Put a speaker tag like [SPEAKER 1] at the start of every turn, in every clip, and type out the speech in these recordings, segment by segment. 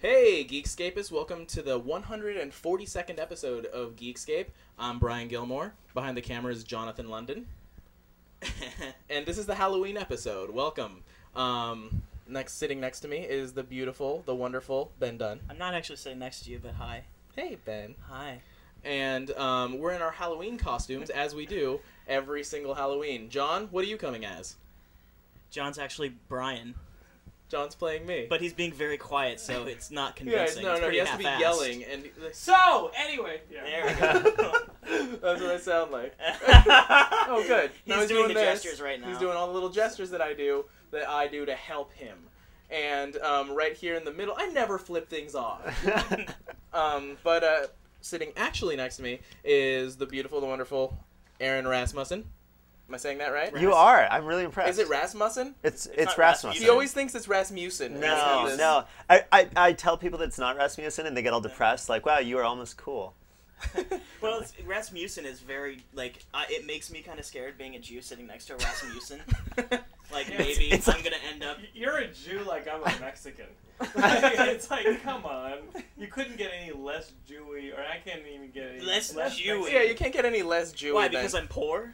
[SPEAKER 1] Hey, Geekscapists, welcome to the 142nd episode of Geekscape. I'm Brian Gilmore. Behind the camera is Jonathan London. and this is the Halloween episode. Welcome. Um, next, sitting next to me is the beautiful, the wonderful Ben Dunn.
[SPEAKER 2] I'm not actually sitting next to you, but hi.
[SPEAKER 1] Hey, Ben.
[SPEAKER 2] Hi.
[SPEAKER 1] And um, we're in our Halloween costumes, as we do every single Halloween. John, what are you coming as?
[SPEAKER 2] John's actually Brian,
[SPEAKER 1] John's playing me.
[SPEAKER 2] but he's being very quiet, so it's not
[SPEAKER 1] yeah,
[SPEAKER 2] convincing.
[SPEAKER 1] no,
[SPEAKER 2] It's
[SPEAKER 1] no, he
[SPEAKER 2] pretty
[SPEAKER 1] has to be
[SPEAKER 2] half-assed.
[SPEAKER 1] yelling, and
[SPEAKER 3] So Oh, anyway,
[SPEAKER 2] There we go.
[SPEAKER 1] that's what I sound like.
[SPEAKER 2] oh,
[SPEAKER 1] Oh, good.
[SPEAKER 2] He's
[SPEAKER 1] Now
[SPEAKER 2] doing, the
[SPEAKER 1] this.
[SPEAKER 2] gestures right now.
[SPEAKER 1] He's doing all the little gestures that I do that I do to help him. And um, right here in the middle, I never flip things off. Um, but uh, sitting actually next to me is the beautiful, the wonderful Aaron Rasmussen. Am I saying that right?
[SPEAKER 2] Rasmussen.
[SPEAKER 4] you are. I'm really impressed.
[SPEAKER 1] Is it Rasmussen?
[SPEAKER 4] It's it's,
[SPEAKER 2] not
[SPEAKER 4] Rasmussen.
[SPEAKER 2] Rasmussen.
[SPEAKER 1] He always thinks it's Rasmussen. and it's not
[SPEAKER 4] no,
[SPEAKER 1] this.
[SPEAKER 4] no. I, I, I tell people that it's not Rasmussen, and they get all depressed. Like, wow, you are almost cool.
[SPEAKER 2] Well, it's, Rasmussen is very like I it makes me kind of scared being a Jew sitting next to a Rasmussen. like
[SPEAKER 3] It's-
[SPEAKER 2] maybe
[SPEAKER 4] it's
[SPEAKER 2] I'm
[SPEAKER 4] like-
[SPEAKER 2] gonna end up.
[SPEAKER 3] you're a Jew like I'm a Mexican. it's like, come on, you couldn't get any less Jewy, or I can't even get any
[SPEAKER 2] Less Jewy.
[SPEAKER 3] Mexican.
[SPEAKER 1] yeah, you can't get any less Jewish.
[SPEAKER 2] Why? Because I'm poor.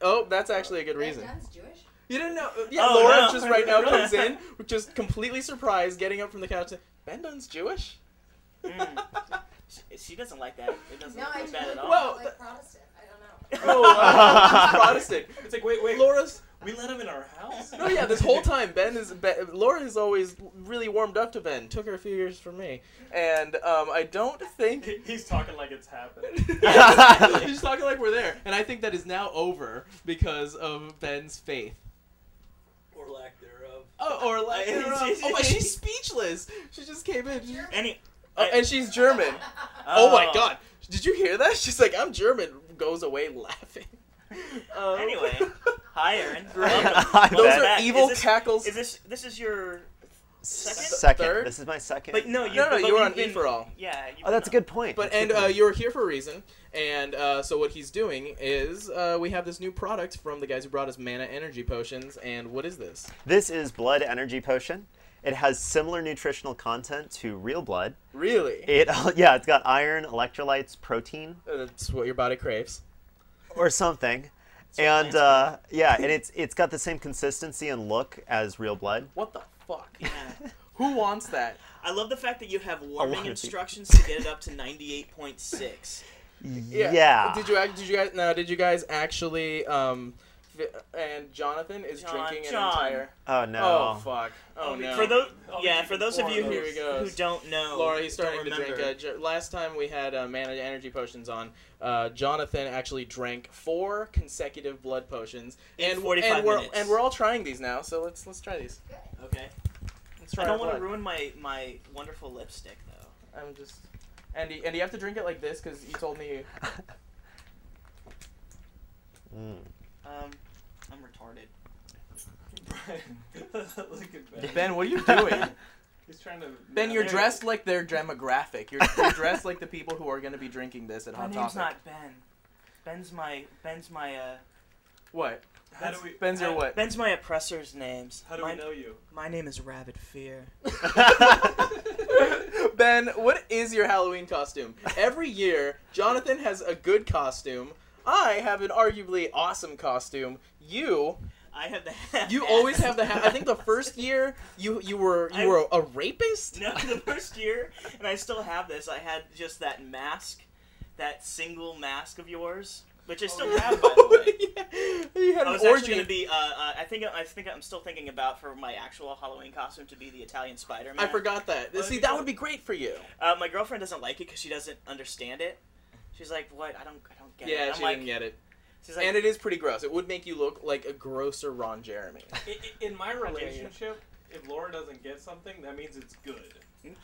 [SPEAKER 1] oh, that's actually a good reason.
[SPEAKER 5] Dan's Jewish.
[SPEAKER 1] You didn't know? uh, Yeah,
[SPEAKER 2] Oh,
[SPEAKER 1] Laura
[SPEAKER 2] no.
[SPEAKER 1] just right now comes in, just completely surprised, getting up from the couch. and, Ben Dunn's Jewish.
[SPEAKER 2] Mm. She, she doesn't like that. It doesn't
[SPEAKER 5] No, I
[SPEAKER 2] look
[SPEAKER 5] do.
[SPEAKER 2] bad at all.
[SPEAKER 1] Well,
[SPEAKER 5] like
[SPEAKER 1] th-
[SPEAKER 5] Protestant. I don't know.
[SPEAKER 1] Oh, wow, she's Protestant.
[SPEAKER 3] It's like, wait, wait,
[SPEAKER 1] Laura's.
[SPEAKER 3] we let him in our house.
[SPEAKER 1] No, yeah, this whole time Ben is. Ben, Laura has always really warmed up to Ben. Took her a few years from me, and um, I don't think.
[SPEAKER 3] He- He's talking like it's happened.
[SPEAKER 1] She's talking like we're there, and I think that is now over because of Ben's faith.
[SPEAKER 2] Or lack thereof.
[SPEAKER 1] Oh, or like, oh my, she's speechless. She just came in, She's-
[SPEAKER 2] Any.
[SPEAKER 1] oh, and she's German. Oh my god. Did you hear that? She's like, I'm German, goes away laughing. Um,
[SPEAKER 2] Anyway. Hi, Aaron.
[SPEAKER 1] Great.
[SPEAKER 2] Welcome.
[SPEAKER 4] Hi,
[SPEAKER 1] those
[SPEAKER 4] Ben.
[SPEAKER 1] are
[SPEAKER 2] back.
[SPEAKER 1] evil
[SPEAKER 2] Is this-
[SPEAKER 1] cackles.
[SPEAKER 2] Is this this is your? Second?
[SPEAKER 1] Third?
[SPEAKER 4] This is my second.
[SPEAKER 2] But no, you.
[SPEAKER 1] no, no,
[SPEAKER 2] but
[SPEAKER 1] you were on
[SPEAKER 2] you've
[SPEAKER 1] E
[SPEAKER 2] been-
[SPEAKER 1] for all.
[SPEAKER 2] Yeah. you've
[SPEAKER 4] oh, that's a
[SPEAKER 2] been
[SPEAKER 4] good point.
[SPEAKER 1] But
[SPEAKER 4] That's a
[SPEAKER 1] and
[SPEAKER 4] good
[SPEAKER 1] uh,
[SPEAKER 4] point.
[SPEAKER 1] you're here for a reason, and uh, so what he's doing is uh, we have this new product from the guys who brought us Mana Energy Potions, and what is this?
[SPEAKER 4] this is Blood Energy Potion. It has similar nutritional content to real blood.
[SPEAKER 1] Really,
[SPEAKER 4] It yeah, it's got iron, electrolytes, protein,
[SPEAKER 1] that's what your body craves.
[SPEAKER 4] or something.
[SPEAKER 2] what
[SPEAKER 4] And
[SPEAKER 2] mine's
[SPEAKER 4] uh, yeah, and it's it's got the same consistency and look as real blood.
[SPEAKER 1] What the fuck?
[SPEAKER 2] Yeah.
[SPEAKER 1] who wants that?
[SPEAKER 2] I love the fact that you have
[SPEAKER 4] lot
[SPEAKER 2] warming
[SPEAKER 4] of people.
[SPEAKER 2] instructions to get it up to ninety eight point six.
[SPEAKER 4] Yeah.
[SPEAKER 1] Did you act- did you guys now? Did you guys actually? Um, fi- and Jonathan is
[SPEAKER 2] John,
[SPEAKER 1] drinking
[SPEAKER 2] John.
[SPEAKER 1] an entire.
[SPEAKER 4] Oh no.
[SPEAKER 1] Oh fuck. Oh no.
[SPEAKER 2] For those,
[SPEAKER 3] Oh,
[SPEAKER 2] yeah,
[SPEAKER 3] you
[SPEAKER 2] for
[SPEAKER 3] can
[SPEAKER 2] those of
[SPEAKER 3] form
[SPEAKER 2] you
[SPEAKER 3] those.
[SPEAKER 2] who,
[SPEAKER 1] Here he goes.
[SPEAKER 2] who don't know,
[SPEAKER 1] Laura, he's
[SPEAKER 2] don't
[SPEAKER 1] starting to drink.
[SPEAKER 2] remember.
[SPEAKER 1] Uh, j- last time we had uh, mana energy potions on, uh, Jonathan actually drank four consecutive blood potions,
[SPEAKER 2] In
[SPEAKER 1] and
[SPEAKER 2] 45
[SPEAKER 1] and we're
[SPEAKER 2] minutes.
[SPEAKER 1] and we're all trying these now. So let's let's try these.
[SPEAKER 2] Okay,
[SPEAKER 1] Let's try
[SPEAKER 2] I don't
[SPEAKER 1] our
[SPEAKER 2] want to
[SPEAKER 1] blood.
[SPEAKER 2] ruin my my wonderful lipstick though.
[SPEAKER 1] I'm just. And you, and you have to drink it like this because you told me.
[SPEAKER 4] Mm.
[SPEAKER 2] Um, I'm retarded.
[SPEAKER 3] Brian, Look at Ben.
[SPEAKER 1] Ben, what are you doing?
[SPEAKER 3] He's trying to.
[SPEAKER 1] ben, you're
[SPEAKER 2] There.
[SPEAKER 1] dressed like their demographic. You're, you're dressed like the people who are going to be drinking this at
[SPEAKER 2] My
[SPEAKER 1] Hot
[SPEAKER 2] name's
[SPEAKER 1] Topic.
[SPEAKER 2] not Ben. Ben's my Ben's my uh
[SPEAKER 1] What?
[SPEAKER 3] How do we?
[SPEAKER 1] Ben's your
[SPEAKER 3] how-
[SPEAKER 1] what?
[SPEAKER 2] Ben's my oppressor's names.
[SPEAKER 3] How do
[SPEAKER 2] my,
[SPEAKER 3] we know you?
[SPEAKER 2] My name is Rabid Fear.
[SPEAKER 1] ben, what is your Halloween costume? Every year, Jonathan has a good costume. I have an arguably awesome costume. You,
[SPEAKER 2] I have the.
[SPEAKER 1] you always have the. Ha- I think the first year you you were you were a rapist.
[SPEAKER 2] No, the first year, and I still have this. I had just that mask, that single mask of yours, which I still have by the way.
[SPEAKER 1] Yeah, you had
[SPEAKER 2] I
[SPEAKER 1] Oh, an
[SPEAKER 2] was actually
[SPEAKER 1] orgy.
[SPEAKER 2] gonna be. Uh, uh, I think. I think I'm still thinking about for my actual Halloween costume to be the Italian Spider-Man.
[SPEAKER 1] I forgot that.
[SPEAKER 3] Why
[SPEAKER 1] See,
[SPEAKER 3] don't
[SPEAKER 1] that
[SPEAKER 3] you-
[SPEAKER 1] would be great for you.
[SPEAKER 2] Uh, my girlfriend doesn't like it because she doesn't understand it. She's like, "What? I don't. I don't get it." I'm like,
[SPEAKER 1] get it.
[SPEAKER 2] She's like,
[SPEAKER 1] And it is pretty gross. It would make you look like a grosser Ron Jeremy.
[SPEAKER 3] I- I- In my
[SPEAKER 2] you.
[SPEAKER 3] relationship, if Laura doesn't get something, that means it's good.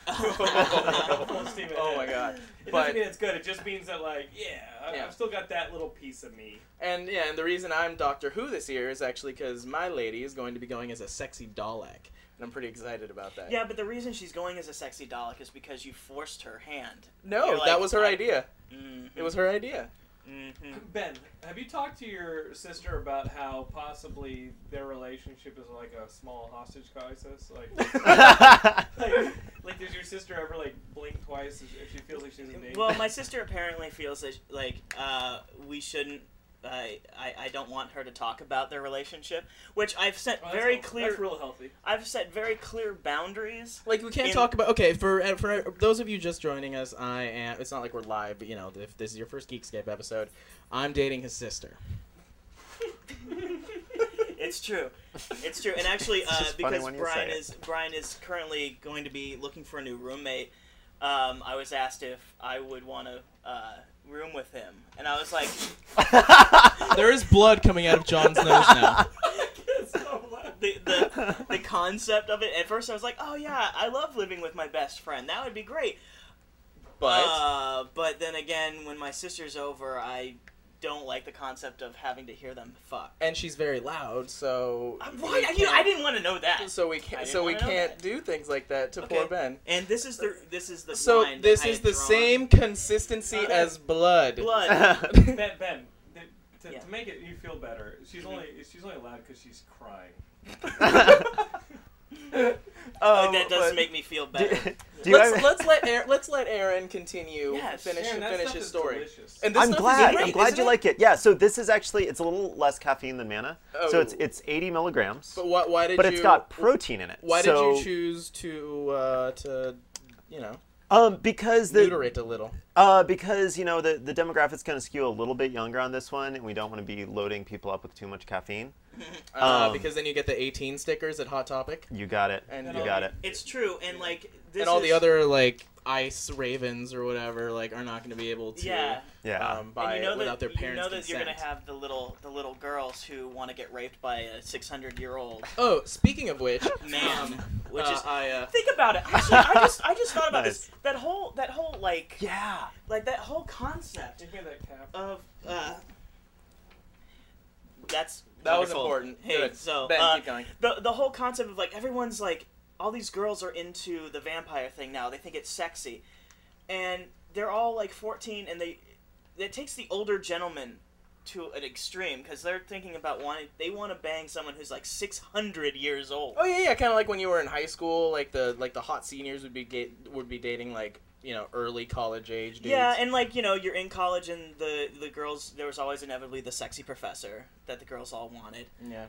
[SPEAKER 1] oh my god.
[SPEAKER 3] It
[SPEAKER 1] But-
[SPEAKER 3] doesn't mean it's good. It just means that, like, yeah, I,
[SPEAKER 1] Yeah.
[SPEAKER 3] I've still got that little piece of me.
[SPEAKER 1] And yeah, and the reason I'm Doctor Who this year is actually because my lady is going to be going as a sexy Dalek, and I'm pretty excited about that.
[SPEAKER 2] Yeah, but the reason she's going as a sexy Dalek is because you forced her hand.
[SPEAKER 1] No,
[SPEAKER 2] You're
[SPEAKER 1] that
[SPEAKER 2] like,
[SPEAKER 1] was her
[SPEAKER 2] I-
[SPEAKER 1] idea.
[SPEAKER 2] Mhm.
[SPEAKER 1] It was her idea.
[SPEAKER 2] Mm-hmm.
[SPEAKER 3] Ben, have you talked to your sister about how possibly their relationship is like a small hostage crisis? Like,
[SPEAKER 4] Mm.
[SPEAKER 3] like, like does your sister ever like blink twice if- if she feels like she's in danger?
[SPEAKER 2] Well, my sister apparently feels that, like uh, we shouldn't. I I, I don't want her to talk about their relationship, which I've set
[SPEAKER 3] Oh, that's
[SPEAKER 2] very
[SPEAKER 3] healthy.
[SPEAKER 2] clear.
[SPEAKER 3] That's real healthy.
[SPEAKER 2] I've set very clear boundaries.
[SPEAKER 1] Like we can't
[SPEAKER 2] In-
[SPEAKER 1] talk about okay for uh, for those of you just joining us. I am. It's not like we're live, but you know, if this is your first Geekscape episode, I'm dating his sister.
[SPEAKER 2] It's true. It's true. And actually,
[SPEAKER 4] It's
[SPEAKER 2] uh,
[SPEAKER 4] just funny
[SPEAKER 2] because
[SPEAKER 4] when you
[SPEAKER 2] Brian
[SPEAKER 4] say it.
[SPEAKER 2] is Brian is currently going to be looking for a new roommate, um, I was asked if I would want to uh, room with him, and I was like,
[SPEAKER 1] There is blood coming out of John's nose now.
[SPEAKER 2] the the the concept of it. At first, I was like, "Oh yeah, I love living with my best friend. That would be great."
[SPEAKER 1] But
[SPEAKER 2] uh, but then again, when my sister's over, I don't like the concept of having to hear them fuck.
[SPEAKER 1] and she's very loud, so
[SPEAKER 2] Uh,
[SPEAKER 1] we
[SPEAKER 2] Why? I, you know, I
[SPEAKER 1] can't-
[SPEAKER 2] didn't want to know that.
[SPEAKER 1] So we
[SPEAKER 2] I
[SPEAKER 1] can't.
[SPEAKER 2] didn't
[SPEAKER 1] So we
[SPEAKER 2] wanna know
[SPEAKER 1] can't
[SPEAKER 2] that.
[SPEAKER 1] do things like that to poor
[SPEAKER 2] Okay.
[SPEAKER 1] Ben.
[SPEAKER 2] And this is the this is the
[SPEAKER 1] So
[SPEAKER 2] line that
[SPEAKER 1] this
[SPEAKER 2] I
[SPEAKER 1] is
[SPEAKER 2] had
[SPEAKER 1] the
[SPEAKER 2] drawn.
[SPEAKER 1] same consistency
[SPEAKER 3] Uh,
[SPEAKER 1] as blood.
[SPEAKER 2] blood.
[SPEAKER 4] Oh,
[SPEAKER 3] Ben, ben th- to,
[SPEAKER 2] Yeah.
[SPEAKER 3] to make it you feel better,
[SPEAKER 1] Mm-hmm.
[SPEAKER 3] she's only she's only loud because she's crying.
[SPEAKER 4] Um,
[SPEAKER 2] that does
[SPEAKER 4] but-
[SPEAKER 2] make me feel
[SPEAKER 4] Do,
[SPEAKER 2] better.
[SPEAKER 4] do you
[SPEAKER 1] let's,
[SPEAKER 4] have-
[SPEAKER 1] let's let Aaron, let's let Aaron continue
[SPEAKER 2] Yes.
[SPEAKER 1] finish
[SPEAKER 3] Aaron, that
[SPEAKER 1] finish
[SPEAKER 3] stuff
[SPEAKER 1] his
[SPEAKER 3] is
[SPEAKER 1] story.
[SPEAKER 3] delicious.
[SPEAKER 1] And this
[SPEAKER 4] I'm
[SPEAKER 1] stuff is
[SPEAKER 4] glad.
[SPEAKER 1] great,
[SPEAKER 4] I'm glad
[SPEAKER 1] isn't
[SPEAKER 4] you
[SPEAKER 1] it?
[SPEAKER 4] like it. Yeah. So this is actually it's a little less caffeine than mana. So it's
[SPEAKER 1] Oh.
[SPEAKER 4] it's 80 milligrams,
[SPEAKER 1] But
[SPEAKER 4] but,
[SPEAKER 1] why, why did you?
[SPEAKER 4] it's got protein in it.
[SPEAKER 1] Why
[SPEAKER 4] so,
[SPEAKER 1] did you choose to uh, to you know
[SPEAKER 4] Um, because the
[SPEAKER 1] neuter it a little?
[SPEAKER 4] Uh, because you know the the demographic's going to skew a little bit younger on this one, and we don't want to be loading people up with too much caffeine.
[SPEAKER 1] Uh,
[SPEAKER 4] Um,
[SPEAKER 1] because then you get the 18 stickers at Hot Topic
[SPEAKER 4] You got it.
[SPEAKER 1] And
[SPEAKER 4] you
[SPEAKER 1] all
[SPEAKER 4] got
[SPEAKER 3] the-
[SPEAKER 4] it.
[SPEAKER 2] It's true, and like this
[SPEAKER 1] and all
[SPEAKER 2] is,
[SPEAKER 1] the other like ice ravens or whatever like are not going to be able to
[SPEAKER 2] yeah.
[SPEAKER 4] Yeah.
[SPEAKER 1] um, buy
[SPEAKER 2] and you
[SPEAKER 1] it
[SPEAKER 2] know
[SPEAKER 1] without
[SPEAKER 2] that
[SPEAKER 1] their parents'
[SPEAKER 2] you know that
[SPEAKER 1] consent.
[SPEAKER 2] you're gonna have the little the little girls who want to get raped by a 600 year old
[SPEAKER 1] Oh, speaking of which, um,
[SPEAKER 2] man, which
[SPEAKER 1] uh,
[SPEAKER 2] is
[SPEAKER 1] I uh,
[SPEAKER 2] think about it. Actually, I just I just thought about this that whole that whole like
[SPEAKER 4] yeah.
[SPEAKER 2] like that whole concept
[SPEAKER 3] You hear that cap?
[SPEAKER 2] of uh, that's
[SPEAKER 1] that was
[SPEAKER 2] wonderful.
[SPEAKER 1] important.
[SPEAKER 2] Hey,
[SPEAKER 1] Good.
[SPEAKER 2] so
[SPEAKER 1] ben,
[SPEAKER 2] uh,
[SPEAKER 1] keep going.
[SPEAKER 2] the the whole concept of like everyone's like all these girls are into the vampire thing now. They think it's sexy, and they're all like fourteen, and they it takes the older gentleman to an extreme because they're thinking about wanting they want to bang someone who's like six hundred years old.
[SPEAKER 1] Oh yeah, yeah, kind of like when you were in high school, like the like the hot seniors would be ga- would be dating like you know early college age dudes.
[SPEAKER 2] Yeah, and like you know, you're in college, and the the girls there was always inevitably the sexy professor that the girls all wanted,
[SPEAKER 1] yeah.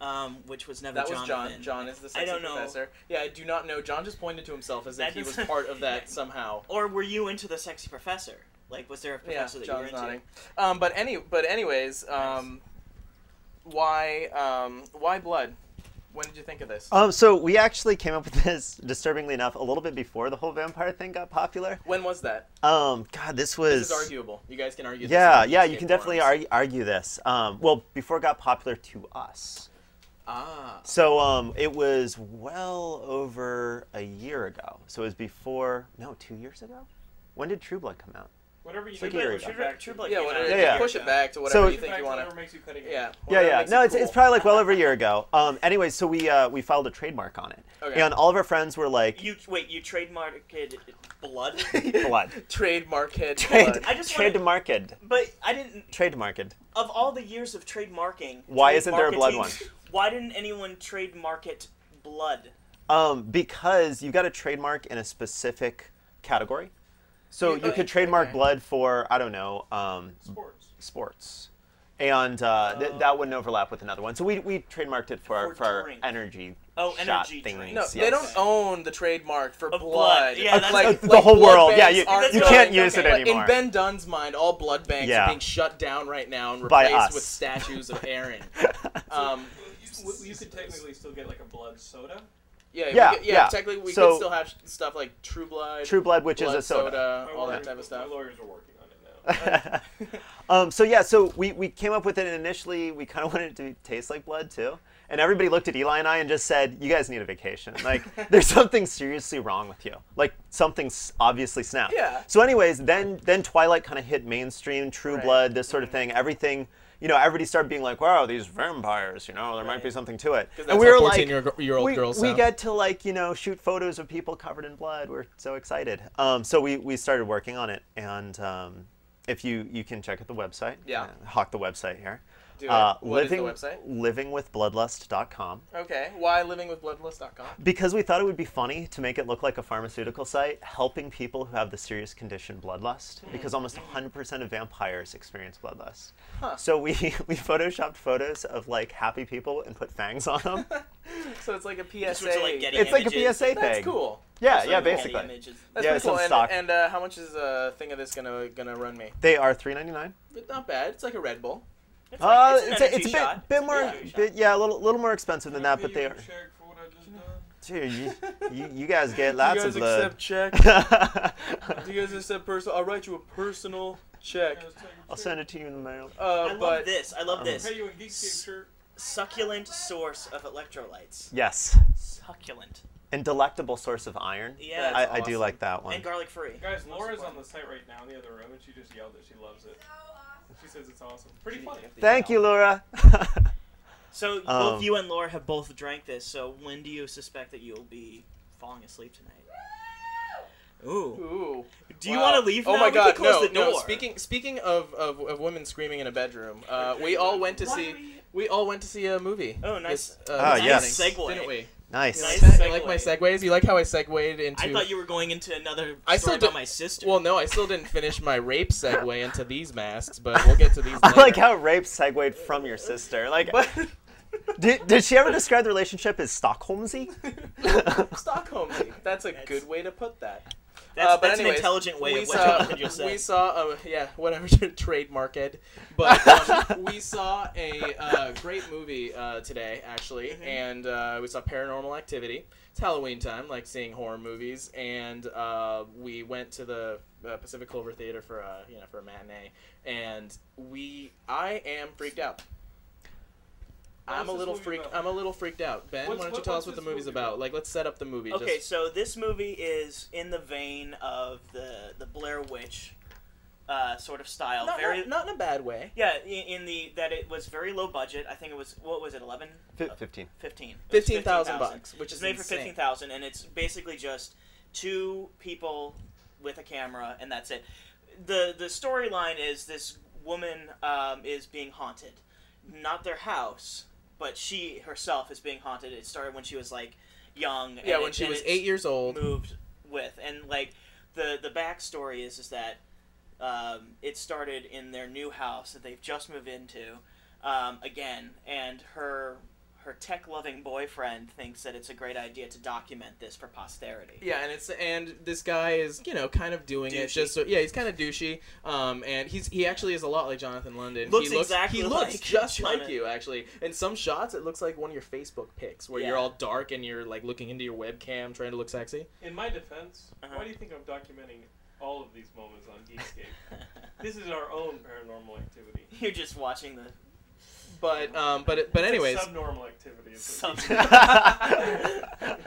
[SPEAKER 2] um, which was never
[SPEAKER 1] That was
[SPEAKER 2] Jonathan.
[SPEAKER 1] John. John is the sexy
[SPEAKER 2] I don't know.
[SPEAKER 1] professor. Yeah, I do not know. John just pointed to himself as if
[SPEAKER 2] That
[SPEAKER 1] he was
[SPEAKER 2] is-
[SPEAKER 1] part of that somehow.
[SPEAKER 2] Or were you into the sexy professor? Like, was there a
[SPEAKER 1] Yeah,
[SPEAKER 2] professor that you were
[SPEAKER 1] John's
[SPEAKER 2] into?
[SPEAKER 1] nodding. Um, but any but anyways, um, why um, why blood? When did you think of this?
[SPEAKER 4] Um, so we actually came up with this, disturbingly enough, a little bit before the whole vampire thing got popular.
[SPEAKER 1] when was that?
[SPEAKER 4] Um, God, this was.
[SPEAKER 1] This is arguable. You guys can argue. this
[SPEAKER 4] yeah,
[SPEAKER 1] on
[SPEAKER 4] yeah, you
[SPEAKER 1] Geekscape
[SPEAKER 4] can definitely
[SPEAKER 1] forums.
[SPEAKER 4] argue, argue this. Um, well, before it got popular to us.
[SPEAKER 1] Ah,
[SPEAKER 4] So um, it was well over a year ago. So it was before, no, two years ago? When did True Blood come out?
[SPEAKER 3] Whatever you
[SPEAKER 4] It's like
[SPEAKER 3] do,
[SPEAKER 4] a year
[SPEAKER 3] push
[SPEAKER 4] ago.
[SPEAKER 3] it back
[SPEAKER 2] True
[SPEAKER 3] to-
[SPEAKER 2] Blood
[SPEAKER 1] yeah,
[SPEAKER 2] came
[SPEAKER 1] whatever.
[SPEAKER 2] out
[SPEAKER 4] Yeah, yeah.
[SPEAKER 1] Push it back to whatever
[SPEAKER 4] So-
[SPEAKER 1] you think you want
[SPEAKER 3] Whatever makes you cut it.
[SPEAKER 1] to. Yeah.
[SPEAKER 4] yeah,
[SPEAKER 1] whatever
[SPEAKER 4] yeah.
[SPEAKER 1] makes
[SPEAKER 4] No,
[SPEAKER 1] it
[SPEAKER 4] it's, it's
[SPEAKER 1] cool.
[SPEAKER 4] probably like well over a year ago. Um, anyway, so we uh, we filed a trademark on it,
[SPEAKER 1] Okay.
[SPEAKER 4] and all of our friends were like,
[SPEAKER 2] You wait, you trademarked blood,
[SPEAKER 4] "Blood,
[SPEAKER 1] trademark head.
[SPEAKER 4] trade,
[SPEAKER 2] I just wanna-
[SPEAKER 4] trademarked,
[SPEAKER 2] but I didn't.
[SPEAKER 4] trademarked."
[SPEAKER 2] Of all the years of trademarking,
[SPEAKER 4] Why isn't there a blood
[SPEAKER 2] trademarketing, Why didn't anyone trademark it blood?
[SPEAKER 4] Um, because you got a trademark in a specific category, so
[SPEAKER 1] You-
[SPEAKER 4] you
[SPEAKER 1] okay,
[SPEAKER 4] could trademark
[SPEAKER 1] okay.
[SPEAKER 4] blood for I don't know um,
[SPEAKER 3] Sports.
[SPEAKER 4] sports, and uh, th- that wouldn't overlap with another one. So we, we trademarked it for our,
[SPEAKER 2] For
[SPEAKER 4] for our
[SPEAKER 2] drink.
[SPEAKER 4] energy.
[SPEAKER 2] Oh,
[SPEAKER 4] shot
[SPEAKER 2] energy
[SPEAKER 4] things.
[SPEAKER 2] drink.
[SPEAKER 1] No,
[SPEAKER 4] yes.
[SPEAKER 1] they don't own the trademark for
[SPEAKER 2] Of
[SPEAKER 1] blood.
[SPEAKER 2] blood. Yeah,
[SPEAKER 4] Of,
[SPEAKER 2] that's-
[SPEAKER 4] like, the whole
[SPEAKER 1] blood
[SPEAKER 4] world. Yeah,
[SPEAKER 1] banks
[SPEAKER 4] you,
[SPEAKER 1] aren't
[SPEAKER 4] you
[SPEAKER 2] really-
[SPEAKER 4] can't use
[SPEAKER 2] okay.
[SPEAKER 4] it
[SPEAKER 1] Like,
[SPEAKER 4] anymore.
[SPEAKER 1] in Ben Dunn's mind, all blood banks
[SPEAKER 4] Yeah.
[SPEAKER 1] are being shut down right now and
[SPEAKER 4] By
[SPEAKER 1] replaced
[SPEAKER 4] us.
[SPEAKER 1] with statues of Aaron.
[SPEAKER 4] Uh,
[SPEAKER 1] um, Uh,
[SPEAKER 3] You, you could technically still get like a blood soda.
[SPEAKER 1] yeah, we
[SPEAKER 4] Yeah,
[SPEAKER 1] could- yeah,
[SPEAKER 4] yeah.
[SPEAKER 1] Technically, we
[SPEAKER 4] So-
[SPEAKER 1] could still have sh- stuff like True Blood,
[SPEAKER 4] True Blood, which
[SPEAKER 1] blood
[SPEAKER 4] is a soda.
[SPEAKER 3] My
[SPEAKER 1] all that
[SPEAKER 3] lawyers-
[SPEAKER 1] type of stuff.
[SPEAKER 3] My lawyers are working on it now.
[SPEAKER 4] um, so yeah, so we, we came up with it, and initially we kind of wanted it to taste like blood too. And everybody looked at Eli and I and just said, "You guys need a vacation. Like, there's something seriously wrong with you. Like, something's obviously snapped."
[SPEAKER 1] Yeah.
[SPEAKER 4] So, anyways, then then Twilight kind of hit mainstream, True
[SPEAKER 1] Right. Mm-hmm.
[SPEAKER 4] Blood, this sort of thing. Everything, you know, everybody started being like, "Wow, these vampires. You know, there might be
[SPEAKER 1] Right.
[SPEAKER 4] something to it."
[SPEAKER 1] that's how 14-year-old
[SPEAKER 4] we,
[SPEAKER 1] girls
[SPEAKER 4] we
[SPEAKER 1] sound.
[SPEAKER 4] get to like you know shoot photos of people covered in blood. We're so excited. Um, so we we started working on it, and um, if you you can check out the website.
[SPEAKER 1] Yeah.
[SPEAKER 4] Uh, Hawk the website here.
[SPEAKER 1] Do it.
[SPEAKER 4] Uh,
[SPEAKER 1] What is the
[SPEAKER 4] living,
[SPEAKER 1] website?
[SPEAKER 4] Livingwithbloodlust.com.
[SPEAKER 1] Okay. Why livingwithbloodlust.com?
[SPEAKER 4] Because we thought it would be funny to make it look like a pharmaceutical site helping people who have the serious condition bloodlust,
[SPEAKER 1] Hmm.
[SPEAKER 4] because almost 100% of vampires experience bloodlust.
[SPEAKER 1] Huh.
[SPEAKER 4] So we, we photoshopped photos of like happy people and put fangs on them.
[SPEAKER 1] So it's like a PSA.
[SPEAKER 2] Just went to, like, Getty
[SPEAKER 4] it's like a
[SPEAKER 2] Images.
[SPEAKER 4] PSA thing.
[SPEAKER 1] That's cool.
[SPEAKER 4] Yeah,
[SPEAKER 2] So
[SPEAKER 4] yeah,
[SPEAKER 2] you get the
[SPEAKER 4] basically.
[SPEAKER 2] images.
[SPEAKER 1] That's
[SPEAKER 4] Yeah,
[SPEAKER 1] pretty
[SPEAKER 4] it's
[SPEAKER 1] cool.
[SPEAKER 4] in
[SPEAKER 1] And,
[SPEAKER 4] stock.
[SPEAKER 1] and uh, how much is a thing of this gonna gonna run me?
[SPEAKER 4] They are 3.99.
[SPEAKER 1] But not bad. It's like a Red Bull.
[SPEAKER 2] It's,
[SPEAKER 4] Uh,
[SPEAKER 2] like,
[SPEAKER 4] it's,
[SPEAKER 2] an
[SPEAKER 4] a, it's
[SPEAKER 2] energy
[SPEAKER 4] a bit,
[SPEAKER 2] shot.
[SPEAKER 4] bit
[SPEAKER 2] It's an
[SPEAKER 4] more,
[SPEAKER 2] energy
[SPEAKER 4] bit, yeah, a little, little more expensive than
[SPEAKER 3] Can I
[SPEAKER 4] that,
[SPEAKER 3] pay
[SPEAKER 4] but
[SPEAKER 3] you
[SPEAKER 4] they
[SPEAKER 3] in
[SPEAKER 4] are.
[SPEAKER 3] check for what I just done?
[SPEAKER 4] Dude, you, you, you guys get lots
[SPEAKER 1] you guys
[SPEAKER 4] of blood.
[SPEAKER 1] accept check? Do you guys accept personal? I'll write you a personal check.
[SPEAKER 3] Guys, take a
[SPEAKER 4] I'll
[SPEAKER 3] check.
[SPEAKER 4] send it to you in the mail.
[SPEAKER 1] Uh,
[SPEAKER 2] I love
[SPEAKER 1] but
[SPEAKER 2] this. I love this.
[SPEAKER 3] Pay you in geek shirt.
[SPEAKER 2] Succulent source of electrolytes.
[SPEAKER 4] Yes.
[SPEAKER 2] Succulent.
[SPEAKER 4] And delectable source of iron.
[SPEAKER 2] Yeah.
[SPEAKER 4] I,
[SPEAKER 1] That's
[SPEAKER 4] I do
[SPEAKER 1] awesome.
[SPEAKER 4] like that one.
[SPEAKER 2] and garlic free.
[SPEAKER 3] Guys, Laura's on the site right now in the other room, and she just yelled that she loves it. She says it's awesome. Pretty funny.
[SPEAKER 4] Thank you, Laura.
[SPEAKER 2] So
[SPEAKER 4] Um,
[SPEAKER 2] both you and Laura have both drank this. So when do you suspect that you'll be falling asleep tonight? Ooh.
[SPEAKER 1] Ooh.
[SPEAKER 2] Do you
[SPEAKER 1] Wow.
[SPEAKER 2] want to leave?
[SPEAKER 1] Oh
[SPEAKER 2] now?
[SPEAKER 1] my
[SPEAKER 2] We
[SPEAKER 1] god,
[SPEAKER 2] could close
[SPEAKER 1] no,
[SPEAKER 2] the
[SPEAKER 1] no.
[SPEAKER 2] door.
[SPEAKER 1] Speaking speaking of, of, of women screaming in a bedroom, uh, we all went to
[SPEAKER 3] Why
[SPEAKER 1] see
[SPEAKER 3] are we-
[SPEAKER 1] we all went to see a movie.
[SPEAKER 2] Oh, nice.
[SPEAKER 1] this, uh,
[SPEAKER 4] Ah,
[SPEAKER 1] this
[SPEAKER 4] yes.
[SPEAKER 1] evening,
[SPEAKER 2] Segue.
[SPEAKER 1] Didn't we?
[SPEAKER 4] nice.
[SPEAKER 2] Nice.
[SPEAKER 1] You like my
[SPEAKER 2] segue.
[SPEAKER 1] segues? You like how I segued into?
[SPEAKER 2] I thought you were going into another story
[SPEAKER 1] I still
[SPEAKER 2] about
[SPEAKER 1] did-
[SPEAKER 2] my sister.
[SPEAKER 1] Well, no, I still didn't finish my rape segue into these masks, but we'll get to these.
[SPEAKER 4] I
[SPEAKER 1] Later.
[SPEAKER 4] like how rape segued from your sister. Like,
[SPEAKER 1] But
[SPEAKER 4] did, did she ever describe the relationship as Stockholmsy?
[SPEAKER 1] uh, Stockholm. That's a
[SPEAKER 2] That's-
[SPEAKER 1] good way to put that.
[SPEAKER 2] that's,
[SPEAKER 1] uh, but
[SPEAKER 2] that's an
[SPEAKER 1] anyways,
[SPEAKER 2] intelligent way
[SPEAKER 1] we
[SPEAKER 2] of what
[SPEAKER 1] saw,
[SPEAKER 2] Jonathan just
[SPEAKER 1] we
[SPEAKER 2] said.
[SPEAKER 1] saw, a, yeah, whatever, trademark it. But um, we saw a uh, great movie uh, today, actually,
[SPEAKER 3] Mm-hmm.
[SPEAKER 2] Mhm.
[SPEAKER 1] and uh, we saw Paranormal Activity. It's Halloween time, like seeing horror movies, and uh, we went to the uh, Pacific Clover Theater for a you know for a matinee, and we I am freaked out.
[SPEAKER 3] What
[SPEAKER 1] I'm
[SPEAKER 3] is
[SPEAKER 1] a
[SPEAKER 3] this
[SPEAKER 1] little
[SPEAKER 3] movie
[SPEAKER 1] freak.
[SPEAKER 3] about?
[SPEAKER 1] I'm a little freaked out. Ben,
[SPEAKER 3] What's-
[SPEAKER 1] why don't you
[SPEAKER 3] what-
[SPEAKER 1] tell
[SPEAKER 3] what's
[SPEAKER 1] us what the
[SPEAKER 3] this
[SPEAKER 1] movie's
[SPEAKER 3] movie
[SPEAKER 1] about?
[SPEAKER 3] about?
[SPEAKER 1] Like, let's set up the movie.
[SPEAKER 2] Okay,
[SPEAKER 1] just,
[SPEAKER 2] so this movie is in the vein of the the Blair Witch uh, sort of style.
[SPEAKER 1] not,
[SPEAKER 2] very
[SPEAKER 1] not, not in a bad way.
[SPEAKER 2] yeah, i- in the that it was very low budget. I think it was what was it 11
[SPEAKER 4] Fif- 15.
[SPEAKER 2] 15 It was
[SPEAKER 1] Fifteen thousand
[SPEAKER 2] 15,000.
[SPEAKER 1] bucks, which
[SPEAKER 2] It's
[SPEAKER 1] is
[SPEAKER 2] made for
[SPEAKER 1] insane.
[SPEAKER 2] fifteen thousand, and it's basically just two people with a camera, and that's it. the The storyline is this woman um, is being haunted, not their house, but she herself is being haunted. It started when she was like young.
[SPEAKER 1] Yeah,
[SPEAKER 2] and
[SPEAKER 1] when
[SPEAKER 2] it-
[SPEAKER 1] she
[SPEAKER 2] and
[SPEAKER 1] was
[SPEAKER 2] it's
[SPEAKER 1] eight years old.
[SPEAKER 2] moved with, and like the the backstory is is that um, it started in their new house that they've just moved into um, again, and her her tech loving boyfriend thinks that it's a great idea to document this for posterity.
[SPEAKER 1] Yeah, and it's and this guy is you know kind of doing it
[SPEAKER 2] Douchey.
[SPEAKER 1] just so yeah he's kind of douchey. Um, and he's he actually is a lot like Jonathan London.
[SPEAKER 2] Looks
[SPEAKER 1] he looks
[SPEAKER 2] exactly
[SPEAKER 1] he looks
[SPEAKER 2] like
[SPEAKER 1] just like
[SPEAKER 2] Jonathan.
[SPEAKER 1] you actually. In some shots, it looks like one of your Facebook pics where you're
[SPEAKER 2] Yeah.
[SPEAKER 1] all dark and you're like looking into your webcam trying to look sexy.
[SPEAKER 3] In my defense,
[SPEAKER 2] Uh-huh.
[SPEAKER 3] why do you think I'm documenting all of these moments on Geekscape? this is our own paranormal activity.
[SPEAKER 2] You're just watching the
[SPEAKER 1] But um, but it- but
[SPEAKER 3] It's a
[SPEAKER 1] anyways,
[SPEAKER 3] subnormal activity. is what
[SPEAKER 2] sub.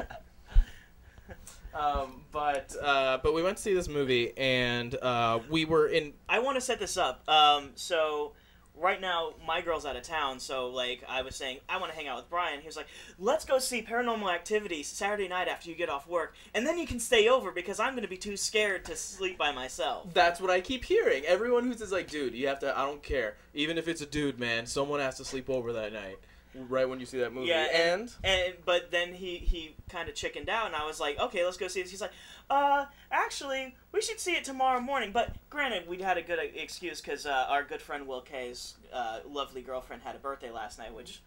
[SPEAKER 1] um, but uh, but we went to see this movie and uh, we were in
[SPEAKER 2] I want to set this up. Um, so right now my girl's out of town, so like I was saying, I want to hang out with Brian. He was like, "Let's go see Paranormal Activity Saturday night after you get off work, and then you can stay over because I'm going to be too scared to sleep by myself."
[SPEAKER 1] That's what I keep hearing. Everyone who's just like, dude, you have to. I don't care. Even if it's a dude, man, someone has to sleep over that night. Right when you see that movie,
[SPEAKER 2] Yeah,
[SPEAKER 1] and,
[SPEAKER 2] And but then he he kind of chickened out, and I was like, "Okay, let's go see this." He's like, "Uh, actually, we should see it tomorrow morning." But granted, we'd had a good uh, excuse because uh, our good friend Will Kay's uh, lovely girlfriend had a birthday last night, which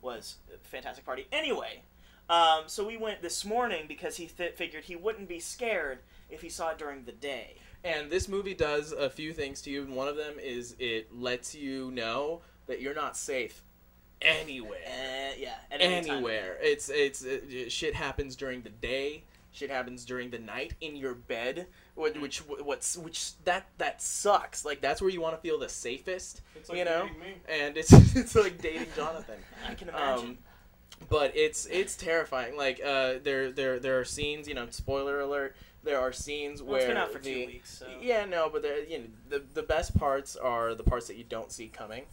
[SPEAKER 2] was a fantastic party. Anyway, um, so we went this morning because he th- figured he wouldn't be scared if he saw it during the day.
[SPEAKER 1] and this movie does a few things to you, and one of them is it lets you know that you're not safe anywhere.
[SPEAKER 2] And Uh, yeah, at any time.
[SPEAKER 1] Anywhere. It's it's uh, shit happens during the day. Shit happens during the night in your bed, which which what's which that that sucks. Like that's where you want to feel the safest,
[SPEAKER 3] It's like
[SPEAKER 1] you know.
[SPEAKER 3] dating me.
[SPEAKER 1] And it's it's like dating Jonathan.
[SPEAKER 2] I can imagine.
[SPEAKER 1] um, but it's it's terrifying. Like uh, there there there are scenes. You know, spoiler alert. There are scenes
[SPEAKER 2] well,
[SPEAKER 1] where
[SPEAKER 2] it's been out for
[SPEAKER 1] the
[SPEAKER 2] two weeks, so
[SPEAKER 1] yeah no, but there you know the the best parts are the parts that you don't see coming,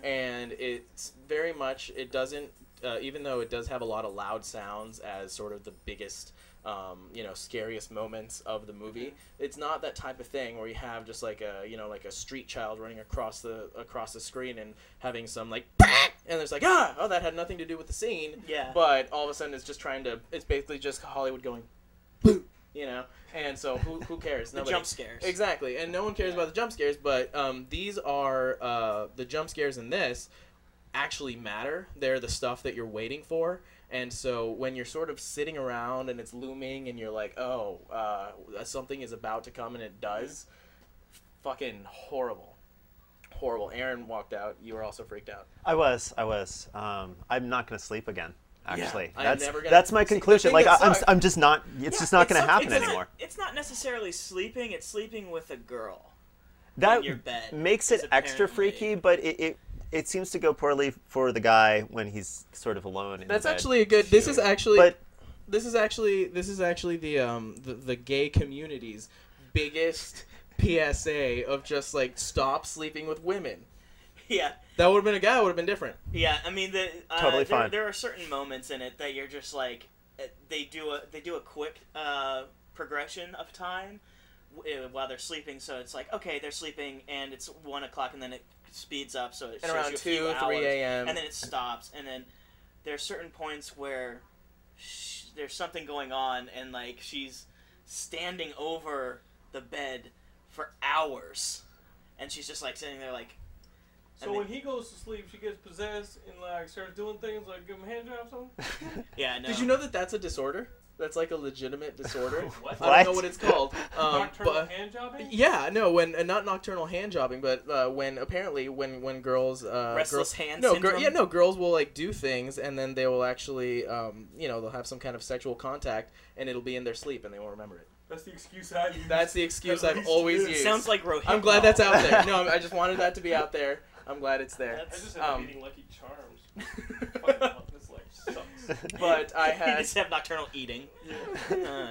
[SPEAKER 2] Mhm.
[SPEAKER 1] and it's very much it doesn't. Uh, even though it does have a lot of loud sounds as sort of the biggest um, you know scariest moments of the movie.
[SPEAKER 2] Mm-hmm.
[SPEAKER 1] It's not that type of thing where you have just like a you know like a street child running across the across the screen and having some like and there's like ah oh that had nothing to do with the scene.
[SPEAKER 2] Yeah.
[SPEAKER 1] But all of a sudden it's just trying to it's basically just Hollywood going boo you know and so who who cares
[SPEAKER 2] the jump scares.
[SPEAKER 1] Exactly, and no one cares about the jump scares, but um, these are uh, the jump scares in this actually matter. They're the stuff that you're waiting for, and so when you're sort of sitting around and it's looming, and you're like, oh, uh, something is about to come, and it does. Fucking horrible, horrible. Aaron walked out. You were also freaked out.
[SPEAKER 4] I was, I was. Um, I'm not gonna sleep again. Actually,
[SPEAKER 1] I'm
[SPEAKER 4] that's
[SPEAKER 1] never gonna-
[SPEAKER 4] that's my
[SPEAKER 1] See, the
[SPEAKER 4] conclusion.
[SPEAKER 1] thing
[SPEAKER 4] Like I,
[SPEAKER 1] that
[SPEAKER 4] I'm,
[SPEAKER 1] sucks-
[SPEAKER 4] I'm just not. It's
[SPEAKER 2] Yeah,
[SPEAKER 4] just not gonna
[SPEAKER 2] some-
[SPEAKER 4] happen
[SPEAKER 2] it's not-
[SPEAKER 4] anymore.
[SPEAKER 2] it's not necessarily sleeping. It's sleeping with a girl.
[SPEAKER 4] that
[SPEAKER 2] in your bed
[SPEAKER 4] makes
[SPEAKER 2] is
[SPEAKER 4] it extra
[SPEAKER 2] apparently-
[SPEAKER 4] freaky, but it, it it seems to go poorly for the guy when he's sort of alone. In
[SPEAKER 1] That's
[SPEAKER 4] the bed.
[SPEAKER 1] actually a good. This is
[SPEAKER 4] Shoot.
[SPEAKER 1] actually.
[SPEAKER 4] But
[SPEAKER 1] this is actually this is actually the um the, the gay community's biggest PSA of just like stop sleeping with women.
[SPEAKER 2] Yeah,
[SPEAKER 1] That would have been a guy would have been different.
[SPEAKER 2] yeah. I mean, the, uh,
[SPEAKER 4] Totally
[SPEAKER 2] there,
[SPEAKER 4] fine.
[SPEAKER 2] There are certain moments in it that you're just like, uh, they do a they do a quick uh, progression of time w- uh, while they're sleeping. So it's like, okay, they're sleeping, and it's one o'clock, and then it speeds up, so it
[SPEAKER 1] And
[SPEAKER 2] shows
[SPEAKER 1] around
[SPEAKER 2] you a
[SPEAKER 1] two,
[SPEAKER 2] few
[SPEAKER 1] three
[SPEAKER 2] hours.
[SPEAKER 1] a.m.
[SPEAKER 2] and then it stops and then there are certain points where sh- there's something going on and like she's standing over the bed for hours and she's just like sitting there like
[SPEAKER 3] So when he goes to sleep, she gets possessed and like starts doing things like give him handjobs. on.
[SPEAKER 2] yeah no
[SPEAKER 1] Did you know that that's a disorder? That's like a legitimate disorder.
[SPEAKER 3] What?
[SPEAKER 1] I don't know
[SPEAKER 4] What?
[SPEAKER 1] what it's called. Um,
[SPEAKER 3] Nocturnal
[SPEAKER 1] but
[SPEAKER 3] handjobbing?
[SPEAKER 1] yeah, no, when uh, not nocturnal hand jobbing, but uh, when apparently when when girls uh, girls
[SPEAKER 2] restless hand
[SPEAKER 1] no,
[SPEAKER 2] syndrome
[SPEAKER 1] Gir- yeah, no. Girls will like do things, and then they will actually, um, you know, they'll have some kind of sexual contact, and it'll be in their sleep, and they won't remember it.
[SPEAKER 3] That's the excuse I use.
[SPEAKER 1] That's the excuse
[SPEAKER 3] At
[SPEAKER 1] I've
[SPEAKER 3] least
[SPEAKER 1] always
[SPEAKER 3] it
[SPEAKER 1] used.
[SPEAKER 2] sounds like Rohit
[SPEAKER 1] I'm glad that's out there. No, I'm- I just wanted that to be out there. I'm glad it's there.
[SPEAKER 3] I
[SPEAKER 2] That's-
[SPEAKER 3] just ended up
[SPEAKER 1] Um,
[SPEAKER 3] eating Lucky Charms. Fucking love this like sucks.
[SPEAKER 1] but I
[SPEAKER 2] you
[SPEAKER 1] had
[SPEAKER 2] just have nocturnal eating Uh,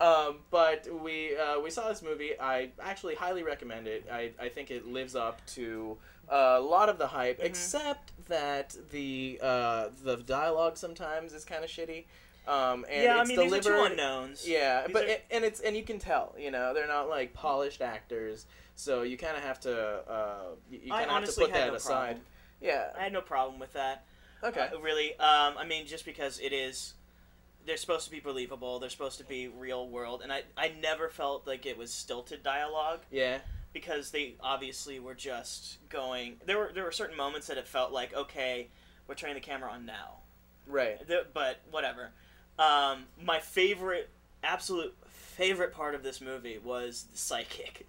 [SPEAKER 1] Um, but we uh, we saw this movie. I actually highly recommend it. I, I think it lives up to a lot of the hype,
[SPEAKER 2] Mm-hmm.
[SPEAKER 1] except that the uh, the dialogue sometimes is kind of shitty. Um, and
[SPEAKER 2] yeah i
[SPEAKER 1] it's
[SPEAKER 2] mean these are two
[SPEAKER 1] delivered.
[SPEAKER 2] unknowns
[SPEAKER 1] yeah,
[SPEAKER 2] These
[SPEAKER 1] but
[SPEAKER 2] are-
[SPEAKER 1] it, and it's and you can tell, you know, they're not like polished actors, so you kind of have to uh, you, you kind of
[SPEAKER 2] I
[SPEAKER 1] have to
[SPEAKER 2] honestly
[SPEAKER 1] put
[SPEAKER 2] had
[SPEAKER 1] that
[SPEAKER 2] no
[SPEAKER 1] aside.
[SPEAKER 2] problem.
[SPEAKER 1] Yeah.
[SPEAKER 2] i had no problem with that
[SPEAKER 1] Okay.
[SPEAKER 2] Uh, really, um, I mean, just because it is, they're supposed to be believable. They're supposed to be real world, and I I never felt like it was stilted dialogue
[SPEAKER 1] Yeah.
[SPEAKER 2] because they obviously were just going. There were there were certain moments that it felt like okay, we're turning the camera on now,
[SPEAKER 1] Right.
[SPEAKER 2] The- but whatever. Um, my favorite, absolute favorite part of this movie was the psychic.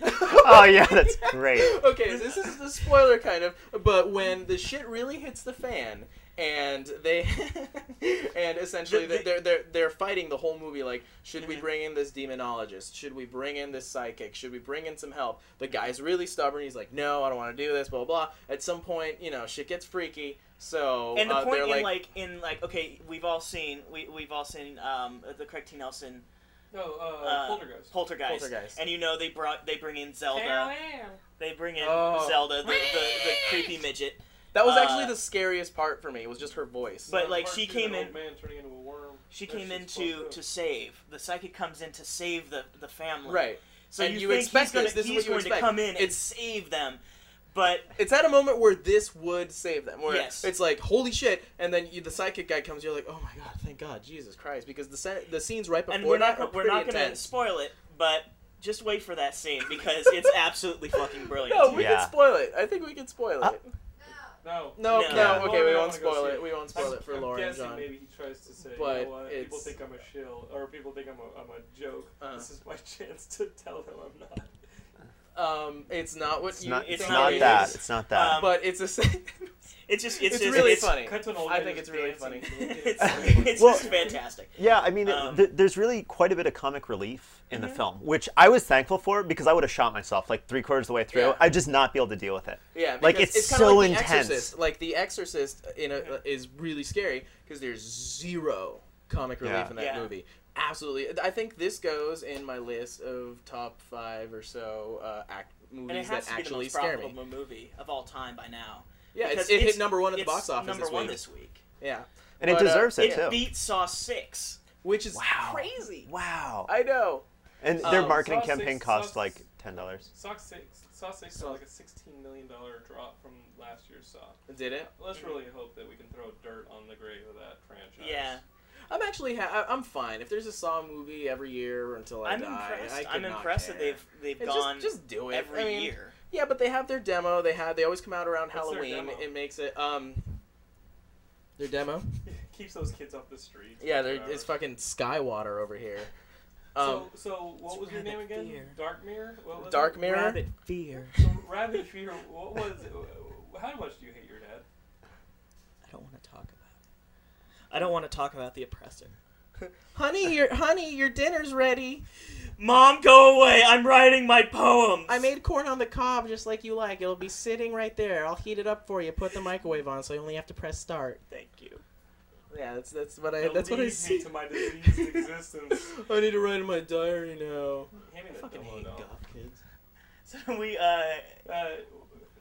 [SPEAKER 4] oh yeah, that's great.
[SPEAKER 1] okay, this is the spoiler kind of, but when the shit really hits the fan and they and essentially
[SPEAKER 2] The- the-
[SPEAKER 1] they're, they're they're fighting the whole movie like should we
[SPEAKER 2] Mhm.
[SPEAKER 1] bring in this demonologist should we bring in this psychic should we bring in some help the guy's really stubborn he's like no i don't want to do this blah blah blah at some point you know shit gets freaky so
[SPEAKER 2] and the
[SPEAKER 1] uh,
[SPEAKER 2] point
[SPEAKER 1] they're
[SPEAKER 2] in
[SPEAKER 1] like,
[SPEAKER 2] like, in like okay, we've all seen we we've all seen um, the Craig T. Nelson
[SPEAKER 3] No, uh,
[SPEAKER 2] Uh,
[SPEAKER 3] Poltergeist.
[SPEAKER 2] Poltergeist.
[SPEAKER 1] Poltergeist.
[SPEAKER 2] And you know they brought they bring in Zelda. They bring in
[SPEAKER 1] Oh.
[SPEAKER 2] Zelda, the, the, the creepy midget.
[SPEAKER 1] that was
[SPEAKER 2] uh,
[SPEAKER 1] actually the scariest part for me was just her voice
[SPEAKER 2] but,
[SPEAKER 3] Uh,
[SPEAKER 2] like,
[SPEAKER 3] part
[SPEAKER 2] she
[SPEAKER 3] two,
[SPEAKER 2] came
[SPEAKER 3] that
[SPEAKER 2] in-
[SPEAKER 3] old Man turning into a worm.
[SPEAKER 2] She
[SPEAKER 3] That
[SPEAKER 2] came in
[SPEAKER 3] shit's
[SPEAKER 2] to,
[SPEAKER 3] fucked
[SPEAKER 2] to
[SPEAKER 3] up.
[SPEAKER 2] save. The psychic comes in to save the, the family.
[SPEAKER 1] right
[SPEAKER 2] So
[SPEAKER 1] And
[SPEAKER 2] you,
[SPEAKER 1] you
[SPEAKER 2] think
[SPEAKER 1] expect
[SPEAKER 2] he's gonna,
[SPEAKER 1] this. This is
[SPEAKER 2] he's
[SPEAKER 1] what you
[SPEAKER 2] going
[SPEAKER 1] expect.
[SPEAKER 2] to come in and
[SPEAKER 1] It's-
[SPEAKER 2] save them. But
[SPEAKER 1] it's at a moment where this would save them. Where
[SPEAKER 2] Yes.
[SPEAKER 1] it's like, holy shit, and then you, the psychic guy comes, you're like, oh my god, thank God, Jesus Christ, because the se- the scenes right before
[SPEAKER 2] and we're
[SPEAKER 1] that are
[SPEAKER 2] not gonna- we're
[SPEAKER 1] pretty
[SPEAKER 2] not going to
[SPEAKER 1] intense.
[SPEAKER 2] spoil it, but just wait for that scene because it's absolutely fucking brilliant.
[SPEAKER 1] No, we
[SPEAKER 4] Yeah.
[SPEAKER 1] can spoil it. I think we can spoil it.
[SPEAKER 4] Uh,
[SPEAKER 3] No.
[SPEAKER 1] no,
[SPEAKER 2] No.
[SPEAKER 1] no,
[SPEAKER 2] Yeah.
[SPEAKER 1] okay, we
[SPEAKER 3] Lauren, I
[SPEAKER 1] won't
[SPEAKER 3] wanna go
[SPEAKER 1] spoil
[SPEAKER 3] see
[SPEAKER 1] it.
[SPEAKER 3] it.
[SPEAKER 1] We won't spoil
[SPEAKER 3] I'm-
[SPEAKER 1] it for
[SPEAKER 3] I'm
[SPEAKER 1] Lauren and
[SPEAKER 3] guessing
[SPEAKER 1] John.
[SPEAKER 3] Maybe he tries to say,
[SPEAKER 1] But
[SPEAKER 3] you know what? people
[SPEAKER 1] it's-
[SPEAKER 3] think I'm a shill, or people think I'm a, I'm a joke.
[SPEAKER 1] Uh-huh.
[SPEAKER 3] This is my chance to tell them I'm not.
[SPEAKER 1] Um, it's not what
[SPEAKER 4] It's
[SPEAKER 1] you.
[SPEAKER 4] not.
[SPEAKER 2] it's
[SPEAKER 4] It's,
[SPEAKER 1] think
[SPEAKER 4] not
[SPEAKER 1] it
[SPEAKER 2] not
[SPEAKER 4] that.
[SPEAKER 1] is,
[SPEAKER 4] It's not that.
[SPEAKER 2] Um,
[SPEAKER 1] But it's a.
[SPEAKER 2] It's just it's,
[SPEAKER 1] it's
[SPEAKER 2] just,
[SPEAKER 1] really
[SPEAKER 2] it's,
[SPEAKER 1] funny.
[SPEAKER 3] Cut to an old
[SPEAKER 1] I
[SPEAKER 3] man
[SPEAKER 1] think
[SPEAKER 3] just
[SPEAKER 1] it's really
[SPEAKER 3] dancing.
[SPEAKER 1] funny.
[SPEAKER 2] It's, it's
[SPEAKER 4] Well-
[SPEAKER 2] just fantastic.
[SPEAKER 4] yeah, I mean,
[SPEAKER 2] um,
[SPEAKER 4] th- there's really quite a bit of comic relief in the film, which I was thankful for because I would have shot myself like three quarters of the way through.
[SPEAKER 1] Yeah.
[SPEAKER 4] I'd just not be able to deal with it.
[SPEAKER 1] Yeah,
[SPEAKER 4] Like,
[SPEAKER 1] because
[SPEAKER 4] it's
[SPEAKER 1] kinda
[SPEAKER 4] so
[SPEAKER 1] like The
[SPEAKER 4] intense.
[SPEAKER 1] Exorcist. Like The Exorcist in a, is really scary because there's zero comic relief
[SPEAKER 4] Yeah.
[SPEAKER 1] in that
[SPEAKER 2] Yeah.
[SPEAKER 1] movie. Absolutely, I think this goes in my list of top five or so uh, act
[SPEAKER 2] And it
[SPEAKER 1] movies
[SPEAKER 2] has
[SPEAKER 1] that
[SPEAKER 2] to be the
[SPEAKER 1] actually
[SPEAKER 2] most
[SPEAKER 1] scare me.
[SPEAKER 2] profitable movie of all time by now.
[SPEAKER 1] Yeah, it's,
[SPEAKER 2] Because
[SPEAKER 1] it
[SPEAKER 2] it's-
[SPEAKER 1] hit number one at the
[SPEAKER 2] it's
[SPEAKER 1] box office
[SPEAKER 2] number
[SPEAKER 1] this
[SPEAKER 2] one
[SPEAKER 1] week.
[SPEAKER 2] this week.
[SPEAKER 1] Yeah, But,
[SPEAKER 4] And it
[SPEAKER 1] uh,
[SPEAKER 4] deserves it,
[SPEAKER 2] It
[SPEAKER 4] too.
[SPEAKER 2] beat Saw Six.
[SPEAKER 1] which is
[SPEAKER 4] Wow.
[SPEAKER 1] crazy.
[SPEAKER 4] Wow.
[SPEAKER 1] I know.
[SPEAKER 4] And their
[SPEAKER 1] Um,
[SPEAKER 4] marketing
[SPEAKER 3] Saw Six-
[SPEAKER 4] campaign
[SPEAKER 3] Saw
[SPEAKER 4] cost
[SPEAKER 3] Six-
[SPEAKER 4] like ten dollars.
[SPEAKER 3] Saw six, Saw six saw like a sixteen million dollar drop from last year's Saw.
[SPEAKER 1] Did it?
[SPEAKER 3] Let's really hope that we can throw dirt on the grave of that franchise.
[SPEAKER 2] Yeah.
[SPEAKER 1] I'm actually ha- I- I'm fine. If there's a Saw movie every year until I
[SPEAKER 2] I'm
[SPEAKER 1] die,
[SPEAKER 2] impressed.
[SPEAKER 1] I could
[SPEAKER 2] I'm
[SPEAKER 1] not
[SPEAKER 2] impressed
[SPEAKER 1] care.
[SPEAKER 2] that they've they've
[SPEAKER 1] And
[SPEAKER 2] gone
[SPEAKER 1] just, just do it
[SPEAKER 2] every
[SPEAKER 1] I mean,
[SPEAKER 2] year.
[SPEAKER 1] Yeah, but they have their demo. They have they always come out around
[SPEAKER 3] What's their
[SPEAKER 1] Halloween.
[SPEAKER 3] demo?
[SPEAKER 1] It makes it um their demo.
[SPEAKER 3] Keeps those kids off the streets.
[SPEAKER 1] Yeah,
[SPEAKER 3] or
[SPEAKER 1] they're,
[SPEAKER 3] whatever.
[SPEAKER 1] it's fucking Skywater over here. Um,
[SPEAKER 3] so, so what
[SPEAKER 5] It's
[SPEAKER 3] was your name
[SPEAKER 5] Rabbit
[SPEAKER 3] again?
[SPEAKER 5] Fear.
[SPEAKER 3] Dark Mirror. What was
[SPEAKER 1] Dark
[SPEAKER 3] it?
[SPEAKER 1] Mirror.
[SPEAKER 5] Rabbit fear.
[SPEAKER 3] So Rabbit Fear. What was? How much do you hate your dad?
[SPEAKER 5] I don't want to talk about it. I don't want to talk about the oppressor.
[SPEAKER 1] honey, your honey, your dinner's ready.
[SPEAKER 5] Mom, go away! I'm writing my poems.
[SPEAKER 1] I made corn on the cob just like you like. It'll be sitting right there. I'll heat it up for you. Put the microwave on, so you only have to press start.
[SPEAKER 5] Thank you.
[SPEAKER 1] Yeah, that's that's what I that's what I
[SPEAKER 3] Lead
[SPEAKER 1] see.
[SPEAKER 3] Me to my diseased existence.
[SPEAKER 1] I need to write in my diary now.
[SPEAKER 3] Hand me
[SPEAKER 1] I
[SPEAKER 3] that
[SPEAKER 1] fucking
[SPEAKER 3] Dumbo
[SPEAKER 1] hate
[SPEAKER 3] doll.
[SPEAKER 1] goth kids.
[SPEAKER 2] So we uh
[SPEAKER 3] Uh,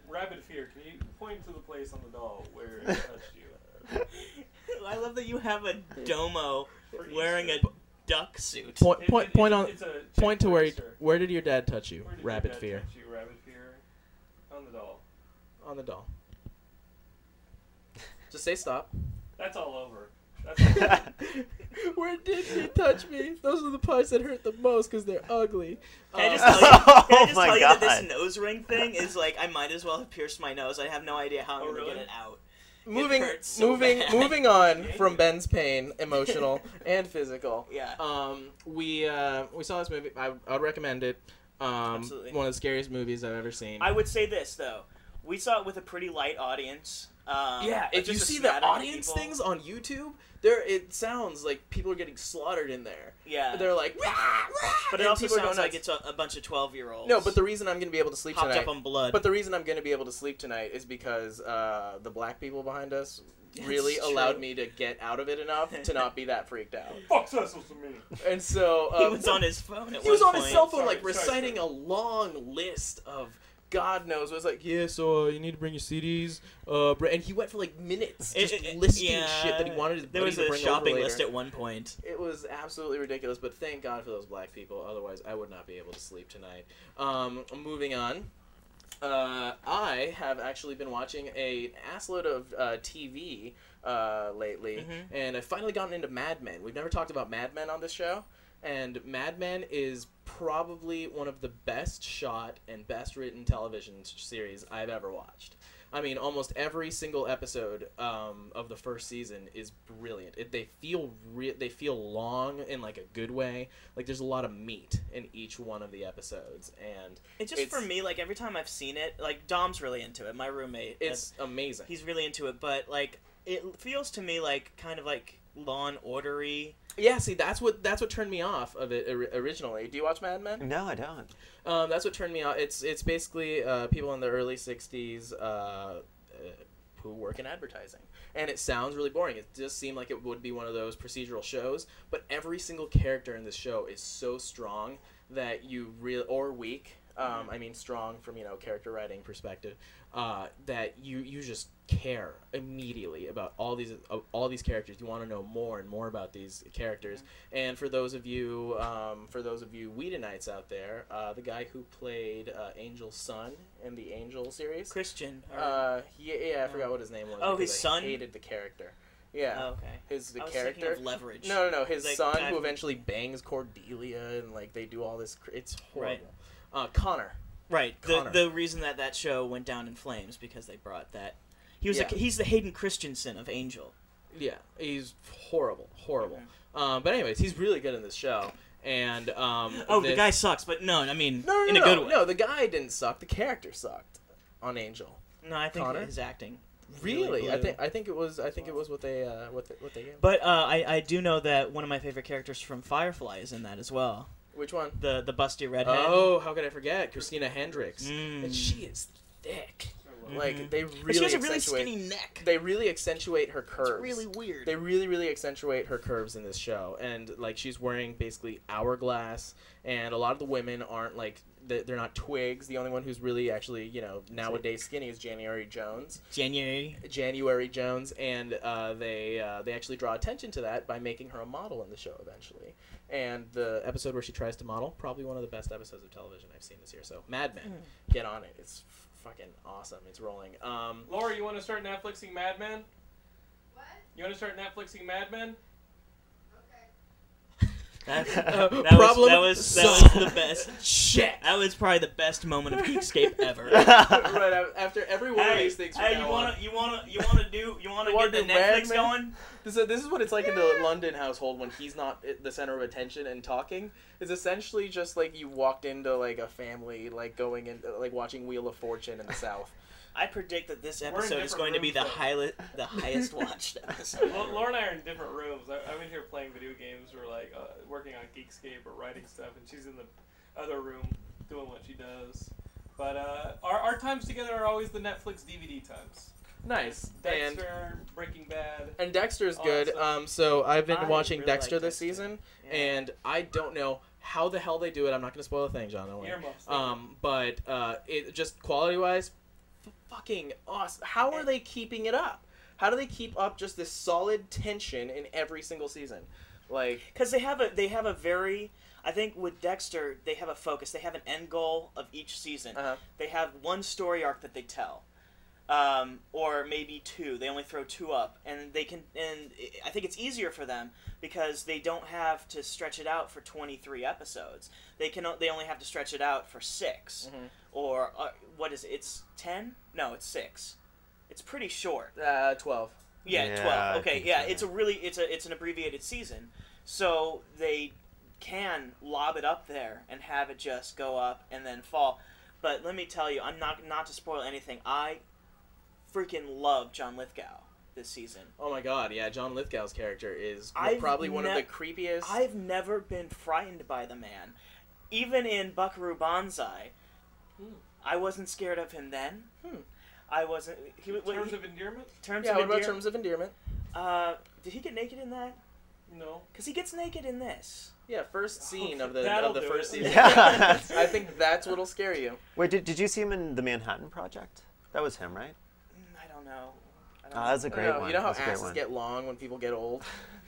[SPEAKER 3] Rabbit Fear. Can you point to the place on the doll where it touched you?
[SPEAKER 5] I love that you have a domo
[SPEAKER 3] For
[SPEAKER 5] wearing a
[SPEAKER 3] Easter.
[SPEAKER 5] duck suit.
[SPEAKER 1] Point
[SPEAKER 3] It-
[SPEAKER 1] point
[SPEAKER 3] it-
[SPEAKER 1] point
[SPEAKER 3] it-
[SPEAKER 1] on
[SPEAKER 3] it's a
[SPEAKER 1] point to
[SPEAKER 3] check
[SPEAKER 1] where
[SPEAKER 3] register.
[SPEAKER 1] where did your dad touch you?
[SPEAKER 3] Where did your
[SPEAKER 1] Rabbit
[SPEAKER 3] dad
[SPEAKER 1] fear
[SPEAKER 3] touch you? Rabbit Fear. On the doll.
[SPEAKER 1] on the doll. Just say stop.
[SPEAKER 3] That's all over. That's all over.
[SPEAKER 1] Where did you touch me? Those are the parts that hurt the most because they're ugly.
[SPEAKER 5] Can I
[SPEAKER 1] Um,
[SPEAKER 5] just tell you, can I
[SPEAKER 4] Oh
[SPEAKER 5] just
[SPEAKER 4] my
[SPEAKER 5] tell you that
[SPEAKER 4] God.
[SPEAKER 5] this nose ring thing is like I might as well have pierced my nose. I have no idea how I'm
[SPEAKER 3] Oh,
[SPEAKER 5] gonna
[SPEAKER 3] really?
[SPEAKER 5] get it out.
[SPEAKER 1] moving,
[SPEAKER 5] hurts so
[SPEAKER 1] moving,
[SPEAKER 5] bad.
[SPEAKER 1] moving on from Ben's pain, emotional and physical.
[SPEAKER 5] Yeah.
[SPEAKER 1] Um, we uh, we saw this movie. I, I would recommend it. Um,
[SPEAKER 2] Absolutely.
[SPEAKER 1] one of the scariest movies I've ever seen.
[SPEAKER 2] I would say this though. We saw it with a pretty light audience. Um,
[SPEAKER 1] yeah, if
[SPEAKER 2] just
[SPEAKER 1] you
[SPEAKER 2] a
[SPEAKER 1] see the
[SPEAKER 2] smattering of
[SPEAKER 1] audience
[SPEAKER 2] people.
[SPEAKER 1] things on YouTube, there it sounds like people are getting slaughtered in there.
[SPEAKER 2] Yeah.
[SPEAKER 1] They're like, "Rah, rah,"
[SPEAKER 2] but it
[SPEAKER 1] and
[SPEAKER 2] also
[SPEAKER 1] people are going
[SPEAKER 2] sounds like
[SPEAKER 1] nuts.
[SPEAKER 2] it's a, a bunch of 12 year olds.
[SPEAKER 1] No, but the reason I'm going to be able to sleep
[SPEAKER 2] popped
[SPEAKER 1] tonight
[SPEAKER 2] up on blood.
[SPEAKER 1] But the reason I'm going to be able to sleep tonight is because uh, the black people behind us
[SPEAKER 5] That's
[SPEAKER 1] really
[SPEAKER 5] true.
[SPEAKER 1] allowed me to get out of it enough to not be that freaked out.
[SPEAKER 3] Fuck Cecil's to me.
[SPEAKER 1] And so
[SPEAKER 5] he
[SPEAKER 1] um,
[SPEAKER 5] was on his phone. At
[SPEAKER 1] he was
[SPEAKER 5] one
[SPEAKER 1] on his
[SPEAKER 5] point.
[SPEAKER 1] cell phone, like
[SPEAKER 3] Sorry, sorry,
[SPEAKER 1] reciting a long list of God knows. It was like, yeah, so uh, you need to bring your CDs, uh, br-" and he went for like minutes
[SPEAKER 5] It-
[SPEAKER 1] just
[SPEAKER 5] it-
[SPEAKER 1] listing
[SPEAKER 5] yeah.
[SPEAKER 1] shit that he wanted his
[SPEAKER 5] There
[SPEAKER 1] buddy
[SPEAKER 5] was
[SPEAKER 1] to
[SPEAKER 5] a
[SPEAKER 1] bring
[SPEAKER 5] shopping
[SPEAKER 1] over later.
[SPEAKER 5] list at one point.
[SPEAKER 1] It was absolutely ridiculous, but thank God for those black people. Otherwise, I would not be able to sleep tonight. Um, moving on. Uh, I have actually been watching a assload of uh, TV uh, lately,
[SPEAKER 5] Mhm.
[SPEAKER 1] and I've finally gotten into Mad Men. We've never talked about Mad Men on this show, and Mad Men is probably one of the best shot and best written television s- series I've ever watched. I mean, almost every single episode um, of the first season is brilliant. It, they feel re- they feel long in like a good way. Like there's a lot of meat in each one of the episodes, and
[SPEAKER 2] It's just
[SPEAKER 1] It's-
[SPEAKER 2] for me, like every time I've seen it, like Dom's really into it. My roommate,
[SPEAKER 1] it's amazing.
[SPEAKER 2] and he's really into it. But like, it feels to me like kind of like Law and Ordery.
[SPEAKER 1] Yeah, see, that's what that's what turned me off of it or- originally. Do you watch Mad Men?
[SPEAKER 4] No, I
[SPEAKER 2] Hmm.
[SPEAKER 4] don't.
[SPEAKER 1] Um, that's what turned me off. It's it's basically uh, people in the early '60s uh, uh, who work in advertising, and it sounds really boring. It does seem like it would be one of those procedural shows, but every single character in this show is so strong that you real or weak. Um, I mean, strong from you know character writing perspective, uh, that you you just care immediately about all these uh, all these characters. You want to know more and more about these characters. And for those of you, um, for those of you Whedonites out there, uh, the guy who played uh, Angel's son in the Angel series,
[SPEAKER 2] Christian. Or,
[SPEAKER 1] uh, yeah, yeah, I
[SPEAKER 2] Oh.
[SPEAKER 1] forgot what his name was.
[SPEAKER 2] Oh,
[SPEAKER 1] because
[SPEAKER 2] his
[SPEAKER 1] I
[SPEAKER 2] son?
[SPEAKER 1] hated the character. Yeah,
[SPEAKER 2] oh, okay.
[SPEAKER 1] his the
[SPEAKER 2] I was
[SPEAKER 1] character.
[SPEAKER 2] thinking of Leverage.
[SPEAKER 1] No, no, no. His
[SPEAKER 2] Like,
[SPEAKER 1] son,
[SPEAKER 2] guy
[SPEAKER 1] who
[SPEAKER 2] from-
[SPEAKER 1] eventually bangs Cordelia, and like they do all this. Cr- it's horrible.
[SPEAKER 2] Right.
[SPEAKER 1] Uh, Connor.
[SPEAKER 2] Right. The,
[SPEAKER 1] Connor.
[SPEAKER 2] the reason that that show went down in flames because they brought that. He was
[SPEAKER 1] Yeah.
[SPEAKER 2] a, he's the Hayden Christensen of Angel.
[SPEAKER 1] Yeah, he's horrible, horrible. Um, but anyways, he's really good in this show. And um,
[SPEAKER 2] Oh, the
[SPEAKER 1] this-
[SPEAKER 2] guy sucks, but no, I mean
[SPEAKER 1] No, no,
[SPEAKER 2] in
[SPEAKER 1] no,
[SPEAKER 2] a good
[SPEAKER 1] no,
[SPEAKER 2] way.
[SPEAKER 1] no. The guy didn't suck. The character sucked on Angel.
[SPEAKER 2] No, I think
[SPEAKER 1] Connor?
[SPEAKER 2] his acting.
[SPEAKER 1] Really, I
[SPEAKER 2] blew.
[SPEAKER 1] think I think it was I think it was what they uh, what they, what they gave.
[SPEAKER 2] But uh, I I do know that one of my favorite characters from Firefly is in that as well.
[SPEAKER 1] Which one?
[SPEAKER 2] The the busty redhead.
[SPEAKER 1] Oh, how could I forget Christina Hendricks?
[SPEAKER 2] Mm.
[SPEAKER 1] And she is thick.
[SPEAKER 3] So low.
[SPEAKER 1] Like they
[SPEAKER 5] But
[SPEAKER 1] really
[SPEAKER 5] she has a really
[SPEAKER 1] accentuate-
[SPEAKER 5] skinny neck.
[SPEAKER 1] They really accentuate her
[SPEAKER 5] It's
[SPEAKER 1] curves.
[SPEAKER 5] really weird.
[SPEAKER 1] They really, really accentuate her curves in this show, and like she's wearing basically hourglass, and a lot of the women aren't like they- they're not twigs. The only one who's really actually you know nowadays skinny is January Jones.
[SPEAKER 5] January.
[SPEAKER 1] January Jones, and uh, they uh, they actually draw attention to that by making her a model in the show eventually. And the episode where she tries to model, probably one of the best episodes of television I've seen this year. So Mad Men, get on it. It's f- fucking awesome. It's rolling. Um,
[SPEAKER 3] Laura, you want to start Netflixing Mad Men?
[SPEAKER 6] What?
[SPEAKER 3] You want to start Netflixing Mad Men?
[SPEAKER 6] Okay.
[SPEAKER 5] That,
[SPEAKER 1] uh,
[SPEAKER 5] that was
[SPEAKER 1] problem
[SPEAKER 5] that was that
[SPEAKER 1] solved.
[SPEAKER 5] was the best.
[SPEAKER 1] Shit.
[SPEAKER 5] That was probably the best moment of Geekscape ever.
[SPEAKER 1] right a- after every one of
[SPEAKER 2] Hey,
[SPEAKER 1] these things, from
[SPEAKER 2] hey,
[SPEAKER 1] now
[SPEAKER 2] you
[SPEAKER 1] on,
[SPEAKER 2] wanna, you wanna, you wanna do, you wanna
[SPEAKER 1] You wanna
[SPEAKER 2] get the
[SPEAKER 1] do Mad
[SPEAKER 2] Netflix
[SPEAKER 1] Men?
[SPEAKER 2] going?
[SPEAKER 1] this, is- this is what it's like in the London household when he's not i- the center of attention and talking. It's essentially just like you walked into like a family like going in like watching Wheel of Fortune in the South.
[SPEAKER 2] I predict that this
[SPEAKER 5] This
[SPEAKER 3] in
[SPEAKER 5] episode is
[SPEAKER 3] different
[SPEAKER 5] going to be
[SPEAKER 3] rooms,
[SPEAKER 5] the
[SPEAKER 3] though.
[SPEAKER 5] highest the highest watched episode.
[SPEAKER 3] Well, Laura and I are in different rooms. I, I'm in here playing video games or like uh, working on Geekscape or writing stuff, and she's in the other room doing what she does. But uh, our, our times together are always the Netflix DVD times.
[SPEAKER 1] Nice. And
[SPEAKER 3] Dexter, Breaking Bad.
[SPEAKER 1] and Dexter's
[SPEAKER 3] Oh,
[SPEAKER 1] good.
[SPEAKER 3] that's nice.
[SPEAKER 1] Um, so I've been
[SPEAKER 5] I
[SPEAKER 1] watching
[SPEAKER 5] really
[SPEAKER 1] Dexter
[SPEAKER 5] like
[SPEAKER 1] this
[SPEAKER 5] Dexter.
[SPEAKER 1] season,
[SPEAKER 2] Yeah.
[SPEAKER 1] and I don't know how the hell they do it. I'm not gonna spoil a thing, John. Don't worry.
[SPEAKER 3] Earmuffs.
[SPEAKER 1] Um, but uh, it just quality wise, f- fucking awesome. How are they keeping it up? How do they keep up just this solid tension in every single season? Like
[SPEAKER 2] because they have a they have a very I think with Dexter they have a focus they have an end goal of each season
[SPEAKER 1] Uh-huh.
[SPEAKER 2] they have one story arc that they tell um, or maybe two they only throw two up and they can and I think it's easier for them because they don't have to stretch it out for 23 episodes they can o- they only have to stretch it out for 6
[SPEAKER 1] Mhm.
[SPEAKER 2] or uh, what is it it's 10 no it's 6 it's pretty short
[SPEAKER 1] uh, twelve.
[SPEAKER 2] yeah,
[SPEAKER 4] Yeah, I
[SPEAKER 2] twelve. Okay,
[SPEAKER 4] think
[SPEAKER 2] yeah,
[SPEAKER 4] so.
[SPEAKER 2] it's a really it's a it's an abbreviated season, so they can lob it up there and have it just go up and then fall. But let me tell you, I'm not not to spoil anything. I freaking love John Lithgow this season.
[SPEAKER 1] Oh my god, yeah. John Lithgow's character is
[SPEAKER 2] I've
[SPEAKER 1] probably one of
[SPEAKER 2] ne-
[SPEAKER 1] the creepiest.
[SPEAKER 2] I've never been frightened by the man, even in Buckaroo Banzai.
[SPEAKER 3] Hmm.
[SPEAKER 2] I wasn't scared of him then.
[SPEAKER 1] Hmm.
[SPEAKER 2] I wasn't. He,
[SPEAKER 3] In
[SPEAKER 2] was
[SPEAKER 3] terms of endearment?
[SPEAKER 2] terms
[SPEAKER 1] yeah.
[SPEAKER 2] of
[SPEAKER 1] What about
[SPEAKER 2] endear-
[SPEAKER 1] terms of endearment?
[SPEAKER 2] Uh, did he get naked in that?
[SPEAKER 3] No.
[SPEAKER 2] Because he gets naked in this.
[SPEAKER 1] Yeah, first scene of the
[SPEAKER 3] Oh, That'll
[SPEAKER 1] of the
[SPEAKER 3] do
[SPEAKER 1] first
[SPEAKER 3] it.
[SPEAKER 1] season.
[SPEAKER 4] Yeah.
[SPEAKER 1] I think that's what'll scare you.
[SPEAKER 4] Wait, did, did you see him in the Manhattan Project? That was him, right?
[SPEAKER 2] Mm, I don't know. I don't
[SPEAKER 4] Ah, that's a
[SPEAKER 1] I
[SPEAKER 4] great
[SPEAKER 1] know,
[SPEAKER 4] one.
[SPEAKER 1] You know how
[SPEAKER 4] that's a great
[SPEAKER 1] asses
[SPEAKER 4] one.
[SPEAKER 1] get long when people get old?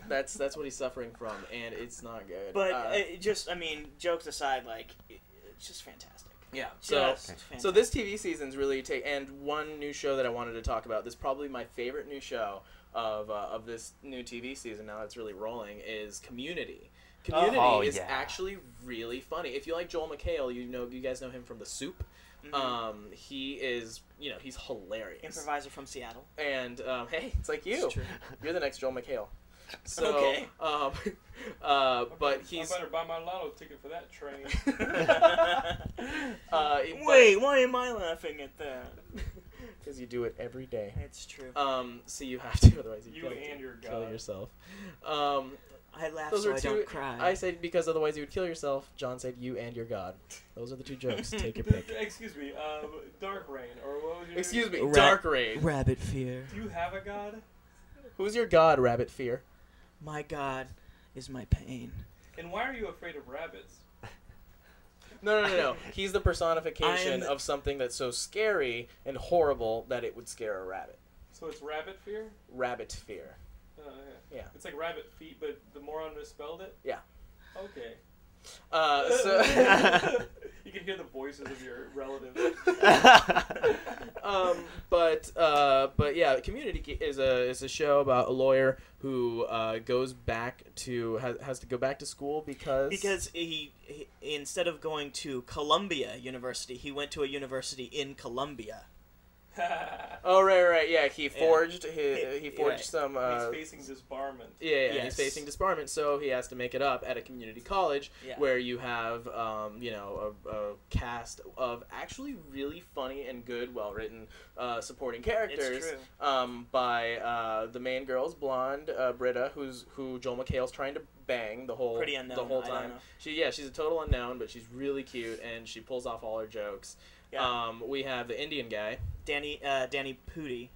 [SPEAKER 1] That's that's what he's suffering from, and it's not good.
[SPEAKER 2] But
[SPEAKER 4] Ah.
[SPEAKER 1] Uh,
[SPEAKER 2] it just, I mean, jokes aside, like, it- it's just fantastic.
[SPEAKER 1] yeah, so
[SPEAKER 2] Just
[SPEAKER 4] Okay.
[SPEAKER 2] fantastic.
[SPEAKER 1] so this TV season's really take. And one new show that I wanted to talk about. This is probably my favorite new show of uh, of this new TV season. Now it's really rolling. Is Community. Community
[SPEAKER 4] Oh,
[SPEAKER 1] is
[SPEAKER 4] yeah.
[SPEAKER 1] actually really funny. If you like Joel McHale, you know you guys know him from The Soup.
[SPEAKER 5] Mm-hmm.
[SPEAKER 2] Mhm.
[SPEAKER 1] Um, he is you know he's hilarious.
[SPEAKER 2] improviser from Seattle.
[SPEAKER 1] And um, hey, it's like you.
[SPEAKER 5] It's true.
[SPEAKER 1] You're the next Joel McHale. So,
[SPEAKER 2] Okay.
[SPEAKER 1] um, uh, but he's.
[SPEAKER 3] I better buy my lotto ticket for that train.
[SPEAKER 1] uh,
[SPEAKER 2] Wait, why am I laughing at that?
[SPEAKER 1] because you do it every day.
[SPEAKER 2] It's true.
[SPEAKER 1] Um, so you have to, otherwise you,
[SPEAKER 3] You
[SPEAKER 1] kill,
[SPEAKER 3] and your
[SPEAKER 1] kill
[SPEAKER 3] God.
[SPEAKER 1] yourself. Um,
[SPEAKER 5] I laugh
[SPEAKER 1] Those
[SPEAKER 5] so
[SPEAKER 1] are
[SPEAKER 5] I
[SPEAKER 1] two-
[SPEAKER 5] don't cry.
[SPEAKER 1] I said because otherwise you would kill yourself. John said you and your God. Those are the two jokes. Take your pick.
[SPEAKER 3] Excuse me. Um, Dark Rain, or what was your
[SPEAKER 1] Excuse me,
[SPEAKER 5] Ra-
[SPEAKER 1] Dark Raid.
[SPEAKER 5] Rabbit fear.
[SPEAKER 3] Do you have a god?
[SPEAKER 1] Who's your God, Rabbit Fear?
[SPEAKER 5] My God is my pain.
[SPEAKER 3] And why are you afraid of rabbits?
[SPEAKER 1] No, no, no, no. He's the personification
[SPEAKER 5] I'm-
[SPEAKER 1] of something that's so scary and horrible that it would scare a rabbit.
[SPEAKER 3] So it's rabbit fear?
[SPEAKER 1] Rabbit Fear.
[SPEAKER 3] Oh, yeah.
[SPEAKER 1] Yeah.
[SPEAKER 3] It's like rabbit feet, but the moron misspelled it?
[SPEAKER 1] Yeah.
[SPEAKER 3] Okay.
[SPEAKER 1] Uh, so.
[SPEAKER 3] you can hear the voices of your relatives.
[SPEAKER 1] um, but uh, but yeah, Community Ki- is a is a show about a lawyer who uh, goes back to has, has to go back to school because
[SPEAKER 5] Because he, he instead of going to Columbia University, he went to a university in Columbia.
[SPEAKER 1] oh right right, right yeah he
[SPEAKER 5] Yeah.
[SPEAKER 1] forged His,
[SPEAKER 5] He-
[SPEAKER 1] he forged
[SPEAKER 5] right.
[SPEAKER 1] some uh,
[SPEAKER 3] He's facing disbarment.
[SPEAKER 1] yeah, yeah
[SPEAKER 5] Yes.
[SPEAKER 1] he's facing disbarment so he has to make it up at a community college
[SPEAKER 5] Yeah.
[SPEAKER 1] where you have um, you know a, a cast of actually really funny and good well written uh, supporting characters
[SPEAKER 2] it's true.
[SPEAKER 1] um, by uh, the main girl's blonde uh, Britta, who's who Joel McHale's trying to bang the whole
[SPEAKER 5] Pretty unknown,
[SPEAKER 1] the whole
[SPEAKER 5] I don't
[SPEAKER 1] time.
[SPEAKER 5] know.
[SPEAKER 1] She yeah, she's a total unknown, but she's really cute and she pulls off all her jokes.
[SPEAKER 5] Yeah.
[SPEAKER 1] Um, we have the Indian guy,
[SPEAKER 5] Danny uh, Danny Pooty,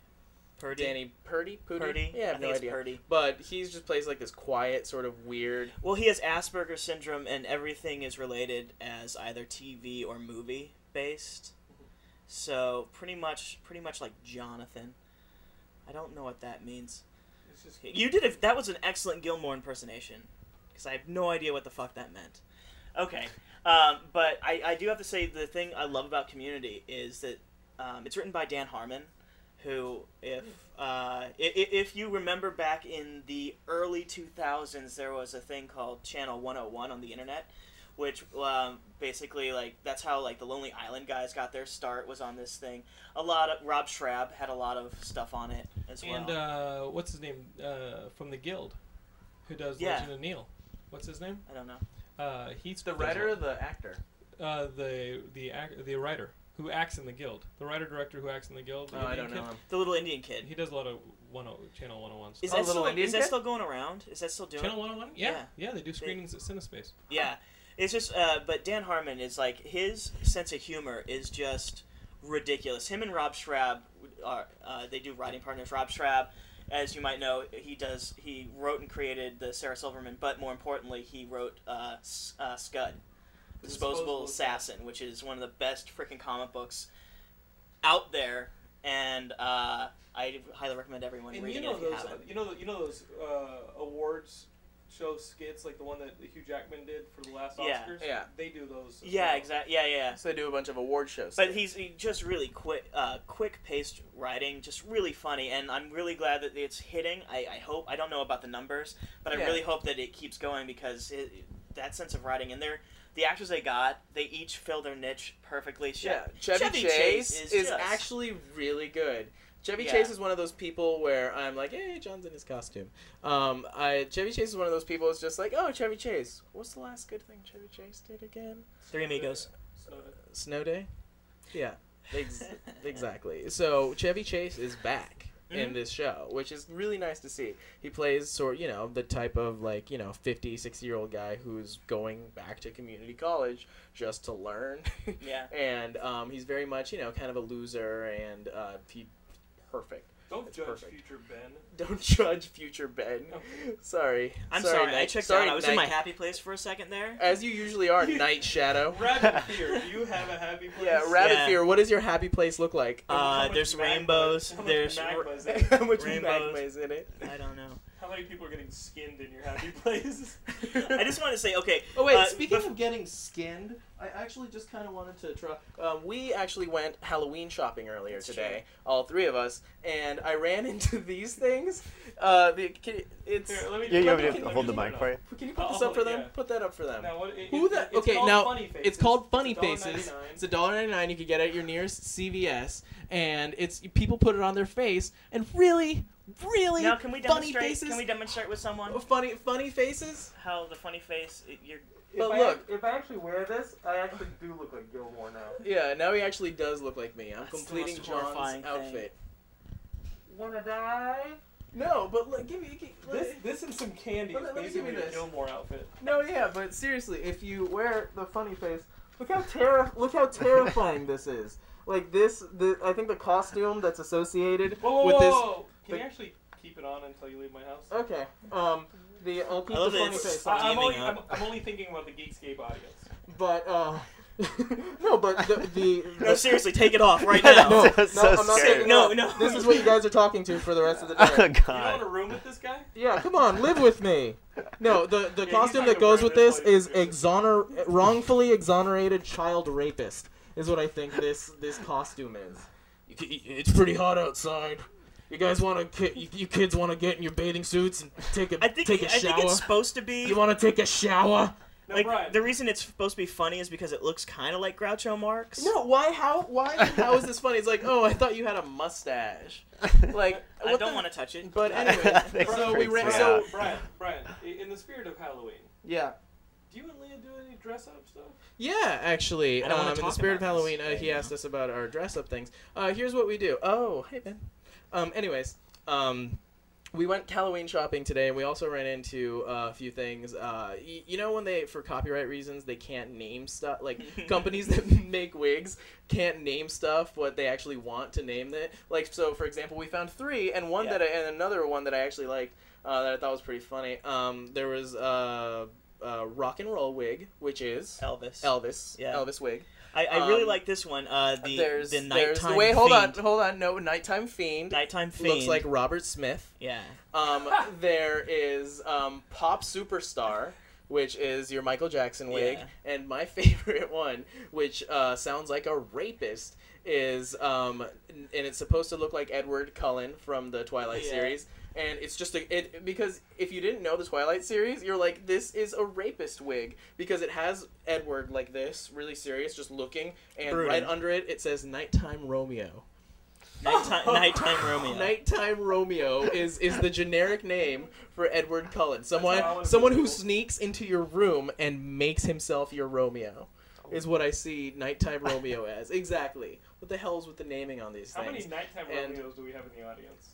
[SPEAKER 5] Purdy.
[SPEAKER 1] Danny Purdy. Purdy.
[SPEAKER 5] Purdy.
[SPEAKER 1] Yeah, I have
[SPEAKER 5] I think
[SPEAKER 1] no
[SPEAKER 5] it's
[SPEAKER 1] idea.
[SPEAKER 5] Purdy.
[SPEAKER 1] But he's just plays like this quiet, sort of weird.
[SPEAKER 5] Well, he has Asperger's syndrome, and everything is related as either TV or movie based. So pretty much, pretty much like Jonathan. I don't know what that means.
[SPEAKER 3] It's just
[SPEAKER 5] You did if that was an excellent Gilmore impersonation, because I have no idea what the fuck that meant.
[SPEAKER 2] Okay, um, but I, I do have to say the thing I love about Community is that um, it's written by Dan Harmon, who if uh, i- i- if you remember back in the early two thousands, there was a thing called Channel One Hundred One on the internet, which um, basically like that's how like the Lonely Island guys got their start was on this thing. A lot of Rob Schrab had a lot of stuff on it as well.
[SPEAKER 3] And uh, what's his name uh, from the guild, who does
[SPEAKER 2] Yeah.
[SPEAKER 3] Legend of Neil? What's his name?
[SPEAKER 2] I don't know.
[SPEAKER 3] Uh, he's
[SPEAKER 1] The writer, or the actor.
[SPEAKER 3] Uh, the the ac- the writer who acts in the guild, the writer director who acts in the guild. the
[SPEAKER 1] Oh, I
[SPEAKER 3] Indian
[SPEAKER 1] don't know
[SPEAKER 3] kid.
[SPEAKER 1] him.
[SPEAKER 5] The little Indian kid.
[SPEAKER 3] He does a lot of one o- channel one hundred one
[SPEAKER 5] Is
[SPEAKER 3] stuff.
[SPEAKER 1] Oh,
[SPEAKER 5] that
[SPEAKER 1] Little
[SPEAKER 5] still
[SPEAKER 1] Indian
[SPEAKER 5] is that
[SPEAKER 1] kid?
[SPEAKER 5] still going around? Is that still doing?
[SPEAKER 3] Channel one hundred one. Yeah,
[SPEAKER 5] Yeah.
[SPEAKER 3] yeah, they do screenings at CineSpace.
[SPEAKER 5] Yeah, it's just. Uh, but Dan Harmon is like his sense of humor is just ridiculous. Him and Rob Schrab are uh, they do writing partners. Rob Schrab, as you might know, he does he wrote and created the Sarah Silverman, but more importantly, he wrote uh, S- uh, Scud, Disposable,
[SPEAKER 3] Disposable
[SPEAKER 2] Assassin, which is one of the best freaking comic books out there, and uh, I highly recommend everyone
[SPEAKER 3] And you
[SPEAKER 2] reading
[SPEAKER 3] know
[SPEAKER 2] it if you
[SPEAKER 3] those,
[SPEAKER 2] haven't.
[SPEAKER 3] you know, you know those uh, awards show skits like the one that Hugh Jackman did for the last
[SPEAKER 2] Yeah.
[SPEAKER 3] Oscars.
[SPEAKER 1] Yeah.
[SPEAKER 3] they do those. uh, as
[SPEAKER 2] Yeah,
[SPEAKER 3] well.
[SPEAKER 2] exactly. Yeah, yeah.
[SPEAKER 1] So they do a bunch of award shows.
[SPEAKER 2] But he's he just really quick, uh, quick paced writing, just really funny, and I'm really glad that it's hitting. I, I hope I don't know about the numbers, but I
[SPEAKER 1] Yeah.
[SPEAKER 2] really hope that it keeps going because it, that sense of writing and they're the actors they got, they each fill their niche perfectly. Che-
[SPEAKER 1] Yeah, Chevy,
[SPEAKER 2] Chevy
[SPEAKER 1] Chase,
[SPEAKER 2] Chase
[SPEAKER 1] is,
[SPEAKER 2] is just-
[SPEAKER 1] actually really good. Chevy
[SPEAKER 2] Yeah.
[SPEAKER 1] Chase is one of those people where I'm like, hey, John's in his costume. Um, I, Chevy Chase is one of those people who's just like, oh, Chevy Chase. What's the last good thing Chevy Chase did again?
[SPEAKER 5] Three Amigos.
[SPEAKER 3] So that-
[SPEAKER 1] Snow Day? Yeah, ex- exactly. So Chevy Chase is back
[SPEAKER 5] Mm-hmm.
[SPEAKER 1] in this show, which is really nice to see. He plays sort, you know, the type of like, you know, 50, 60 year old guy who's going back to community college just to learn.
[SPEAKER 2] Yeah.
[SPEAKER 1] and um, he's very much, you know, kind of a loser and uh, he perfect.
[SPEAKER 3] Don't
[SPEAKER 1] It's
[SPEAKER 3] judge
[SPEAKER 1] perfect.
[SPEAKER 3] future Ben.
[SPEAKER 1] Don't judge future Ben.
[SPEAKER 3] Okay.
[SPEAKER 1] Sorry.
[SPEAKER 5] I'm sorry, I
[SPEAKER 1] Night-
[SPEAKER 5] checked
[SPEAKER 1] sorry,
[SPEAKER 5] out. I was
[SPEAKER 1] Night-
[SPEAKER 5] in my happy place for a second there.
[SPEAKER 1] As you usually are, Night Shadow.
[SPEAKER 3] Rabbit Fear, do you have a happy place?
[SPEAKER 1] Yeah, Rabbit
[SPEAKER 5] Yeah.
[SPEAKER 1] Fear, what does your happy place look like?
[SPEAKER 5] Uh,
[SPEAKER 3] How much
[SPEAKER 5] there's
[SPEAKER 3] magma-
[SPEAKER 5] rainbows,
[SPEAKER 3] how much
[SPEAKER 5] there's-
[SPEAKER 3] magma is in it?
[SPEAKER 1] How much
[SPEAKER 5] Rainbows.
[SPEAKER 1] magma is in it?
[SPEAKER 5] I don't know.
[SPEAKER 3] How many people are getting skinned in your happy place?
[SPEAKER 2] I just want to say, okay,
[SPEAKER 1] Oh wait!
[SPEAKER 2] uh,
[SPEAKER 1] speaking
[SPEAKER 2] bef-
[SPEAKER 1] of getting skinned, I actually just kind of wanted to try. Um, we actually went Halloween shopping earlier
[SPEAKER 2] That's
[SPEAKER 1] today, all three of us, and I ran into these things. Uh, the, can, it's
[SPEAKER 3] Here, let me,
[SPEAKER 4] You, you
[SPEAKER 3] let
[SPEAKER 4] want
[SPEAKER 3] me,
[SPEAKER 4] me
[SPEAKER 3] let
[SPEAKER 4] to
[SPEAKER 3] me
[SPEAKER 4] hold the
[SPEAKER 3] just put
[SPEAKER 4] mic
[SPEAKER 3] it
[SPEAKER 4] for
[SPEAKER 3] up.
[SPEAKER 4] you?
[SPEAKER 1] can you put
[SPEAKER 3] I'll
[SPEAKER 1] this up for
[SPEAKER 3] hold it,
[SPEAKER 1] them?
[SPEAKER 3] yeah.
[SPEAKER 1] Put that up for them.
[SPEAKER 3] Now, what, it,
[SPEAKER 1] Who
[SPEAKER 3] it's-
[SPEAKER 1] the-
[SPEAKER 3] it's
[SPEAKER 1] okay,
[SPEAKER 3] called
[SPEAKER 1] now,
[SPEAKER 3] Funny Faces.
[SPEAKER 1] It's called Funny
[SPEAKER 3] It's
[SPEAKER 1] Faces.
[SPEAKER 3] $1.99.
[SPEAKER 1] It's a dollar ninety nine. You can get it at your nearest CVS, and it's people put it on their face, and really, really
[SPEAKER 2] now can we
[SPEAKER 1] funny
[SPEAKER 2] demonstrate?
[SPEAKER 1] faces. Oh.
[SPEAKER 2] Can we demonstrate with someone
[SPEAKER 1] funny, funny faces.
[SPEAKER 2] how the funny face? You're
[SPEAKER 3] If
[SPEAKER 1] But
[SPEAKER 3] I-
[SPEAKER 1] look-
[SPEAKER 3] if I actually wear this, I actually do look like Gilmore now.
[SPEAKER 1] Yeah, now he actually does look like me. I'm
[SPEAKER 2] That's the
[SPEAKER 1] completing
[SPEAKER 2] most horrifying
[SPEAKER 1] John's
[SPEAKER 2] thing.
[SPEAKER 1] outfit.
[SPEAKER 3] Wanna die?
[SPEAKER 1] No, but look, give me. Give,
[SPEAKER 3] This, this and some candy
[SPEAKER 1] Let-
[SPEAKER 3] is
[SPEAKER 1] let me give you
[SPEAKER 3] basically a
[SPEAKER 1] this.
[SPEAKER 3] Gilmore outfit.
[SPEAKER 1] no, yeah, but seriously, if you wear the funny face, look how terri- look how terrifying this is. Like this, the I think the costume that's associated
[SPEAKER 3] Whoa, whoa,
[SPEAKER 1] with
[SPEAKER 3] whoa,
[SPEAKER 1] this.
[SPEAKER 3] whoa. Can
[SPEAKER 1] the-
[SPEAKER 3] you actually keep it on until you leave my house?
[SPEAKER 1] Okay, um, the I'll keep
[SPEAKER 2] Oh,
[SPEAKER 5] I love
[SPEAKER 1] the
[SPEAKER 5] that
[SPEAKER 1] funny
[SPEAKER 5] it's
[SPEAKER 1] face
[SPEAKER 5] not
[SPEAKER 1] on,
[SPEAKER 3] I, am
[SPEAKER 5] teaming
[SPEAKER 3] only,
[SPEAKER 5] up.
[SPEAKER 3] I'm, I'm only thinking about the Geekscape audience.
[SPEAKER 1] but uh, no, but the the,
[SPEAKER 5] No,
[SPEAKER 1] the
[SPEAKER 5] seriously, take it off right
[SPEAKER 1] No,
[SPEAKER 5] now.
[SPEAKER 1] no,
[SPEAKER 4] That's so
[SPEAKER 1] I'm not
[SPEAKER 4] scary.
[SPEAKER 1] taking it
[SPEAKER 5] No,
[SPEAKER 1] off.
[SPEAKER 5] no.
[SPEAKER 1] This is what you guys are talking to for the rest of the day.
[SPEAKER 4] Oh
[SPEAKER 3] You don't want
[SPEAKER 4] god.
[SPEAKER 3] to room with this guy?
[SPEAKER 1] Yeah, come on, live with me. No, the, the costume
[SPEAKER 3] Yeah, he's not
[SPEAKER 1] that
[SPEAKER 3] gonna
[SPEAKER 1] goes
[SPEAKER 3] wear
[SPEAKER 1] with
[SPEAKER 3] this
[SPEAKER 1] this
[SPEAKER 3] while
[SPEAKER 1] is
[SPEAKER 3] you're doing this.
[SPEAKER 1] exoner wrongfully exonerated child rapist is what I think this this costume is. You, ki- it's pretty hot outside. You guys want to you, you kids want to get in your bathing suits and take a
[SPEAKER 5] I think
[SPEAKER 1] take a
[SPEAKER 5] I
[SPEAKER 1] shower.
[SPEAKER 5] think it's supposed to be
[SPEAKER 1] you want to take a shower?
[SPEAKER 3] No,
[SPEAKER 5] like
[SPEAKER 3] Brian.
[SPEAKER 5] the reason it's supposed to be funny is because it looks kind of like Groucho Marx.
[SPEAKER 1] No, why? How? Why? How is this funny? It's like, oh, I thought you had a mustache. Like,
[SPEAKER 5] I don't want to touch it.
[SPEAKER 1] But anyway,
[SPEAKER 4] That
[SPEAKER 1] so we
[SPEAKER 4] freaks
[SPEAKER 1] ran.
[SPEAKER 4] me
[SPEAKER 1] So
[SPEAKER 4] out.
[SPEAKER 3] Brian, Brian, i- in the spirit of Halloween,
[SPEAKER 1] yeah.
[SPEAKER 3] do you and Leah do any dress up stuff?
[SPEAKER 1] Yeah, actually,
[SPEAKER 5] I don't
[SPEAKER 1] um,
[SPEAKER 5] wanna
[SPEAKER 1] in the
[SPEAKER 5] talk
[SPEAKER 1] spirit of
[SPEAKER 5] about this
[SPEAKER 1] Halloween, uh,
[SPEAKER 5] right
[SPEAKER 1] he
[SPEAKER 5] now.
[SPEAKER 1] asked us about our dress up things. Uh, here's what we do. Oh, hey Ben. Um, anyways, um, we went Halloween shopping today, and we also ran into uh, a few things. Uh, y- you know when they, for copyright reasons, they can't name stuff. Like companies that make wigs can't name stuff what they actually want to name it. Like so, for example, we found three, and one
[SPEAKER 2] Yeah.
[SPEAKER 1] that I, and another one that I actually liked uh, that I thought was pretty funny. Um, there was uh, uh, rock and roll wig, which is
[SPEAKER 2] Elvis.
[SPEAKER 1] Elvis.
[SPEAKER 2] Yeah.
[SPEAKER 1] Elvis wig.
[SPEAKER 2] I, I really
[SPEAKER 1] Um,
[SPEAKER 2] like this one. Uh, the
[SPEAKER 1] there's
[SPEAKER 2] the nighttime.
[SPEAKER 1] there's wait hold on
[SPEAKER 2] fiend.
[SPEAKER 1] hold on no nighttime fiend,
[SPEAKER 2] Nighttime fiend
[SPEAKER 1] looks like Robert Smith.
[SPEAKER 2] yeah.
[SPEAKER 1] Um, there is um, Pop Superstar, which is your Michael Jackson wig,
[SPEAKER 2] Yeah.
[SPEAKER 1] and my favorite one, which uh, sounds like a rapist, is um, and it's supposed to look like Edward Cullen from the Twilight
[SPEAKER 2] Yeah.
[SPEAKER 1] series. And it's just a it because if you didn't know the Twilight series, you're like this is a rapist wig because it has Edward like this, really serious, just looking, and
[SPEAKER 2] Brooding.
[SPEAKER 1] right under it it says "Nighttime Romeo."
[SPEAKER 2] Nighttime, nighttime Romeo.
[SPEAKER 1] Nighttime Romeo is is the generic name for Edward Cullen. Someone
[SPEAKER 3] That's how I was
[SPEAKER 1] someone who
[SPEAKER 3] Googled.
[SPEAKER 1] sneaks into your room and makes himself your Romeo. Is what I see Nighttime Romeo as. Exactly. What the hell's with the naming on these
[SPEAKER 3] How many
[SPEAKER 1] things?
[SPEAKER 3] nighttime
[SPEAKER 1] And-
[SPEAKER 3] Romeos do we have in the audience?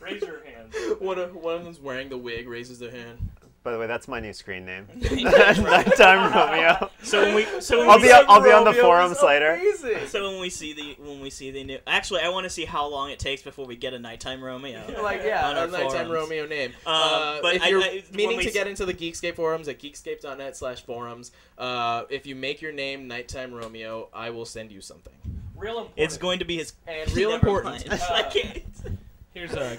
[SPEAKER 3] Raise your hand.
[SPEAKER 1] one of one of them's wearing the wig, raises their hand.
[SPEAKER 4] By the way, that's my new screen name.
[SPEAKER 2] Nighttime Romeo.
[SPEAKER 4] Nighttime Romeo.
[SPEAKER 2] So when we so when
[SPEAKER 4] I'll
[SPEAKER 2] we
[SPEAKER 4] be
[SPEAKER 2] see,
[SPEAKER 4] I'll be on the
[SPEAKER 1] Romeo is
[SPEAKER 4] forums later.
[SPEAKER 1] amazing.
[SPEAKER 2] so when we see the when we see the new actually I want to see how long it takes before we get a nighttime Romeo.
[SPEAKER 1] like yeah,
[SPEAKER 2] On
[SPEAKER 1] a
[SPEAKER 2] our
[SPEAKER 1] nighttime
[SPEAKER 2] forums.
[SPEAKER 1] Romeo name.
[SPEAKER 2] Um,
[SPEAKER 1] uh,
[SPEAKER 2] but
[SPEAKER 1] if
[SPEAKER 2] I-
[SPEAKER 1] you're
[SPEAKER 2] I- when
[SPEAKER 1] meaning
[SPEAKER 2] we
[SPEAKER 1] to
[SPEAKER 2] s-
[SPEAKER 1] get into the Geekscape forums at geekscape.net/forums, uh, if you make your name Nighttime Romeo, I will send you something.
[SPEAKER 3] Real important.
[SPEAKER 2] It's going to be his
[SPEAKER 1] And real
[SPEAKER 2] Never
[SPEAKER 1] important.
[SPEAKER 2] mind. I can't.
[SPEAKER 3] Here's uh,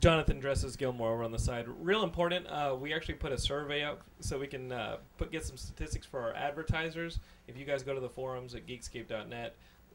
[SPEAKER 3] Jonathan dresses Gilmore over on the side. Real important. Uh, we actually put a survey up so we can uh, put get some statistics for our advertisers. If you guys go to the forums at Geekscape.net,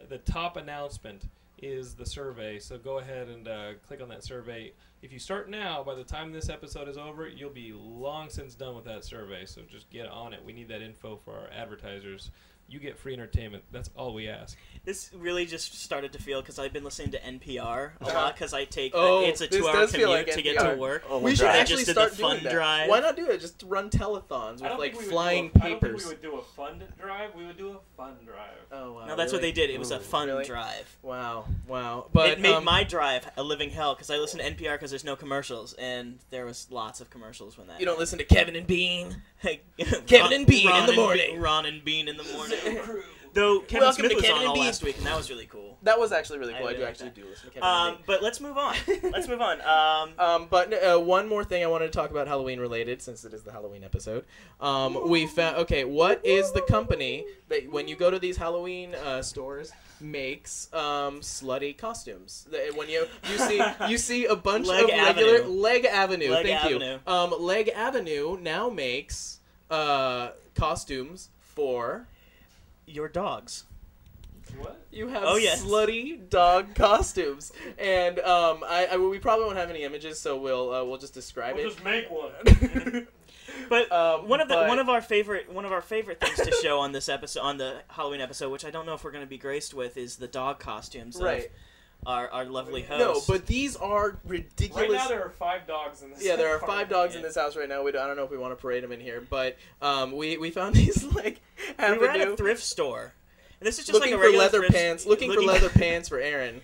[SPEAKER 3] the top announcement is the survey. So go ahead and uh, click on that survey. If you start now, by the time this episode is over, you'll be long since done with that survey. So just get on it. We need that info for our advertisers. You get free entertainment. That's all we ask.
[SPEAKER 2] This really just started to feel because I've been listening to NPR a lot because I take
[SPEAKER 1] Uh-huh. Oh,
[SPEAKER 2] it's a
[SPEAKER 1] this
[SPEAKER 2] two-hour
[SPEAKER 1] does
[SPEAKER 2] commute
[SPEAKER 1] feel like
[SPEAKER 2] to get
[SPEAKER 1] NPR.
[SPEAKER 2] to work.
[SPEAKER 4] Oh,
[SPEAKER 1] We
[SPEAKER 4] we'll
[SPEAKER 1] should
[SPEAKER 4] drive.
[SPEAKER 2] I
[SPEAKER 1] actually
[SPEAKER 2] just did
[SPEAKER 1] start
[SPEAKER 2] the fun
[SPEAKER 1] doing that.
[SPEAKER 2] drive.
[SPEAKER 1] Why not do it? Just run telethons
[SPEAKER 3] I
[SPEAKER 1] with
[SPEAKER 3] don't
[SPEAKER 1] like
[SPEAKER 3] think we would
[SPEAKER 1] flying
[SPEAKER 3] do a,
[SPEAKER 1] papers.
[SPEAKER 3] I don't think we would do a fund drive. We would do a fun drive.
[SPEAKER 1] Oh wow!
[SPEAKER 2] No, that's what they
[SPEAKER 1] really?
[SPEAKER 2] did. It was a
[SPEAKER 1] Ooh,
[SPEAKER 2] fun
[SPEAKER 1] really?
[SPEAKER 2] drive.
[SPEAKER 1] Wow, wow! But
[SPEAKER 2] it made
[SPEAKER 1] um,
[SPEAKER 2] my drive a living hell because I listen to NPR because there's no commercials, and there was lots of commercials when that.
[SPEAKER 1] you don't listen to Kevin and Bean.
[SPEAKER 2] Ron-
[SPEAKER 1] Kevin and Bean in
[SPEAKER 2] Ron
[SPEAKER 1] the
[SPEAKER 2] and
[SPEAKER 1] morning.
[SPEAKER 2] Be- Ron and Bean in the morning.
[SPEAKER 3] Crew.
[SPEAKER 2] Though Kevin
[SPEAKER 1] Welcome
[SPEAKER 2] Smith
[SPEAKER 1] to
[SPEAKER 2] was
[SPEAKER 1] Kevin
[SPEAKER 2] on
[SPEAKER 1] and
[SPEAKER 2] all
[SPEAKER 1] Bean.
[SPEAKER 2] last week, and that was really cool.
[SPEAKER 1] That was actually really
[SPEAKER 2] I
[SPEAKER 1] cool. I,
[SPEAKER 2] really
[SPEAKER 1] do
[SPEAKER 2] like
[SPEAKER 1] actually
[SPEAKER 2] that.
[SPEAKER 1] do listen to Kevin and
[SPEAKER 2] Um,
[SPEAKER 1] Bean.
[SPEAKER 2] but let's move on. let's move on. Um,
[SPEAKER 1] Um, but uh, one more thing I wanted to talk about Halloween related, since it is the Halloween episode. Um, we found okay, what is the company that when you go to these Halloween uh, stores makes um, slutty costumes? That when you you see you see a bunch
[SPEAKER 2] Leg
[SPEAKER 1] of regular
[SPEAKER 2] Avenue.
[SPEAKER 1] Leg Avenue,
[SPEAKER 2] Leg
[SPEAKER 1] thank
[SPEAKER 2] Avenue.
[SPEAKER 1] you. Um, Leg Avenue now makes uh, costumes for.
[SPEAKER 2] your dogs.
[SPEAKER 3] What?
[SPEAKER 1] You have
[SPEAKER 2] Oh, yes.
[SPEAKER 1] slutty dog costumes, and um, I, I we probably won't have any images, so we'll uh, we'll just describe
[SPEAKER 3] We'll
[SPEAKER 1] it.
[SPEAKER 3] just make one.
[SPEAKER 2] But
[SPEAKER 1] Um,
[SPEAKER 2] Uh, one of the
[SPEAKER 1] but-
[SPEAKER 2] one of our favorite one of our favorite things to show on this episode on the Halloween episode, which I don't know if we're going to be graced with, is the dog costumes
[SPEAKER 1] Right.
[SPEAKER 2] of our our lovely host.
[SPEAKER 1] No, but these are
[SPEAKER 3] right
[SPEAKER 1] ridiculous.
[SPEAKER 3] now there are five dogs in this.
[SPEAKER 1] yeah, there are five
[SPEAKER 3] apartment.
[SPEAKER 1] dogs in
[SPEAKER 2] Yeah.
[SPEAKER 1] this house right now. We don't, I don't know if we want to parade them in here, but um, we, we found these like
[SPEAKER 2] we were at
[SPEAKER 1] avenue
[SPEAKER 2] a thrift store. And this is just
[SPEAKER 1] looking
[SPEAKER 2] like a
[SPEAKER 1] for
[SPEAKER 2] regular
[SPEAKER 1] leather
[SPEAKER 2] thrift-
[SPEAKER 1] pants, looking, for leather pants for Aaron,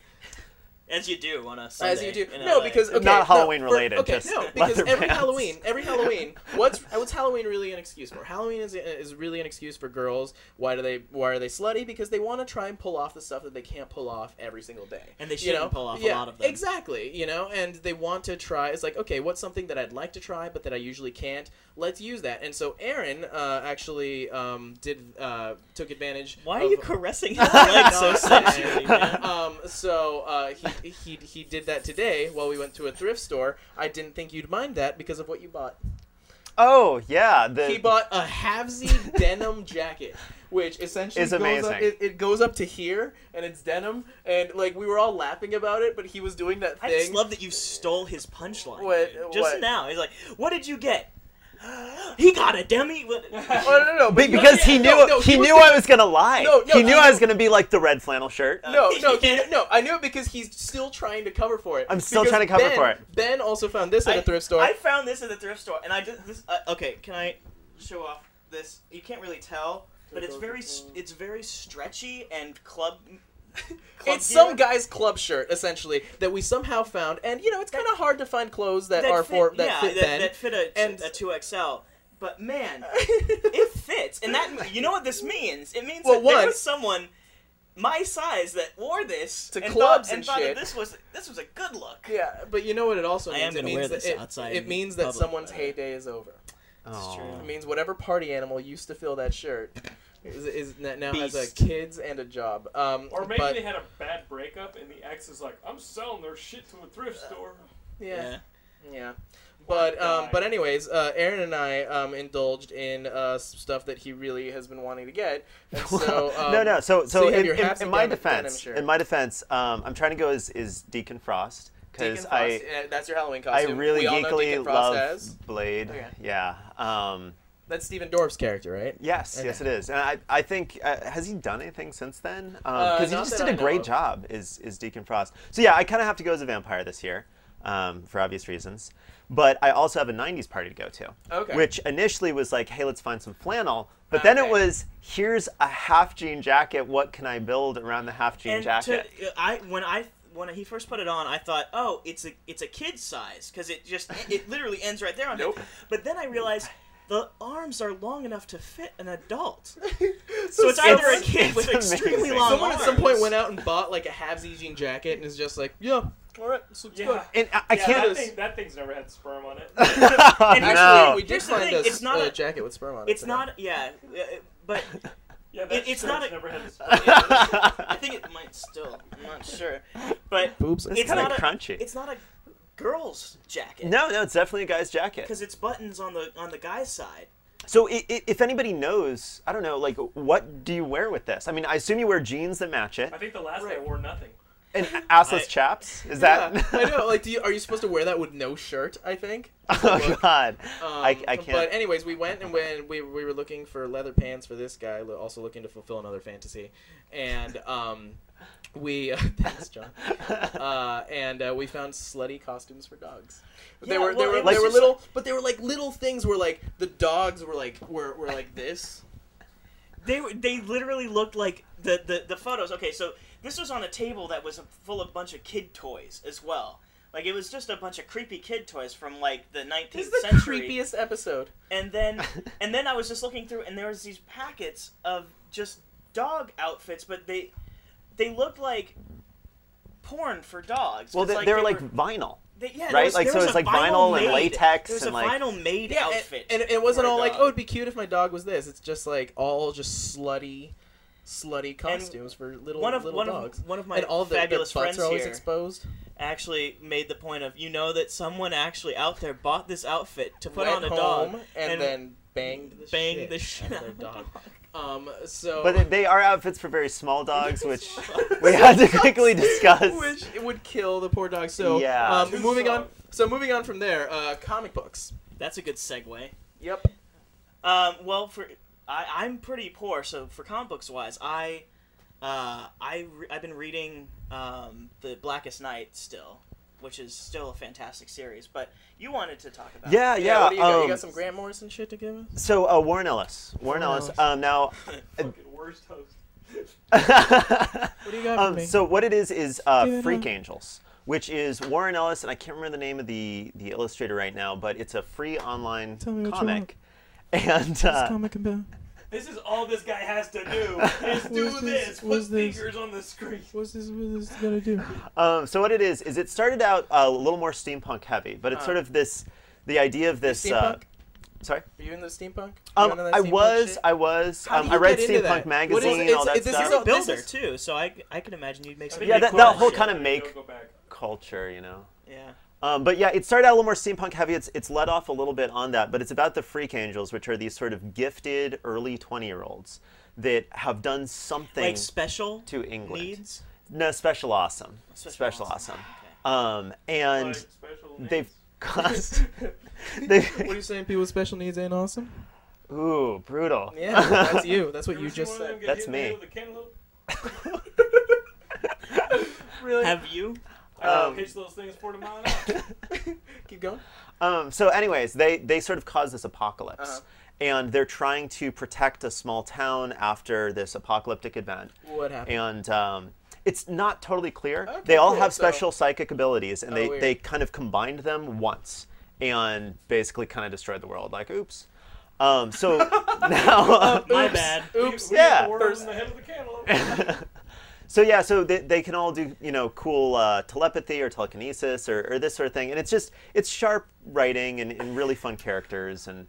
[SPEAKER 2] as you do on a Sunday.
[SPEAKER 1] as you do.
[SPEAKER 2] in
[SPEAKER 1] No,
[SPEAKER 2] LA.
[SPEAKER 1] because okay,
[SPEAKER 4] Not
[SPEAKER 1] no,
[SPEAKER 4] Halloween
[SPEAKER 1] for-
[SPEAKER 4] related,
[SPEAKER 1] Okay,
[SPEAKER 4] just
[SPEAKER 1] no, because
[SPEAKER 4] leather
[SPEAKER 1] every
[SPEAKER 4] pants.
[SPEAKER 1] Halloween, every Halloween, what's what's Halloween really an excuse for? Halloween is is really an excuse for girls. Why do they why are they slutty? Because they want to try and pull off the stuff that they can't pull off every single day.
[SPEAKER 2] and they
[SPEAKER 1] you
[SPEAKER 2] shouldn't
[SPEAKER 1] know?
[SPEAKER 2] pull off
[SPEAKER 1] yeah,
[SPEAKER 2] a lot of them.
[SPEAKER 1] Exactly, you know, and they want to try. It's like, okay, what's something that I'd like to try but that I usually can't? Let's use that. And so Aaron uh, actually um, did uh, took advantage.
[SPEAKER 2] Why are
[SPEAKER 1] of-
[SPEAKER 2] you caressing his leg so
[SPEAKER 1] Nonsense.
[SPEAKER 2] sexually,
[SPEAKER 4] Oh,
[SPEAKER 2] man?
[SPEAKER 1] um, so uh, he, he he did that today while we went to a thrift store. I didn't think you'd mind that because of what you bought.
[SPEAKER 4] Oh yeah, the
[SPEAKER 1] He bought a halvesy denim jacket, which essentially
[SPEAKER 4] Is
[SPEAKER 1] goes
[SPEAKER 4] amazing.
[SPEAKER 1] Up, it, it goes up to here, and it's denim, and like we were all laughing about it, but he was doing that
[SPEAKER 2] I
[SPEAKER 1] thing.
[SPEAKER 2] just love that you stole his punchline.
[SPEAKER 1] What-
[SPEAKER 2] dude. Just
[SPEAKER 1] what?
[SPEAKER 2] now, he's like, "What did you get?" he got a demi. What-
[SPEAKER 1] Oh, no, no, no,
[SPEAKER 4] Be-
[SPEAKER 1] but-
[SPEAKER 4] because he
[SPEAKER 1] no,
[SPEAKER 4] knew
[SPEAKER 1] no, no,
[SPEAKER 4] he,
[SPEAKER 1] was
[SPEAKER 4] knew
[SPEAKER 1] doing-
[SPEAKER 4] I was gonna lie.
[SPEAKER 1] No, no,
[SPEAKER 4] he knew
[SPEAKER 1] I
[SPEAKER 4] I
[SPEAKER 1] know.
[SPEAKER 4] was gonna be like the red flannel shirt.
[SPEAKER 1] No, no, he- no! I knew it because he's still trying to cover for it.
[SPEAKER 4] I'm still
[SPEAKER 1] Because
[SPEAKER 4] trying to cover
[SPEAKER 1] ben,
[SPEAKER 4] for it.
[SPEAKER 1] Ben also found this at
[SPEAKER 2] I-
[SPEAKER 1] a thrift store.
[SPEAKER 2] I found this at the thrift store, and I just this. Uh, okay, can I show off this? You can't really tell, but it's very s- it's very stretchy and club
[SPEAKER 1] it's some guy's club shirt essentially that we somehow found, and you know it's kind of hard to find clothes that, are
[SPEAKER 2] fit-
[SPEAKER 1] for that
[SPEAKER 2] yeah,
[SPEAKER 1] fit
[SPEAKER 2] that,
[SPEAKER 1] Ben.
[SPEAKER 2] that fit a,
[SPEAKER 1] and-
[SPEAKER 2] a two XL. But man, it fits, and that you know what this means? It means
[SPEAKER 1] Well,
[SPEAKER 2] that there
[SPEAKER 1] one-
[SPEAKER 2] was someone my size that wore this
[SPEAKER 1] To
[SPEAKER 2] and
[SPEAKER 1] clubs
[SPEAKER 2] thought,
[SPEAKER 1] and
[SPEAKER 2] thought
[SPEAKER 1] shit.
[SPEAKER 2] That this was this was a good look.
[SPEAKER 1] yeah, but you know what it also
[SPEAKER 5] I
[SPEAKER 1] means?
[SPEAKER 5] am
[SPEAKER 1] it
[SPEAKER 5] gonna
[SPEAKER 1] means
[SPEAKER 5] wear
[SPEAKER 1] that
[SPEAKER 5] this
[SPEAKER 1] it,
[SPEAKER 5] outside
[SPEAKER 1] It
[SPEAKER 5] in
[SPEAKER 1] means that
[SPEAKER 5] public,
[SPEAKER 1] someone's
[SPEAKER 5] but-
[SPEAKER 1] heyday is over.
[SPEAKER 5] It's true.
[SPEAKER 1] It means whatever party animal used to fill that shirt is, is n- now has a
[SPEAKER 5] Beast.
[SPEAKER 1] kids and a job. Um,
[SPEAKER 3] Or maybe
[SPEAKER 1] but,
[SPEAKER 3] they had a bad breakup and the ex is like, I'm selling their shit to a thrift
[SPEAKER 1] Uh,
[SPEAKER 3] store.
[SPEAKER 1] yeah. Yeah. But
[SPEAKER 3] What a
[SPEAKER 1] um,
[SPEAKER 3] guy.
[SPEAKER 1] but anyways, uh, Aaron and I um, indulged in uh, s- stuff that he really has been wanting to get. And so, um,
[SPEAKER 4] no, no. So,
[SPEAKER 1] so
[SPEAKER 4] so,
[SPEAKER 1] you have
[SPEAKER 4] in,
[SPEAKER 1] your
[SPEAKER 4] in-
[SPEAKER 1] Hapsy
[SPEAKER 4] in my
[SPEAKER 1] denim- denim
[SPEAKER 4] defense,
[SPEAKER 1] shirt.
[SPEAKER 4] in my defense, um, I'm trying to go as is Deacon Frost
[SPEAKER 1] Deacon
[SPEAKER 4] because
[SPEAKER 1] Frost,
[SPEAKER 4] I
[SPEAKER 1] uh, that's your Halloween
[SPEAKER 4] I
[SPEAKER 1] costume.
[SPEAKER 4] really
[SPEAKER 1] we all know
[SPEAKER 4] geekily
[SPEAKER 1] Deacon Frost
[SPEAKER 4] love
[SPEAKER 1] as.
[SPEAKER 4] Blade.
[SPEAKER 1] Okay.
[SPEAKER 4] Yeah. Um,
[SPEAKER 1] That's Stephen Dorff's character, right?
[SPEAKER 4] yes, yes, it
[SPEAKER 1] Okay.
[SPEAKER 4] is. And I, I think uh, has he done anything since then?
[SPEAKER 1] Uh,
[SPEAKER 4] Because
[SPEAKER 1] not
[SPEAKER 4] he just
[SPEAKER 1] that
[SPEAKER 4] did a
[SPEAKER 1] I know
[SPEAKER 4] great
[SPEAKER 1] of.
[SPEAKER 4] job is is Deacon Frost. So yeah, I kind of have to go as a vampire this year, um, for obvious reasons. But I also have a '90s party to go to,
[SPEAKER 1] Okay.
[SPEAKER 4] which initially was like, hey, let's find some flannel. But then
[SPEAKER 1] Okay.
[SPEAKER 4] it was, here's a half jean jacket. What can I build around the half jean
[SPEAKER 2] And
[SPEAKER 4] jacket?
[SPEAKER 2] to, I when I when he first put it on, I thought, oh, it's a it's a kid's size because it just it literally ends right there on
[SPEAKER 1] Nope.
[SPEAKER 2] it. But then I realized the arms are long enough to fit an adult. So
[SPEAKER 1] so
[SPEAKER 2] it's either a
[SPEAKER 4] it's-
[SPEAKER 2] kid with
[SPEAKER 4] it's
[SPEAKER 2] extremely
[SPEAKER 4] amazing.
[SPEAKER 2] long
[SPEAKER 1] someone at
[SPEAKER 2] arms.
[SPEAKER 1] some point went out and bought like a halvesy jean jacket and is just like, yeah, all right, this looks
[SPEAKER 3] Yeah.
[SPEAKER 1] good.
[SPEAKER 4] And I, I
[SPEAKER 3] yeah,
[SPEAKER 4] can't.
[SPEAKER 3] That, thing, that thing's never had sperm on it.
[SPEAKER 4] and
[SPEAKER 1] Actually,
[SPEAKER 4] no.
[SPEAKER 1] we did
[SPEAKER 2] Here's the
[SPEAKER 1] find
[SPEAKER 2] thing,
[SPEAKER 1] a s-
[SPEAKER 2] it's not
[SPEAKER 1] uh,
[SPEAKER 2] a-
[SPEAKER 1] jacket with sperm on it.
[SPEAKER 2] It's
[SPEAKER 1] today.
[SPEAKER 2] not, yeah, uh, but
[SPEAKER 3] Yeah, that
[SPEAKER 2] It- it's not
[SPEAKER 3] shirt's
[SPEAKER 2] a-
[SPEAKER 3] never had a sperm.
[SPEAKER 2] I think it might still. I'm not sure, but
[SPEAKER 1] Boobs. are
[SPEAKER 2] it's
[SPEAKER 4] kinda
[SPEAKER 2] not a,
[SPEAKER 4] crunchy.
[SPEAKER 2] It's not a girl's jacket
[SPEAKER 4] no, no, it's definitely a guy's jacket.
[SPEAKER 2] because it's buttons on the on the guy's side.
[SPEAKER 4] So, i i if anybody knows, I don't know, like, what do you wear with this? I mean, I assume you wear jeans that match it
[SPEAKER 3] I think the last
[SPEAKER 1] Right.
[SPEAKER 3] guy wore nothing.
[SPEAKER 4] and assless
[SPEAKER 2] I-
[SPEAKER 4] chaps. Is
[SPEAKER 1] Yeah,
[SPEAKER 4] that?
[SPEAKER 1] I know. Like, do you, are you supposed to wear that with no shirt? I think.
[SPEAKER 4] oh God,
[SPEAKER 1] Um,
[SPEAKER 4] I, I can't.
[SPEAKER 1] But anyways, we went and when we, we were looking for leather pants for this guy, lo- also looking to fulfill another fantasy, and um, we thanks John, uh, and uh, we found slutty costumes for dogs. But they
[SPEAKER 2] Yeah,
[SPEAKER 1] were they
[SPEAKER 2] well,
[SPEAKER 1] were
[SPEAKER 2] it
[SPEAKER 1] they
[SPEAKER 4] was
[SPEAKER 1] were
[SPEAKER 4] just-
[SPEAKER 1] little, but they were like little things where like the dogs were like were, were like this.
[SPEAKER 2] They were- they literally looked like the, the the photos. Okay, so this was on a table that was full of a bunch of kid toys as well. Like it was just a bunch of creepy kid toys from like the 19th
[SPEAKER 1] This is the
[SPEAKER 2] century.
[SPEAKER 1] creepiest episode.
[SPEAKER 2] And then and then I was just looking through, and there was these packets of just dog outfits, but they they looked like porn for dogs.
[SPEAKER 4] well,
[SPEAKER 2] 'Cause,
[SPEAKER 4] they, they were
[SPEAKER 2] they
[SPEAKER 4] like
[SPEAKER 2] were-
[SPEAKER 4] vinyl.
[SPEAKER 2] they- yeah, there
[SPEAKER 4] right?
[SPEAKER 2] was-
[SPEAKER 4] Like,
[SPEAKER 2] there
[SPEAKER 4] so
[SPEAKER 2] was
[SPEAKER 4] it's
[SPEAKER 2] a
[SPEAKER 4] like vinyl and
[SPEAKER 2] made-
[SPEAKER 4] latex
[SPEAKER 2] There was
[SPEAKER 4] and,
[SPEAKER 2] a
[SPEAKER 4] like-
[SPEAKER 2] vinyl maid
[SPEAKER 1] Yeah, and-
[SPEAKER 2] outfit.
[SPEAKER 1] and, it wasn't
[SPEAKER 2] for a
[SPEAKER 1] all like,
[SPEAKER 2] dog.
[SPEAKER 1] oh, it'd be cute if my dog was this. It's just like all just slutty, slutty costumes for little
[SPEAKER 2] one of
[SPEAKER 1] little
[SPEAKER 2] one
[SPEAKER 1] dogs.
[SPEAKER 2] of one of my
[SPEAKER 1] and all the, the
[SPEAKER 2] fabulous
[SPEAKER 1] butts
[SPEAKER 2] friends
[SPEAKER 1] are always
[SPEAKER 2] here
[SPEAKER 1] exposed.
[SPEAKER 2] actually made the point of you know that someone actually out there bought this outfit to put
[SPEAKER 1] Went
[SPEAKER 2] on a
[SPEAKER 1] home
[SPEAKER 2] dog
[SPEAKER 1] and,
[SPEAKER 2] and
[SPEAKER 1] then banged the
[SPEAKER 2] banged
[SPEAKER 1] shit
[SPEAKER 2] the shit
[SPEAKER 1] out of their dog. Um, so
[SPEAKER 4] But it- they are outfits for very small dogs, which
[SPEAKER 1] Small
[SPEAKER 4] we had to quickly discuss.
[SPEAKER 1] which it would kill the poor dog. So
[SPEAKER 4] Yeah.
[SPEAKER 1] um, moving on. So moving on from there, uh, comic books.
[SPEAKER 2] that's a good segue.
[SPEAKER 1] Yep.
[SPEAKER 2] Um, well, for I, I'm pretty poor, so for comic books wise, I uh, I re- I've been reading um, the Blackest Night still, which is still a fantastic series. But you wanted to talk about
[SPEAKER 4] Yeah, yeah.
[SPEAKER 1] what do you, got? you
[SPEAKER 4] um,
[SPEAKER 1] got some Grant Morrison shit to give us?
[SPEAKER 4] so uh, Warren Ellis. Warren
[SPEAKER 1] Warren
[SPEAKER 4] Ellis.
[SPEAKER 1] Ellis.
[SPEAKER 4] Um, now.
[SPEAKER 3] Fucking worst host.
[SPEAKER 1] What do you got for
[SPEAKER 4] Um,
[SPEAKER 1] me?
[SPEAKER 4] so what it is is uh,
[SPEAKER 1] Dude,
[SPEAKER 4] Freak
[SPEAKER 1] uh,
[SPEAKER 4] Angels, which is Warren Ellis, and I can't remember the name of the the illustrator right now, but it's a free online
[SPEAKER 1] Tell me what you
[SPEAKER 4] comic. And uh,
[SPEAKER 1] comic about?
[SPEAKER 3] This is all this guy has to do is do
[SPEAKER 1] Who's this?
[SPEAKER 3] this.
[SPEAKER 1] Who's
[SPEAKER 3] Put
[SPEAKER 1] this?
[SPEAKER 3] fingers on the screen.
[SPEAKER 1] What's this? What's this gonna do?
[SPEAKER 4] um, so what it is is it started out uh, a little more steampunk heavy, but it's
[SPEAKER 1] Uh.
[SPEAKER 4] sort of this the idea of this.
[SPEAKER 1] Steampunk.
[SPEAKER 4] Uh, sorry,
[SPEAKER 1] Are you in the steampunk? You
[SPEAKER 4] um,
[SPEAKER 1] into that
[SPEAKER 4] I
[SPEAKER 1] steampunk
[SPEAKER 4] was,
[SPEAKER 1] shit?
[SPEAKER 4] I was.
[SPEAKER 1] How do
[SPEAKER 4] Um,
[SPEAKER 1] you
[SPEAKER 4] I read
[SPEAKER 1] get into that?
[SPEAKER 4] steampunk
[SPEAKER 1] What is-
[SPEAKER 4] magazine,
[SPEAKER 1] it's-
[SPEAKER 4] all that
[SPEAKER 1] it's- this
[SPEAKER 4] stuff.
[SPEAKER 1] is
[SPEAKER 2] You're
[SPEAKER 1] a
[SPEAKER 2] a builder
[SPEAKER 1] business.
[SPEAKER 2] too, so I I can imagine you'd make some.
[SPEAKER 4] Yeah,
[SPEAKER 2] pretty
[SPEAKER 4] that-
[SPEAKER 2] cool
[SPEAKER 4] that whole
[SPEAKER 2] shit.
[SPEAKER 4] kind of make-
[SPEAKER 3] Go back.
[SPEAKER 4] Culture, you know.
[SPEAKER 2] yeah.
[SPEAKER 4] Um, but yeah, it started out a little more steampunk heavy. It's, it's led off a little bit on that, but it's about the Freak Angels, which are these sort of gifted early 20 year olds that have done something
[SPEAKER 2] Like special
[SPEAKER 4] to England.
[SPEAKER 2] needs.
[SPEAKER 4] No, special awesome.
[SPEAKER 2] Special
[SPEAKER 4] Special,
[SPEAKER 2] awesome.
[SPEAKER 4] awesome.
[SPEAKER 2] Okay.
[SPEAKER 4] Um, and
[SPEAKER 3] Like, special
[SPEAKER 4] they've
[SPEAKER 3] needs.
[SPEAKER 4] caused. they
[SPEAKER 1] What are you saying? People with special needs ain't awesome?
[SPEAKER 4] Ooh, brutal.
[SPEAKER 1] Yeah, that's you. That's what
[SPEAKER 3] ever
[SPEAKER 1] you
[SPEAKER 3] see
[SPEAKER 1] just
[SPEAKER 3] one of them
[SPEAKER 1] said.
[SPEAKER 3] get hit
[SPEAKER 4] That's
[SPEAKER 3] in the head
[SPEAKER 4] me.
[SPEAKER 3] with a cantaloupe?
[SPEAKER 1] Really?
[SPEAKER 2] Have you?
[SPEAKER 3] I
[SPEAKER 4] Um,
[SPEAKER 3] Uh, pitch those things 40 mile an hour.
[SPEAKER 1] Keep going.
[SPEAKER 4] Um, so, anyways, they, they sort of caused this apocalypse.
[SPEAKER 1] Uh-huh.
[SPEAKER 4] and they're trying to protect a small town after this apocalyptic event.
[SPEAKER 1] What happened?
[SPEAKER 4] And um, it's not totally clear.
[SPEAKER 1] Okay,
[SPEAKER 4] they all
[SPEAKER 1] cool.
[SPEAKER 4] have
[SPEAKER 1] So-
[SPEAKER 4] special psychic abilities, and
[SPEAKER 1] Oh,
[SPEAKER 4] they,
[SPEAKER 1] weird.
[SPEAKER 4] they kind of combined them once and basically kind of destroyed the world. Like, oops. Um, so now. um,
[SPEAKER 2] My
[SPEAKER 1] Oops.
[SPEAKER 2] bad.
[SPEAKER 1] Oops.
[SPEAKER 3] We, we
[SPEAKER 4] yeah.
[SPEAKER 3] Order in the head of the cantaloupe.
[SPEAKER 4] so yeah, so they, they can all do you know cool uh, telepathy or telekinesis or, or this sort of thing, and it's just it's sharp writing and, and really fun characters and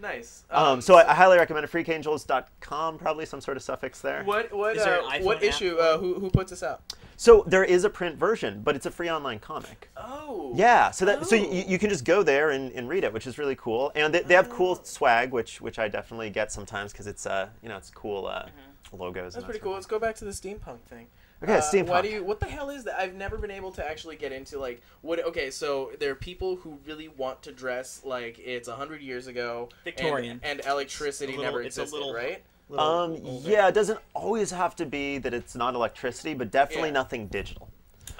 [SPEAKER 1] Nice. Uh,
[SPEAKER 4] um, so I, I highly recommend it. freakangels.com probably some sort of suffix there.
[SPEAKER 1] what what
[SPEAKER 2] Is there
[SPEAKER 1] uh,
[SPEAKER 2] an
[SPEAKER 1] what
[SPEAKER 2] iPhone app?
[SPEAKER 1] issue? Uh, who who puts this out?
[SPEAKER 4] So there is a print version, but it's a free online comic.
[SPEAKER 1] Oh.
[SPEAKER 4] Yeah, so that so
[SPEAKER 1] Oh.
[SPEAKER 4] you, you can just go there and, and read it, which is really cool. And they, they have cool
[SPEAKER 1] Oh.
[SPEAKER 4] swag, which which I definitely get sometimes because it's uh you know it's cool uh, logos.
[SPEAKER 1] Mm-hmm. That's
[SPEAKER 4] and that
[SPEAKER 1] pretty
[SPEAKER 4] sort
[SPEAKER 1] cool. Let's go back to the steampunk thing.
[SPEAKER 4] of thing. Okay,
[SPEAKER 1] Uh,
[SPEAKER 4] steampunk.
[SPEAKER 1] Why do you? What the hell is that? I've never been able to actually get into like what. Okay, so there are people who really want to dress like it's a hundred years ago. and-
[SPEAKER 2] Victorian.
[SPEAKER 1] And, electricity
[SPEAKER 2] It's a little-
[SPEAKER 1] never
[SPEAKER 2] it's a
[SPEAKER 1] existed,
[SPEAKER 2] little-
[SPEAKER 1] right?
[SPEAKER 2] Little-
[SPEAKER 4] Um,
[SPEAKER 2] little bit.
[SPEAKER 4] yeah, it doesn't always have to be that it's not electricity, but definitely
[SPEAKER 1] Yeah.
[SPEAKER 4] nothing digital.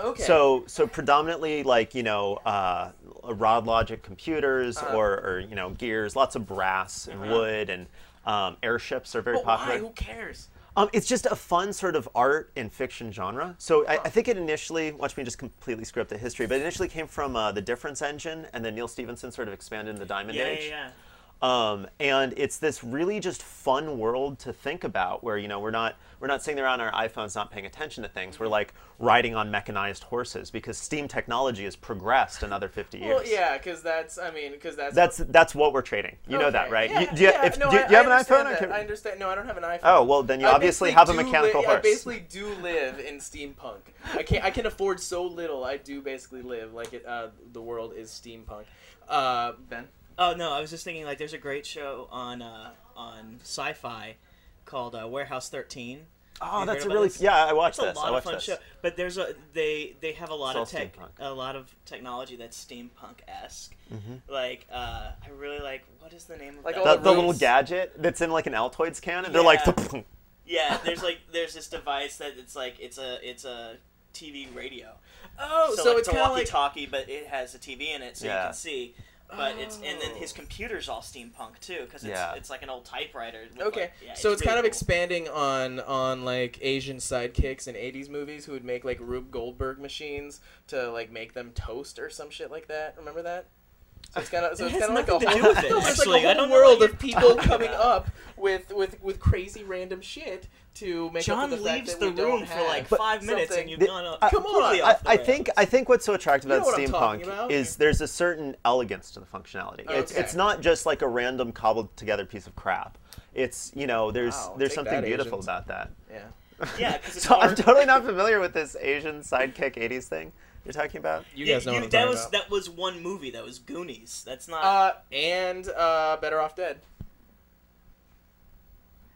[SPEAKER 1] Okay.
[SPEAKER 4] So, so predominantly like you know, uh, rod logic computers
[SPEAKER 1] Uh-huh.
[SPEAKER 4] or, or you know gears, lots of brass and
[SPEAKER 1] Uh-huh.
[SPEAKER 4] wood and um, airships are very
[SPEAKER 1] but why?
[SPEAKER 4] popular.
[SPEAKER 1] Who cares?
[SPEAKER 4] Um, it's just a fun sort of art and fiction genre. So I, I think it initially, watch me just completely screw up the history, but it initially came from uh, the Difference Engine, and then Neil Stevenson sort of expanded in the Diamond
[SPEAKER 2] Yeah, yeah,
[SPEAKER 4] Age.
[SPEAKER 2] yeah.
[SPEAKER 4] Um, and it's this really just fun world to think about, where you know we're not we're not sitting there on our iPhones not paying attention to things. We're like riding on mechanized horses because steam technology has progressed another 50 years.
[SPEAKER 1] Well, yeah, because that's. I mean, because that's.
[SPEAKER 4] That's that's what we're trading. You know that,
[SPEAKER 1] Okay.
[SPEAKER 4] right?
[SPEAKER 1] Yeah,
[SPEAKER 4] you, do you,
[SPEAKER 1] yeah,
[SPEAKER 4] if-
[SPEAKER 1] no,
[SPEAKER 4] do you-
[SPEAKER 1] I-
[SPEAKER 4] do you have
[SPEAKER 1] I
[SPEAKER 4] an iPhone?
[SPEAKER 1] understand
[SPEAKER 4] I
[SPEAKER 1] that.
[SPEAKER 4] can-
[SPEAKER 1] I understand. No, I don't have an iPhone.
[SPEAKER 4] Oh well, then you
[SPEAKER 1] I
[SPEAKER 4] obviously
[SPEAKER 1] basically
[SPEAKER 4] have a
[SPEAKER 1] do
[SPEAKER 4] mechanical
[SPEAKER 1] li-
[SPEAKER 4] horse.
[SPEAKER 1] I basically do live in steampunk. I can not I can afford so little. I do basically live like it. Uh, the world is steampunk. Uh, ben.
[SPEAKER 2] Oh no, I was just thinking like there's a great show on uh, on Sci-Fi called uh, Warehouse 13.
[SPEAKER 4] Oh,
[SPEAKER 2] You heard
[SPEAKER 4] that's a
[SPEAKER 2] about
[SPEAKER 4] really
[SPEAKER 2] this?
[SPEAKER 4] yeah. I watched
[SPEAKER 2] It's a
[SPEAKER 4] this.
[SPEAKER 2] lot
[SPEAKER 4] I
[SPEAKER 2] of
[SPEAKER 4] watched
[SPEAKER 2] fun
[SPEAKER 4] this.
[SPEAKER 2] show, but there's a they they have a lot
[SPEAKER 4] It's
[SPEAKER 2] of
[SPEAKER 4] all
[SPEAKER 2] tech,
[SPEAKER 4] steampunk.
[SPEAKER 2] a lot of technology that's steampunk esque. Like uh, I really like what is the name of
[SPEAKER 1] Like
[SPEAKER 2] that?
[SPEAKER 1] all
[SPEAKER 4] Mm-hmm. The,
[SPEAKER 1] the
[SPEAKER 4] the little
[SPEAKER 1] roots.
[SPEAKER 4] gadget that's in like an Altoids can, and they're like,
[SPEAKER 2] Yeah. Yeah, there's like there's this device that it's like it's a it's a TV radio.
[SPEAKER 1] Oh, so,
[SPEAKER 2] like,
[SPEAKER 1] it's
[SPEAKER 2] a
[SPEAKER 1] kind of like
[SPEAKER 2] walkie-talkie, but it has a TV in it, so you
[SPEAKER 4] Yeah.
[SPEAKER 2] can see. But it's and then his
[SPEAKER 1] Oh.
[SPEAKER 2] computer's all steampunk too, because it's
[SPEAKER 4] Yeah.
[SPEAKER 2] it's like an old typewriter. with,
[SPEAKER 1] Okay,
[SPEAKER 2] like- yeah,
[SPEAKER 1] so it's, kind of
[SPEAKER 2] really
[SPEAKER 1] expanding on on like Asian sidekicks in '80s movies who would make like Rube Goldberg machines to like make them toast or some shit like that. Remember that? So it's kind of so it's
[SPEAKER 2] It has
[SPEAKER 1] kind of like a
[SPEAKER 2] nothing to
[SPEAKER 1] whole,
[SPEAKER 2] do with it,
[SPEAKER 1] no, it's
[SPEAKER 2] actually. I
[SPEAKER 1] like a whole
[SPEAKER 2] don't know
[SPEAKER 1] world
[SPEAKER 2] what
[SPEAKER 1] of people coming
[SPEAKER 2] about.
[SPEAKER 1] up with with with crazy random shit to make up
[SPEAKER 2] John
[SPEAKER 1] for the fact
[SPEAKER 2] leaves
[SPEAKER 1] that
[SPEAKER 2] the
[SPEAKER 1] we don't
[SPEAKER 2] room for
[SPEAKER 1] have
[SPEAKER 2] like
[SPEAKER 4] But
[SPEAKER 2] five minutes,
[SPEAKER 1] something-
[SPEAKER 2] and you've
[SPEAKER 4] The-
[SPEAKER 2] gone up
[SPEAKER 4] I-
[SPEAKER 1] Come
[SPEAKER 2] completely
[SPEAKER 1] on,
[SPEAKER 4] I,
[SPEAKER 2] off the
[SPEAKER 4] I
[SPEAKER 2] rails.
[SPEAKER 4] think I think what's so attractive
[SPEAKER 1] You know
[SPEAKER 4] about
[SPEAKER 1] what I'm talking
[SPEAKER 4] steampunk
[SPEAKER 1] about.
[SPEAKER 4] is there's a certain elegance to the functionality. It's
[SPEAKER 1] Okay.
[SPEAKER 4] it's not just like a random cobbled together piece of crap. It's you know there's
[SPEAKER 1] Wow,
[SPEAKER 4] there's
[SPEAKER 1] take
[SPEAKER 4] something
[SPEAKER 1] that,
[SPEAKER 4] beautiful
[SPEAKER 1] Asians.
[SPEAKER 4] about that.
[SPEAKER 1] yeah.
[SPEAKER 2] yeah, because it's
[SPEAKER 4] So I'm
[SPEAKER 2] more-
[SPEAKER 4] totally not familiar with this Asian sidekick '80s thing you're talking about.
[SPEAKER 1] You guys know what I'm
[SPEAKER 2] that
[SPEAKER 1] talking
[SPEAKER 2] was
[SPEAKER 1] about.
[SPEAKER 2] that was one movie that was Goonies. That's not
[SPEAKER 1] Uh, and uh, Better Off Dead.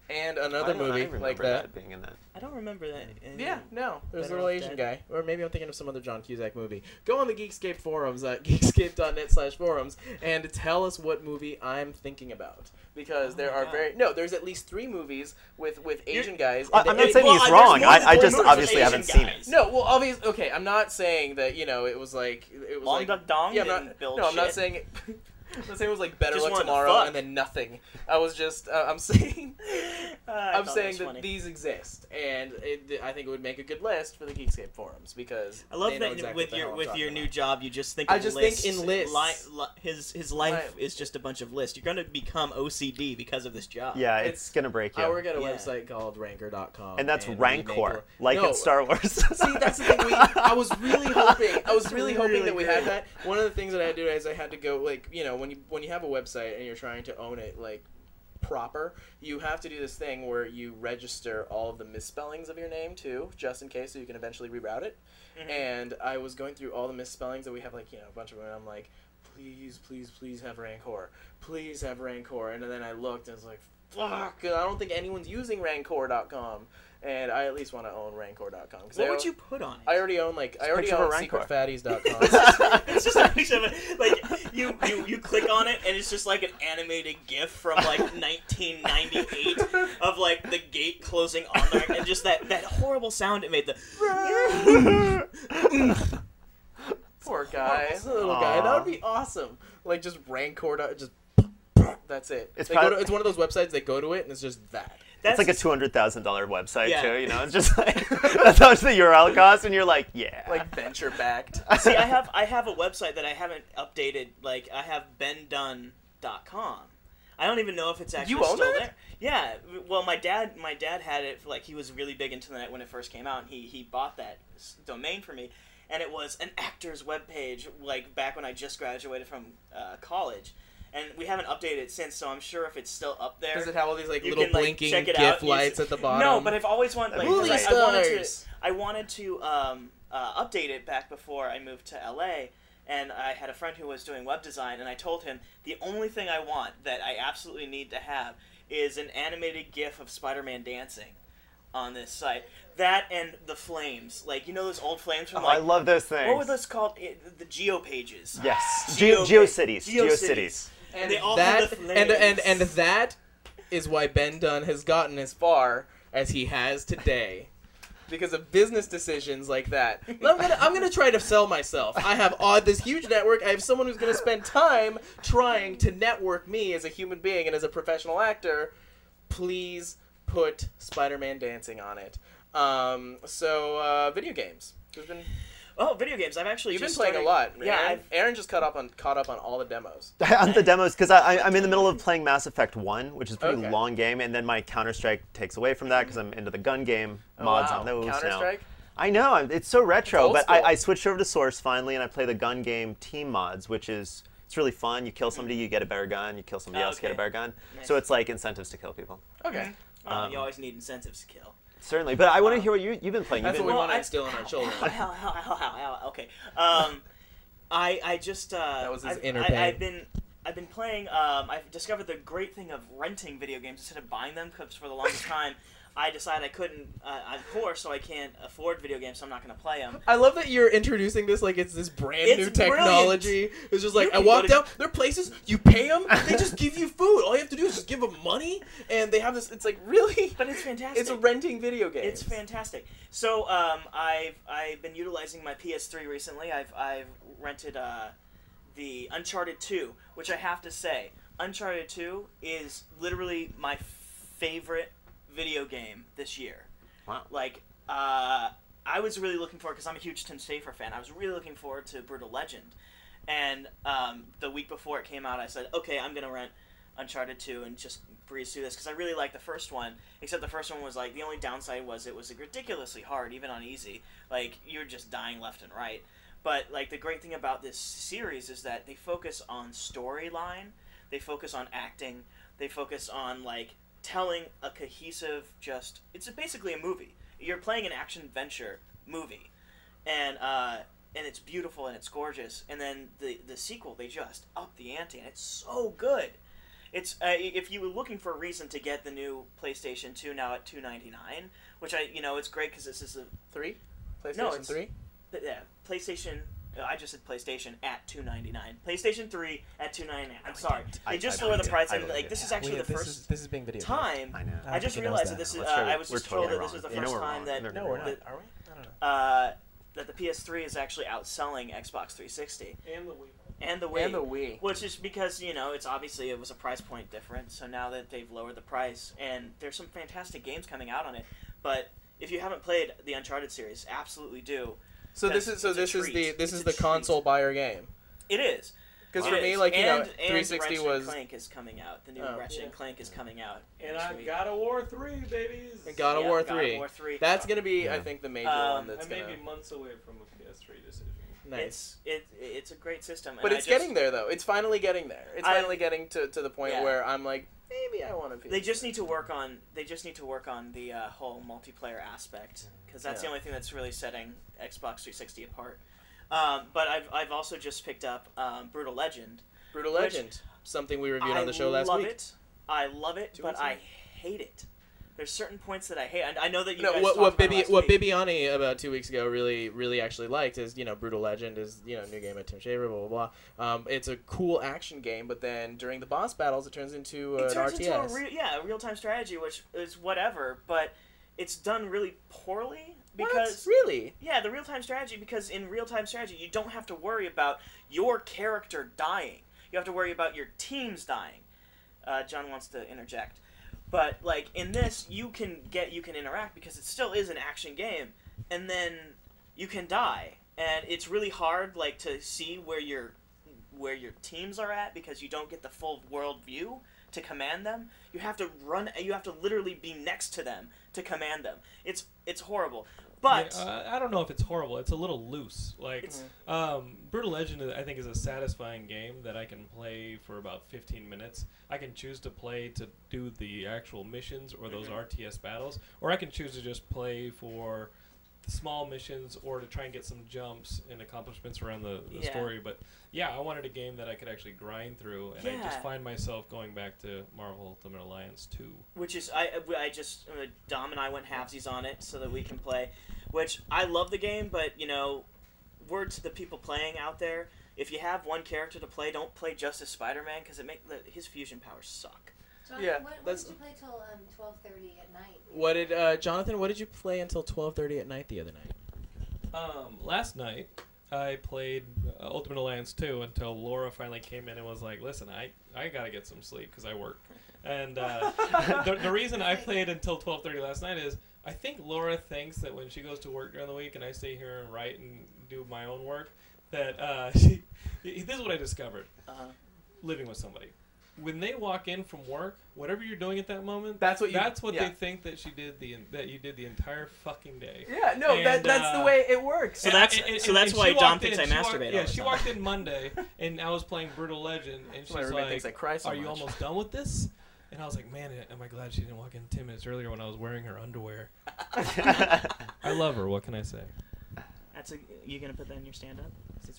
[SPEAKER 1] And another
[SPEAKER 4] I don't- I
[SPEAKER 1] movie
[SPEAKER 4] remember
[SPEAKER 1] like that.
[SPEAKER 4] being in that.
[SPEAKER 2] I don't remember that. in-
[SPEAKER 1] Yeah, no. Mm. There's a
[SPEAKER 2] Better
[SPEAKER 1] little
[SPEAKER 2] Off
[SPEAKER 1] Asian guy.
[SPEAKER 2] Dead.
[SPEAKER 1] Or maybe I'm thinking of some other John Cusack movie. Go on the Geekscape forums at geekscape.net slash forums and tell us what movie I'm thinking about. Because there
[SPEAKER 2] Oh my
[SPEAKER 1] are
[SPEAKER 2] God.
[SPEAKER 1] very... No, there's at least three movies with, with
[SPEAKER 2] You're-
[SPEAKER 1] Asian guys.
[SPEAKER 4] I-
[SPEAKER 1] and
[SPEAKER 4] I'm
[SPEAKER 1] they-
[SPEAKER 4] not saying
[SPEAKER 2] well,
[SPEAKER 4] he's
[SPEAKER 2] I- there's
[SPEAKER 4] wrong. I, I
[SPEAKER 2] multiple
[SPEAKER 4] just
[SPEAKER 2] movies with
[SPEAKER 4] obviously haven't
[SPEAKER 2] Asian
[SPEAKER 4] seen it.
[SPEAKER 2] guys.
[SPEAKER 1] No, well, obviously... Okay, I'm not saying that, you know, it was like... It was
[SPEAKER 2] Long
[SPEAKER 1] like,
[SPEAKER 2] Duck Dong
[SPEAKER 1] yeah, I'm
[SPEAKER 2] didn't
[SPEAKER 1] not,
[SPEAKER 2] build
[SPEAKER 1] No, I'm not
[SPEAKER 2] shit.
[SPEAKER 1] saying... I'm not saying it was like Better
[SPEAKER 2] Just
[SPEAKER 1] Luck
[SPEAKER 2] wanted to
[SPEAKER 1] Tomorrow
[SPEAKER 2] fuck.
[SPEAKER 1] and then nothing. I was just... Uh, I'm saying...
[SPEAKER 2] Uh, I
[SPEAKER 1] I'm
[SPEAKER 2] thought
[SPEAKER 1] saying
[SPEAKER 2] was
[SPEAKER 1] that
[SPEAKER 2] funny.
[SPEAKER 1] these exist, and it, I think it would make a good list for the Geekscape forums because
[SPEAKER 2] I love
[SPEAKER 1] they know
[SPEAKER 2] that
[SPEAKER 1] exactly what the
[SPEAKER 2] with
[SPEAKER 1] hell
[SPEAKER 2] your
[SPEAKER 1] I'm
[SPEAKER 2] with
[SPEAKER 1] talking
[SPEAKER 2] your new
[SPEAKER 1] about.
[SPEAKER 2] job, you just think.
[SPEAKER 1] I
[SPEAKER 2] of
[SPEAKER 1] just think
[SPEAKER 2] lists.
[SPEAKER 1] in lists.
[SPEAKER 2] Li- li- his his life
[SPEAKER 1] Right.
[SPEAKER 2] is just a bunch of lists. You're going to become OCD because of this job.
[SPEAKER 4] Yeah, it's,
[SPEAKER 1] It's-
[SPEAKER 4] gonna break you.
[SPEAKER 1] I work at a
[SPEAKER 2] Yeah.
[SPEAKER 1] website called Ranker.com,
[SPEAKER 4] and that's
[SPEAKER 1] we make
[SPEAKER 4] rancor,
[SPEAKER 1] a-
[SPEAKER 4] like
[SPEAKER 1] no,
[SPEAKER 4] in Star Wars.
[SPEAKER 1] See, that's the thing. We, I was really hoping. I was really hoping that we had
[SPEAKER 2] great.
[SPEAKER 1] that. One of the things that I had to do is I had to go like you know when you when you have a website and you're trying to own it like proper, you have to do this thing where you register all of the misspellings of your name too, just in case, so you can eventually reroute it.
[SPEAKER 2] Mhm.
[SPEAKER 1] And I was going through all the misspellings that we have, like you know a bunch of them. and I'm like, please, please, please have Rancor. Please have Rancor. And then I looked and I was like, fuck, I don't think anyone's using Rancor.com. And I at least want to own Rancor.com. 'cause
[SPEAKER 2] What
[SPEAKER 1] I-
[SPEAKER 2] would you put on it?
[SPEAKER 1] I already own like I already
[SPEAKER 4] picture
[SPEAKER 1] own
[SPEAKER 4] of a Rancor.
[SPEAKER 1] secretfatties.com.
[SPEAKER 2] it's just a picture of it. Like you, you, you click on it, and it's just like an animated GIF from like 1998 of like the gate closing on there, and just that that horrible sound it made. The
[SPEAKER 1] Poor guy, little guy.
[SPEAKER 4] Aw.
[SPEAKER 1] That would be awesome. Like just Rancor. dot- Just That's it.
[SPEAKER 4] It's
[SPEAKER 1] They
[SPEAKER 4] prob-
[SPEAKER 1] go to- it's one of those websites they go to it and it's just that.
[SPEAKER 2] That's
[SPEAKER 4] it's like a two hundred thousand dollar website
[SPEAKER 1] Yeah.
[SPEAKER 4] too. You know, it's just like that's how much the URL costs, and you're like, yeah,
[SPEAKER 1] Like venture backed.
[SPEAKER 2] See, I have I have a website that I haven't updated. Like I have bendone.com. I don't even know if it's actually
[SPEAKER 1] You own
[SPEAKER 2] still
[SPEAKER 1] that?
[SPEAKER 2] there. Yeah. Well, my dad my dad had it for, like he was really big into the net when it first came out, and he he bought that s- domain for me, and it was an actor's webpage like back when I just graduated from uh, college, and we haven't updated it since. So I'm sure if it's still up there.
[SPEAKER 1] Does it have all these like
[SPEAKER 2] You
[SPEAKER 1] little
[SPEAKER 2] can, like,
[SPEAKER 1] blinking
[SPEAKER 2] check it
[SPEAKER 1] GIF
[SPEAKER 2] out, use
[SPEAKER 1] lights
[SPEAKER 2] it.
[SPEAKER 1] at the bottom?
[SPEAKER 2] No, but I've always wanted like
[SPEAKER 4] Movie
[SPEAKER 2] 'cause I, I wanted to
[SPEAKER 1] stars.
[SPEAKER 2] I wanted to um, uh, update it back before I moved to LA, and I had a friend who was doing web design, and I told him the only thing I want that I absolutely need to have is an animated GIF of Spider-Man dancing on this site. That and the flames, like you know those old flames from
[SPEAKER 4] Oh,
[SPEAKER 2] like
[SPEAKER 4] I love those things.
[SPEAKER 2] what were those called? Eh, the Geo pages.
[SPEAKER 4] Yes,
[SPEAKER 2] Geo-
[SPEAKER 4] Geo GeoCities.
[SPEAKER 2] GeoCities.
[SPEAKER 4] GeoCities.
[SPEAKER 1] and
[SPEAKER 2] they all
[SPEAKER 1] that
[SPEAKER 2] have the
[SPEAKER 1] and and and
[SPEAKER 2] flames.
[SPEAKER 1] that is why Ben Dunn has gotten as far as he has today. Because of business decisions like that, I'm gonna I'm gonna try to sell myself. I have all this huge network. I have someone who's gonna spend time trying to network me as a human being and as a professional actor. Please put Spider-Man dancing on it. Um, so uh, video games. There's been
[SPEAKER 2] Oh, video games. I've actually
[SPEAKER 1] you've been
[SPEAKER 2] just
[SPEAKER 1] playing a
[SPEAKER 2] started-
[SPEAKER 1] lot.
[SPEAKER 2] Yeah,
[SPEAKER 1] Aaron,
[SPEAKER 2] I've,
[SPEAKER 1] Aaron just caught up on caught up on all the demos.
[SPEAKER 4] on the demos because I, I, I'm in the middle of playing Mass Effect One, which is a pretty
[SPEAKER 1] Okay.
[SPEAKER 4] long game, and then my Counter Strike takes away from that because I'm into the gun game
[SPEAKER 1] Oh,
[SPEAKER 4] mods on those
[SPEAKER 1] Counter
[SPEAKER 4] now.
[SPEAKER 1] Strike.
[SPEAKER 4] I know I'm- it's so retro,
[SPEAKER 1] old
[SPEAKER 4] but I,
[SPEAKER 1] school.
[SPEAKER 4] I switched over to Source finally, and I play the gun game team mods, which is it's really fun. You kill somebody, you get a better gun. You kill somebody
[SPEAKER 2] Oh,
[SPEAKER 4] else, get a
[SPEAKER 2] okay.
[SPEAKER 4] better gun.
[SPEAKER 2] Nice.
[SPEAKER 4] So it's like incentives to kill people.
[SPEAKER 1] Okay.
[SPEAKER 2] oh,
[SPEAKER 4] um,
[SPEAKER 2] you always need incentives to kill.
[SPEAKER 4] Certainly, but I want to hear what you, you've been playing. You've
[SPEAKER 1] That's
[SPEAKER 4] been-
[SPEAKER 1] what we
[SPEAKER 2] Well,
[SPEAKER 1] want to
[SPEAKER 2] I-
[SPEAKER 1] instill in our children.
[SPEAKER 2] Ow, ow, ow, ow, ow, ow. Okay. Um, I I just uh,
[SPEAKER 1] That was his
[SPEAKER 2] I've,
[SPEAKER 1] inner
[SPEAKER 2] I,
[SPEAKER 1] pain.
[SPEAKER 2] I've been I've been playing. Um, I've discovered the great thing of renting video games instead of buying them because for the longest time. I decided I couldn't. Uh, I'm poor, so I can't afford video games, so I'm not going to play them.
[SPEAKER 1] I love that you're introducing this like it's this brand
[SPEAKER 2] It's
[SPEAKER 1] new technology. It's just like
[SPEAKER 2] You
[SPEAKER 1] I
[SPEAKER 2] can
[SPEAKER 1] walk
[SPEAKER 2] go to-
[SPEAKER 1] down. There are places you pay them. They just give you food. All you have to do is just give them money, and they have this. It's like really.
[SPEAKER 2] But it's fantastic.
[SPEAKER 1] It's a renting video game.
[SPEAKER 2] It's fantastic. So um, I've I've been utilizing my PS3 recently. I've I've rented uh, the Uncharted 2, which I have to say, Uncharted 2 is literally my favorite video game this year.
[SPEAKER 4] Wow.
[SPEAKER 2] Like uh, I was really looking forward because I'm a huge Tim Schafer fan. I was really looking forward to Brutal Legend, and um, the week before it came out, I said, okay, I'm gonna rent Uncharted 2 and just breeze through this because I really like the first one. Except the first one was like the only downside was it was ridiculously hard, even on easy. Like you're just dying left and right. But like the great thing about this series is that they focus on storyline, they focus on acting, they focus on like telling a cohesive just it's basically a movie. You're playing an action adventure movie. And uh and it's beautiful and it's gorgeous. And then the the sequel they just up the ante and it's so good. It's uh, if you were looking for a reason to get the new PlayStation 2 now at 299, which I you know it's great because this is a
[SPEAKER 1] three. PlayStation
[SPEAKER 2] No, it's-
[SPEAKER 1] three.
[SPEAKER 2] but yeah, PlayStation. uh, I just said PlayStation at two ninety nine. PlayStation three at two ninety nine. I'm sorry,
[SPEAKER 4] I-
[SPEAKER 2] they just
[SPEAKER 4] I Oh,
[SPEAKER 2] lowered
[SPEAKER 4] believe
[SPEAKER 2] the
[SPEAKER 4] it.
[SPEAKER 2] price,
[SPEAKER 4] I
[SPEAKER 2] and
[SPEAKER 4] believe
[SPEAKER 2] like
[SPEAKER 4] it.
[SPEAKER 2] this is actually the first
[SPEAKER 1] this is being video
[SPEAKER 2] time.
[SPEAKER 4] I know.
[SPEAKER 1] I don't
[SPEAKER 2] I just
[SPEAKER 1] think he knows
[SPEAKER 2] realized
[SPEAKER 1] that.
[SPEAKER 2] that this is.
[SPEAKER 4] We're
[SPEAKER 2] Uh,
[SPEAKER 4] totally-
[SPEAKER 2] I was
[SPEAKER 4] we're
[SPEAKER 2] just told
[SPEAKER 4] totally
[SPEAKER 2] that this was
[SPEAKER 4] wrong.
[SPEAKER 2] the
[SPEAKER 4] You know
[SPEAKER 2] first
[SPEAKER 4] we're
[SPEAKER 2] time
[SPEAKER 4] wrong.
[SPEAKER 2] that
[SPEAKER 4] They're
[SPEAKER 1] No, we're not.
[SPEAKER 2] that-
[SPEAKER 1] Are we? I don't know.
[SPEAKER 2] uh, that the PS3 is actually outselling Xbox 360
[SPEAKER 3] And the Wii.
[SPEAKER 2] and the Wii,
[SPEAKER 1] And the Wii.
[SPEAKER 2] which is because you know it's obviously it was a price point difference. So now that they've lowered the price, and there's some fantastic games coming out on it. But if you haven't played the Uncharted series, absolutely do.
[SPEAKER 1] So this
[SPEAKER 2] That's-
[SPEAKER 1] is so
[SPEAKER 2] it's a
[SPEAKER 1] this is the
[SPEAKER 2] treat.
[SPEAKER 1] this is
[SPEAKER 2] It's
[SPEAKER 1] the
[SPEAKER 2] a treat.
[SPEAKER 1] console buyer game.
[SPEAKER 2] It is.
[SPEAKER 1] Because
[SPEAKER 2] It
[SPEAKER 1] for me,
[SPEAKER 2] is.
[SPEAKER 1] like you know,
[SPEAKER 2] and, and
[SPEAKER 1] 360
[SPEAKER 2] Ratchet
[SPEAKER 1] was
[SPEAKER 2] And Clank is coming out. The new
[SPEAKER 1] Oh.
[SPEAKER 2] Ratchet
[SPEAKER 3] Yeah.
[SPEAKER 2] and Clank is coming out.
[SPEAKER 3] And
[SPEAKER 2] next
[SPEAKER 3] I've
[SPEAKER 2] week.
[SPEAKER 3] got a War 3, babies.
[SPEAKER 1] and God of
[SPEAKER 2] Yeah,
[SPEAKER 1] War
[SPEAKER 2] God of
[SPEAKER 1] three.
[SPEAKER 2] War three. Uh,
[SPEAKER 1] That's gonna be, I
[SPEAKER 4] Yeah.
[SPEAKER 1] think, the major
[SPEAKER 2] Um,
[SPEAKER 1] one.
[SPEAKER 2] I
[SPEAKER 3] I
[SPEAKER 1] That's
[SPEAKER 3] may
[SPEAKER 1] gonna
[SPEAKER 3] be months away from a PS3 decision.
[SPEAKER 1] nice.
[SPEAKER 2] It's it, it's a great system. and
[SPEAKER 1] But
[SPEAKER 2] I
[SPEAKER 1] it's
[SPEAKER 2] just-
[SPEAKER 1] getting there though. It's finally getting there. It's
[SPEAKER 2] I-
[SPEAKER 1] finally getting to, to the point
[SPEAKER 2] Yeah.
[SPEAKER 1] where I'm like, maybe I want to.
[SPEAKER 2] They just need to work on. They just need to work on the uh, whole multiplayer aspect because that's the
[SPEAKER 1] Yeah.
[SPEAKER 2] only thing that's really setting Xbox 360 apart. Um, but I've I've also just picked up um, Brutal Legend.
[SPEAKER 1] brutal
[SPEAKER 2] which-
[SPEAKER 1] legend. Something we reviewed
[SPEAKER 2] I
[SPEAKER 1] on the show last
[SPEAKER 2] love
[SPEAKER 1] week.
[SPEAKER 2] It. I love it,
[SPEAKER 1] Two
[SPEAKER 2] but
[SPEAKER 1] weeks ago?
[SPEAKER 2] I hate it. There's certain points that I hate. I, I know that you
[SPEAKER 1] No,
[SPEAKER 2] guys
[SPEAKER 1] what
[SPEAKER 2] talked
[SPEAKER 1] what
[SPEAKER 2] about it
[SPEAKER 1] Bibi
[SPEAKER 2] last
[SPEAKER 1] what
[SPEAKER 2] week.
[SPEAKER 1] Bibiani about two weeks ago really really actually liked is you know brutal legend is you know new game at Tim Shaver blah blah blah. Um, it's a cool action game, but then during the boss battles it turns into uh,
[SPEAKER 2] it turns
[SPEAKER 1] an RTS.
[SPEAKER 2] into a real yeah a real time strategy, which is whatever, but it's done really poorly
[SPEAKER 1] What?
[SPEAKER 2] because
[SPEAKER 1] really
[SPEAKER 2] yeah the real time strategy because in real time strategy you don't have to worry about your character dying, you have to worry about your teams dying. Uh, John wants to interject, but like in this, you can get you can interact because it still is an action game, and then you can die, and it's really hard like to see where your where your teams are at because you don't get the full world view to command them. You have to run. You have to literally be next to them to command them. It's it's horrible, but. Mm-hmm.
[SPEAKER 3] Yeah, uh, I don't know if it's horrible. It's a little loose. Like
[SPEAKER 2] It's-
[SPEAKER 3] um, Brutal Legend, I think, is a satisfying game that I can play for about 15 minutes. I can choose to play to do the actual missions or
[SPEAKER 2] Mm-hmm.
[SPEAKER 3] those RTS battles, or I can choose to just play for the small missions or to try and get some jumps and accomplishments around the, the
[SPEAKER 2] Yeah.
[SPEAKER 3] story. But yeah, I wanted a game that I could actually grind through, and I
[SPEAKER 2] Yeah.
[SPEAKER 3] just find myself going back to Marvel Ultimate Alliance 2.
[SPEAKER 2] which is I I just uh, Dom and I went halvesies on it so that we can play, which I love the game, but you know, word to the people playing out there: if you have one character to play, don't play just as Spider-Man because it make the, his fusion powers suck.
[SPEAKER 6] John,
[SPEAKER 1] Yeah,
[SPEAKER 6] What, what
[SPEAKER 1] that's-
[SPEAKER 6] did you play till um, twelve thirty at night?
[SPEAKER 1] What did uh, Jonathan? What did you play until twelve thirty at night the other night?
[SPEAKER 3] Um, last night I played uh, Ultimate Alliance 2 until Laura finally came in and was like, "Listen, I I gotta get some sleep because I work." And uh, the, the reason I played until 12:30 last night is I think Laura thinks that when she goes to work during the week and I stay here and write and do my own work, that uh, she. This is what I discovered
[SPEAKER 2] Uh-huh.
[SPEAKER 3] living with somebody. When they walk in from work, whatever you're doing at that moment,
[SPEAKER 1] That's what you-
[SPEAKER 3] that's what
[SPEAKER 1] yeah.
[SPEAKER 3] they think that she did the that you did the entire fucking day.
[SPEAKER 1] Yeah, no,
[SPEAKER 3] And,
[SPEAKER 1] that, that's the
[SPEAKER 3] uh,
[SPEAKER 1] way it works.
[SPEAKER 2] So that's- so that's
[SPEAKER 3] she
[SPEAKER 2] why
[SPEAKER 3] walked
[SPEAKER 2] Dom thinks
[SPEAKER 3] in,
[SPEAKER 2] I
[SPEAKER 3] she walked-
[SPEAKER 2] masturbate all
[SPEAKER 3] Yeah,
[SPEAKER 2] the
[SPEAKER 3] she
[SPEAKER 2] time.
[SPEAKER 3] walked in Monday, and I was playing Brutal Legend, and
[SPEAKER 1] That's
[SPEAKER 3] she's
[SPEAKER 1] why everybody
[SPEAKER 3] like,
[SPEAKER 1] thinks I cry so
[SPEAKER 3] "Are you
[SPEAKER 1] much."
[SPEAKER 3] almost done with this?" And I was like, "Man, am I glad she didn't walk in ten minutes earlier when I was wearing her underwear." I love her. What can I say?
[SPEAKER 2] That's a you gonna put that in your stand-up?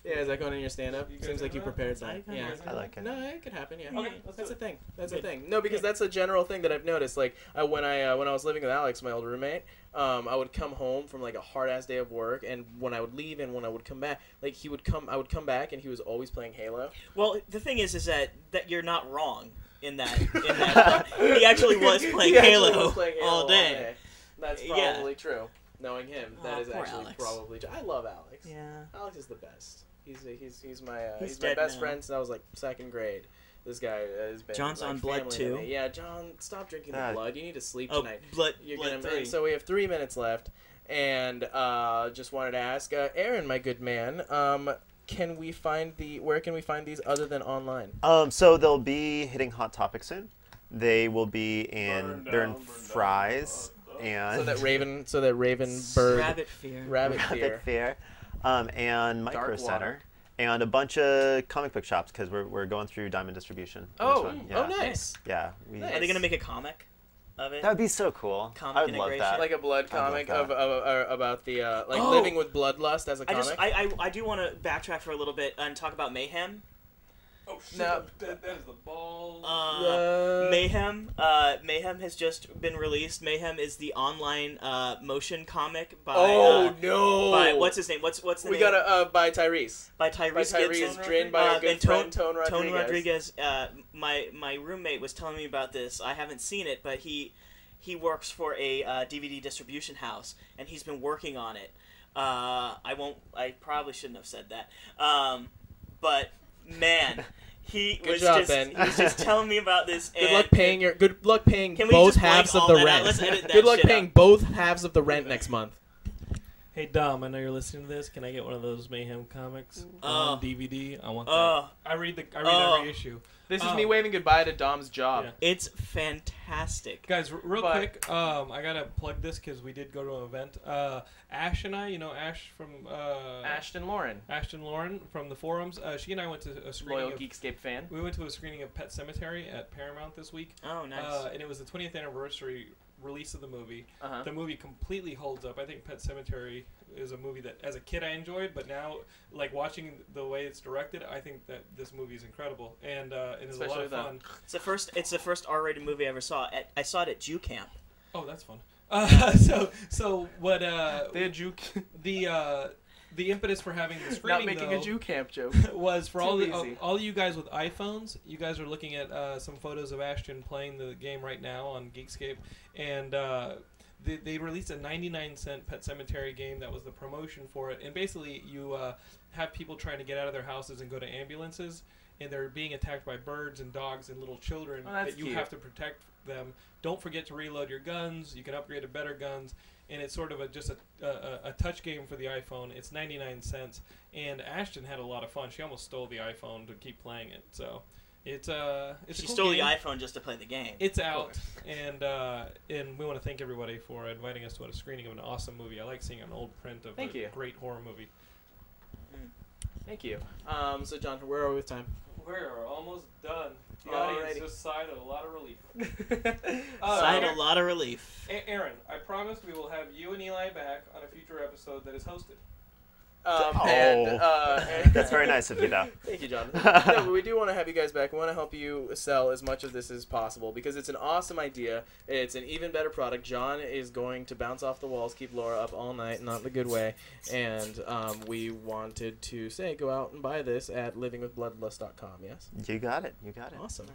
[SPEAKER 1] Yeah, is that going in your stand up?
[SPEAKER 7] You
[SPEAKER 1] Seems
[SPEAKER 7] guys
[SPEAKER 1] like you
[SPEAKER 7] have that?
[SPEAKER 1] prepared that.
[SPEAKER 2] I-
[SPEAKER 1] Yeah.
[SPEAKER 4] I like it.
[SPEAKER 1] No, it could happen. Yeah.
[SPEAKER 7] Okay, let's
[SPEAKER 1] that's
[SPEAKER 7] do
[SPEAKER 1] a
[SPEAKER 7] it.
[SPEAKER 1] thing. That's a
[SPEAKER 2] Good.
[SPEAKER 1] thing. No, because
[SPEAKER 2] Good.
[SPEAKER 1] that's a general thing that I've noticed. Like I, when I uh, when I was living with Alex, my old roommate, um, I would come home from like a hard ass day of work, and when I would leave and when I would come back, like he would come, I would come back, and he was always playing Halo.
[SPEAKER 2] Well, the thing is, is that that you're not wrong in that. In that he actually was playing,
[SPEAKER 1] He actually
[SPEAKER 2] Halo,
[SPEAKER 1] was playing Halo
[SPEAKER 2] all day.
[SPEAKER 1] That's
[SPEAKER 2] Yeah.
[SPEAKER 1] probably true. Knowing him, that
[SPEAKER 2] Aw,
[SPEAKER 1] is
[SPEAKER 2] poor
[SPEAKER 1] actually
[SPEAKER 2] Alex.
[SPEAKER 1] probably true. I love Alex.
[SPEAKER 2] Yeah.
[SPEAKER 1] Alex is the best. He's he's he's my uh,
[SPEAKER 2] He's
[SPEAKER 1] he's, my
[SPEAKER 2] dead
[SPEAKER 1] best
[SPEAKER 2] now.
[SPEAKER 1] friend since I was like second grade. This guy uh, has been
[SPEAKER 2] John's
[SPEAKER 1] like,
[SPEAKER 2] on blood
[SPEAKER 1] family to
[SPEAKER 2] too.
[SPEAKER 1] me. Yeah, John, stop drinking the
[SPEAKER 4] Ah.
[SPEAKER 1] blood. You need to sleep
[SPEAKER 2] Oh,
[SPEAKER 1] tonight.
[SPEAKER 2] blood,
[SPEAKER 1] You're
[SPEAKER 2] blood
[SPEAKER 1] gonna,
[SPEAKER 2] three.
[SPEAKER 1] and so we have three minutes left, and uh, just wanted to ask uh, Aaron, my good man, um, can we find the where can we find these other than online?
[SPEAKER 4] Um, so they'll be hitting Hot Topic soon. They will be in
[SPEAKER 7] Burn
[SPEAKER 4] they're in
[SPEAKER 7] down, burn down,
[SPEAKER 4] fries
[SPEAKER 7] burn down.
[SPEAKER 4] and
[SPEAKER 1] So that Raven, so that Raven bird, rabbit,
[SPEAKER 2] Rabbit fear.
[SPEAKER 1] fear.
[SPEAKER 4] Rabbit Fear, um, and
[SPEAKER 1] Dark
[SPEAKER 4] Micro
[SPEAKER 1] Water.
[SPEAKER 4] Center, and a bunch of comic book shops because we're, we're going through Diamond Distribution. for this
[SPEAKER 1] Oh,
[SPEAKER 4] one.
[SPEAKER 1] oh,
[SPEAKER 4] Yeah.
[SPEAKER 1] nice.
[SPEAKER 4] Yeah, we-
[SPEAKER 1] Nice.
[SPEAKER 2] Are they gonna make a comic of it?
[SPEAKER 4] that would be so cool.
[SPEAKER 2] Comic
[SPEAKER 4] I would love
[SPEAKER 2] integration.
[SPEAKER 4] that.
[SPEAKER 1] Like a blood
[SPEAKER 4] I love
[SPEAKER 1] comic
[SPEAKER 4] that.
[SPEAKER 1] of, of uh, about the uh, like
[SPEAKER 2] Oh!
[SPEAKER 1] living with bloodlust as a
[SPEAKER 2] I
[SPEAKER 1] comic.
[SPEAKER 2] just I, I, I do want to backtrack for a little bit and talk about mayhem.
[SPEAKER 7] Oh shit!
[SPEAKER 1] No.
[SPEAKER 7] That, that is the ball.
[SPEAKER 2] Uh,
[SPEAKER 1] Uh,
[SPEAKER 2] Mayhem. Uh, Mayhem has just been released. Mayhem is the online uh, motion comic by
[SPEAKER 1] oh
[SPEAKER 2] uh,
[SPEAKER 1] no!
[SPEAKER 2] by what's his name? What's what's the
[SPEAKER 1] we
[SPEAKER 2] name?
[SPEAKER 1] got a uh, by Tyrese.
[SPEAKER 2] by
[SPEAKER 1] By
[SPEAKER 2] Tyrese
[SPEAKER 1] Tyrese,
[SPEAKER 2] Gibson.
[SPEAKER 7] Tone
[SPEAKER 1] drained by our
[SPEAKER 2] Uh,
[SPEAKER 1] good
[SPEAKER 2] and Tone-
[SPEAKER 1] friend Tone Rodriguez.
[SPEAKER 2] Tony Rodriguez. Uh, my my roommate was telling me about this. I haven't seen it, but he he works for a uh, DVD distribution house, and he's been working on it. Uh, I won't. I probably shouldn't have said that. Um, but man, he
[SPEAKER 1] Good
[SPEAKER 2] was
[SPEAKER 1] job,
[SPEAKER 2] just
[SPEAKER 1] Ben.
[SPEAKER 2] he was just telling me about this.
[SPEAKER 1] Good
[SPEAKER 2] and
[SPEAKER 1] luck paying your good luck paying
[SPEAKER 2] Can we
[SPEAKER 1] both
[SPEAKER 2] just blank
[SPEAKER 1] halves of
[SPEAKER 2] all
[SPEAKER 1] the
[SPEAKER 2] that out?
[SPEAKER 1] rent.
[SPEAKER 2] Let's edit that
[SPEAKER 1] good luck
[SPEAKER 2] shit
[SPEAKER 1] paying
[SPEAKER 2] out.
[SPEAKER 1] both halves of the rent next month.
[SPEAKER 3] Hey Dom, I know you're listening to this. Can I get one of those Mayhem comics
[SPEAKER 1] Mm. Uh,
[SPEAKER 2] on Oh.
[SPEAKER 3] DVD? I want
[SPEAKER 2] Oh,
[SPEAKER 3] I read the I read
[SPEAKER 2] Oh.
[SPEAKER 3] every issue.
[SPEAKER 1] This is
[SPEAKER 3] Oh.
[SPEAKER 1] me waving goodbye to Dom's job.
[SPEAKER 3] Yeah.
[SPEAKER 2] it's fantastic.
[SPEAKER 3] Guys, r- real
[SPEAKER 1] But-
[SPEAKER 3] quick, um, I gotta plug this because we did go to an event. Uh, Ash and I, you know Ash from uh,
[SPEAKER 1] Ashton Lauren,
[SPEAKER 3] Ashton Lauren from the forums. Uh, she and I went to a screening.
[SPEAKER 1] loyal
[SPEAKER 3] of-
[SPEAKER 1] Geekscape fan.
[SPEAKER 3] we went to a screening of Pet Cemetery at Paramount this week,
[SPEAKER 2] Oh, nice.
[SPEAKER 3] uh, and it was the 20th anniversary release of the movie.
[SPEAKER 1] Uh-huh.
[SPEAKER 3] The movie completely holds up. I think Pet Cemetery is a movie that, as a kid, I enjoyed, but now, like watching the way it's directed, I think that this movie is incredible and uh, it is a lot
[SPEAKER 1] Especially
[SPEAKER 3] of
[SPEAKER 1] the-
[SPEAKER 3] fun.
[SPEAKER 2] it's the first. It's the first R-rated movie I ever saw. At, I saw it at Jew camp.
[SPEAKER 3] Oh, that's fun. Uh, so, so what? Uh,
[SPEAKER 1] They had Jew, c-
[SPEAKER 3] the uh, the impetus for having the
[SPEAKER 1] not
[SPEAKER 3] screening
[SPEAKER 1] making
[SPEAKER 3] though,
[SPEAKER 1] a Jew camp joke.
[SPEAKER 3] was for all
[SPEAKER 1] Too
[SPEAKER 3] the,
[SPEAKER 8] uh,
[SPEAKER 3] all,
[SPEAKER 1] easy.
[SPEAKER 3] all you guys with iPhones. You guys are looking at uh, some photos of Ashton playing the game right now on Geekscape, and uh, they, they released a 99 cent Pet Cemetery game that was the promotion for it. And basically, you uh, have people trying to get out of their houses and go to ambulances.
[SPEAKER 8] and they're being attacked by birds and dogs and little children
[SPEAKER 2] Oh, that's
[SPEAKER 8] that you
[SPEAKER 2] cute.
[SPEAKER 8] have to protect them. Don't forget to reload your guns. You can upgrade to better guns, and it's sort of a just a a, a touch game for the iPhone. It's 99 cents, and Ashton had a lot of fun. She almost stole the iPhone to keep playing it. So it's uh, it's a
[SPEAKER 5] she
[SPEAKER 8] cool
[SPEAKER 5] stole
[SPEAKER 8] game.
[SPEAKER 5] the iPhone just to play the game.
[SPEAKER 8] It's out, and uh, and we want to thank everybody for inviting us to a screening of an awesome movie. I like seeing an old print of
[SPEAKER 1] Thank
[SPEAKER 8] a
[SPEAKER 1] you.
[SPEAKER 8] great horror movie.
[SPEAKER 1] Thank you. Um, so, John, where are we with time?
[SPEAKER 3] We're almost done. The
[SPEAKER 1] Alrighty.
[SPEAKER 3] audience just sighed a lot of relief. Uh,
[SPEAKER 5] Sighed
[SPEAKER 3] Aaron-
[SPEAKER 5] a lot of relief.
[SPEAKER 3] A- Aaron, I promise we will have you and Eli back on a future epised that is hosted.
[SPEAKER 1] Um,
[SPEAKER 4] Oh.
[SPEAKER 1] and, uh, and-
[SPEAKER 4] That's very nice of you, though.
[SPEAKER 1] Thank you, Jonathan. no, but we do want to have you guys back. We want to help you sell as much of this as possible because it's an awesome idea. It's an even better product. John is going to bounce off the walls, keep Laura up all night, not in a good way. And um, we wanted to say go out and buy this at livingwithbloodlust.com. Yes?
[SPEAKER 4] You got it. You got it.
[SPEAKER 1] Awesome.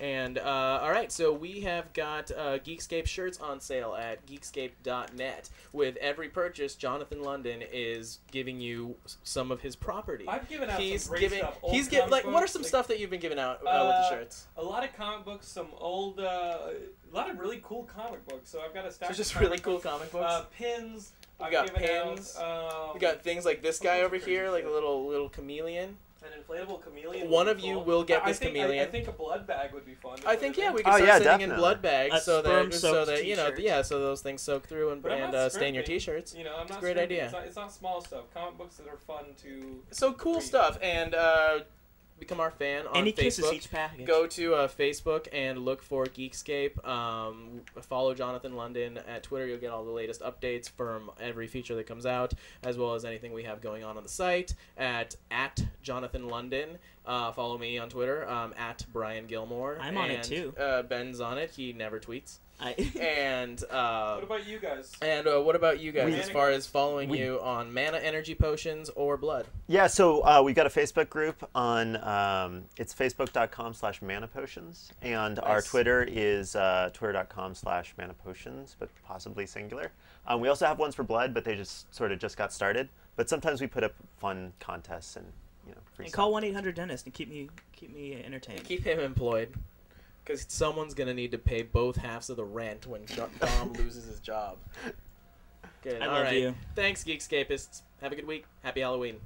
[SPEAKER 1] And uh, all right, so we have got uh, Geekscape shirts on sale at geekscape.net. With every purchase, Jonathan London is giving you s- some of his property.
[SPEAKER 3] I've given out
[SPEAKER 1] he's
[SPEAKER 3] some great
[SPEAKER 1] giving.
[SPEAKER 3] stuff. Old
[SPEAKER 1] He's giving.
[SPEAKER 3] comic
[SPEAKER 1] Like, what are
[SPEAKER 3] books,
[SPEAKER 1] some
[SPEAKER 3] like,
[SPEAKER 1] stuff that you've been giving out uh,
[SPEAKER 3] Uh,
[SPEAKER 1] with the shirts?
[SPEAKER 3] A lot of comic books, some old, uh, a lot of really cool comic books. So I've got a stack.
[SPEAKER 1] So
[SPEAKER 3] of
[SPEAKER 1] just
[SPEAKER 3] comic
[SPEAKER 1] really cool comic books.
[SPEAKER 3] books. Uh, pins.
[SPEAKER 1] We
[SPEAKER 3] I've
[SPEAKER 1] got
[SPEAKER 3] given
[SPEAKER 1] pins.
[SPEAKER 3] Out, um,
[SPEAKER 1] we got things like this
[SPEAKER 3] all
[SPEAKER 1] guy
[SPEAKER 3] kinds of
[SPEAKER 1] over
[SPEAKER 3] crazy
[SPEAKER 1] here, like a
[SPEAKER 3] shit.
[SPEAKER 1] little little chameleon.
[SPEAKER 3] an inflatable chameleon.
[SPEAKER 1] One
[SPEAKER 3] would
[SPEAKER 1] of
[SPEAKER 3] be
[SPEAKER 1] you
[SPEAKER 3] cool.
[SPEAKER 1] will get
[SPEAKER 3] I- I
[SPEAKER 1] this
[SPEAKER 3] think- I- I,
[SPEAKER 1] chameleon.
[SPEAKER 3] think a blood bag would be fun. to
[SPEAKER 1] I
[SPEAKER 3] put
[SPEAKER 1] think
[SPEAKER 3] it
[SPEAKER 1] yeah,
[SPEAKER 3] in.
[SPEAKER 1] we can
[SPEAKER 4] Oh,
[SPEAKER 1] start
[SPEAKER 4] yeah,
[SPEAKER 1] sitting in
[SPEAKER 4] definitely.
[SPEAKER 1] blood bags
[SPEAKER 5] A
[SPEAKER 1] so that so
[SPEAKER 5] sperm-soaked
[SPEAKER 1] that you know
[SPEAKER 5] t-shirt.
[SPEAKER 1] yeah so those things soak through and,
[SPEAKER 3] But I'm
[SPEAKER 1] and
[SPEAKER 3] not
[SPEAKER 1] uh, stain your
[SPEAKER 3] scripting.
[SPEAKER 1] t-shirts.
[SPEAKER 3] You know, I'm not
[SPEAKER 1] great
[SPEAKER 3] scripting.
[SPEAKER 1] idea.
[SPEAKER 3] It's not, it's not small stuff. Comic books that are fun to.
[SPEAKER 1] So cool
[SPEAKER 3] Great.
[SPEAKER 1] stuff and uh, become our fan on
[SPEAKER 5] And he
[SPEAKER 1] Facebook.
[SPEAKER 5] kisses each package.
[SPEAKER 1] Go to uh, Facebook and look for Geekscape. Um, follow Jonathan London at Twitter. You'll get all the latest updates from every feature that comes out, as well as anything we have going on on the site at at Jonathan London. Uh, follow me on Twitter um, at Brian Gilmore.
[SPEAKER 5] I'm on it
[SPEAKER 1] And,
[SPEAKER 5] too.
[SPEAKER 1] Uh, Ben's on it. He never tweets.
[SPEAKER 5] I,
[SPEAKER 1] And uh,
[SPEAKER 3] What about you guys?
[SPEAKER 1] and uh, what about you guys
[SPEAKER 4] We-
[SPEAKER 1] as far as following
[SPEAKER 4] we-
[SPEAKER 1] you on Mana Energy Potions or Blood?
[SPEAKER 4] Yeah, so uh, we've got a Facebook group on, um, it's facebook.com slash manapotions, and our
[SPEAKER 1] Nice.
[SPEAKER 4] Twitter is uh, twitter.com slash manapotions, but possibly singular. Um, we also have ones for blood, but they just sort of just got started. But sometimes we put up fun contests and, you know, free
[SPEAKER 5] and
[SPEAKER 4] stuff.
[SPEAKER 5] call one eight hundred dentist and keep me keep me entertained.
[SPEAKER 1] Keep him employed. Because someone's going to need to pay both halves of the rent when Jo- Dom loses his job. Good.
[SPEAKER 5] I
[SPEAKER 1] all
[SPEAKER 5] love
[SPEAKER 1] right.
[SPEAKER 5] you.
[SPEAKER 1] Thanks, Geekscapists. Have a good week. Happy Halloween.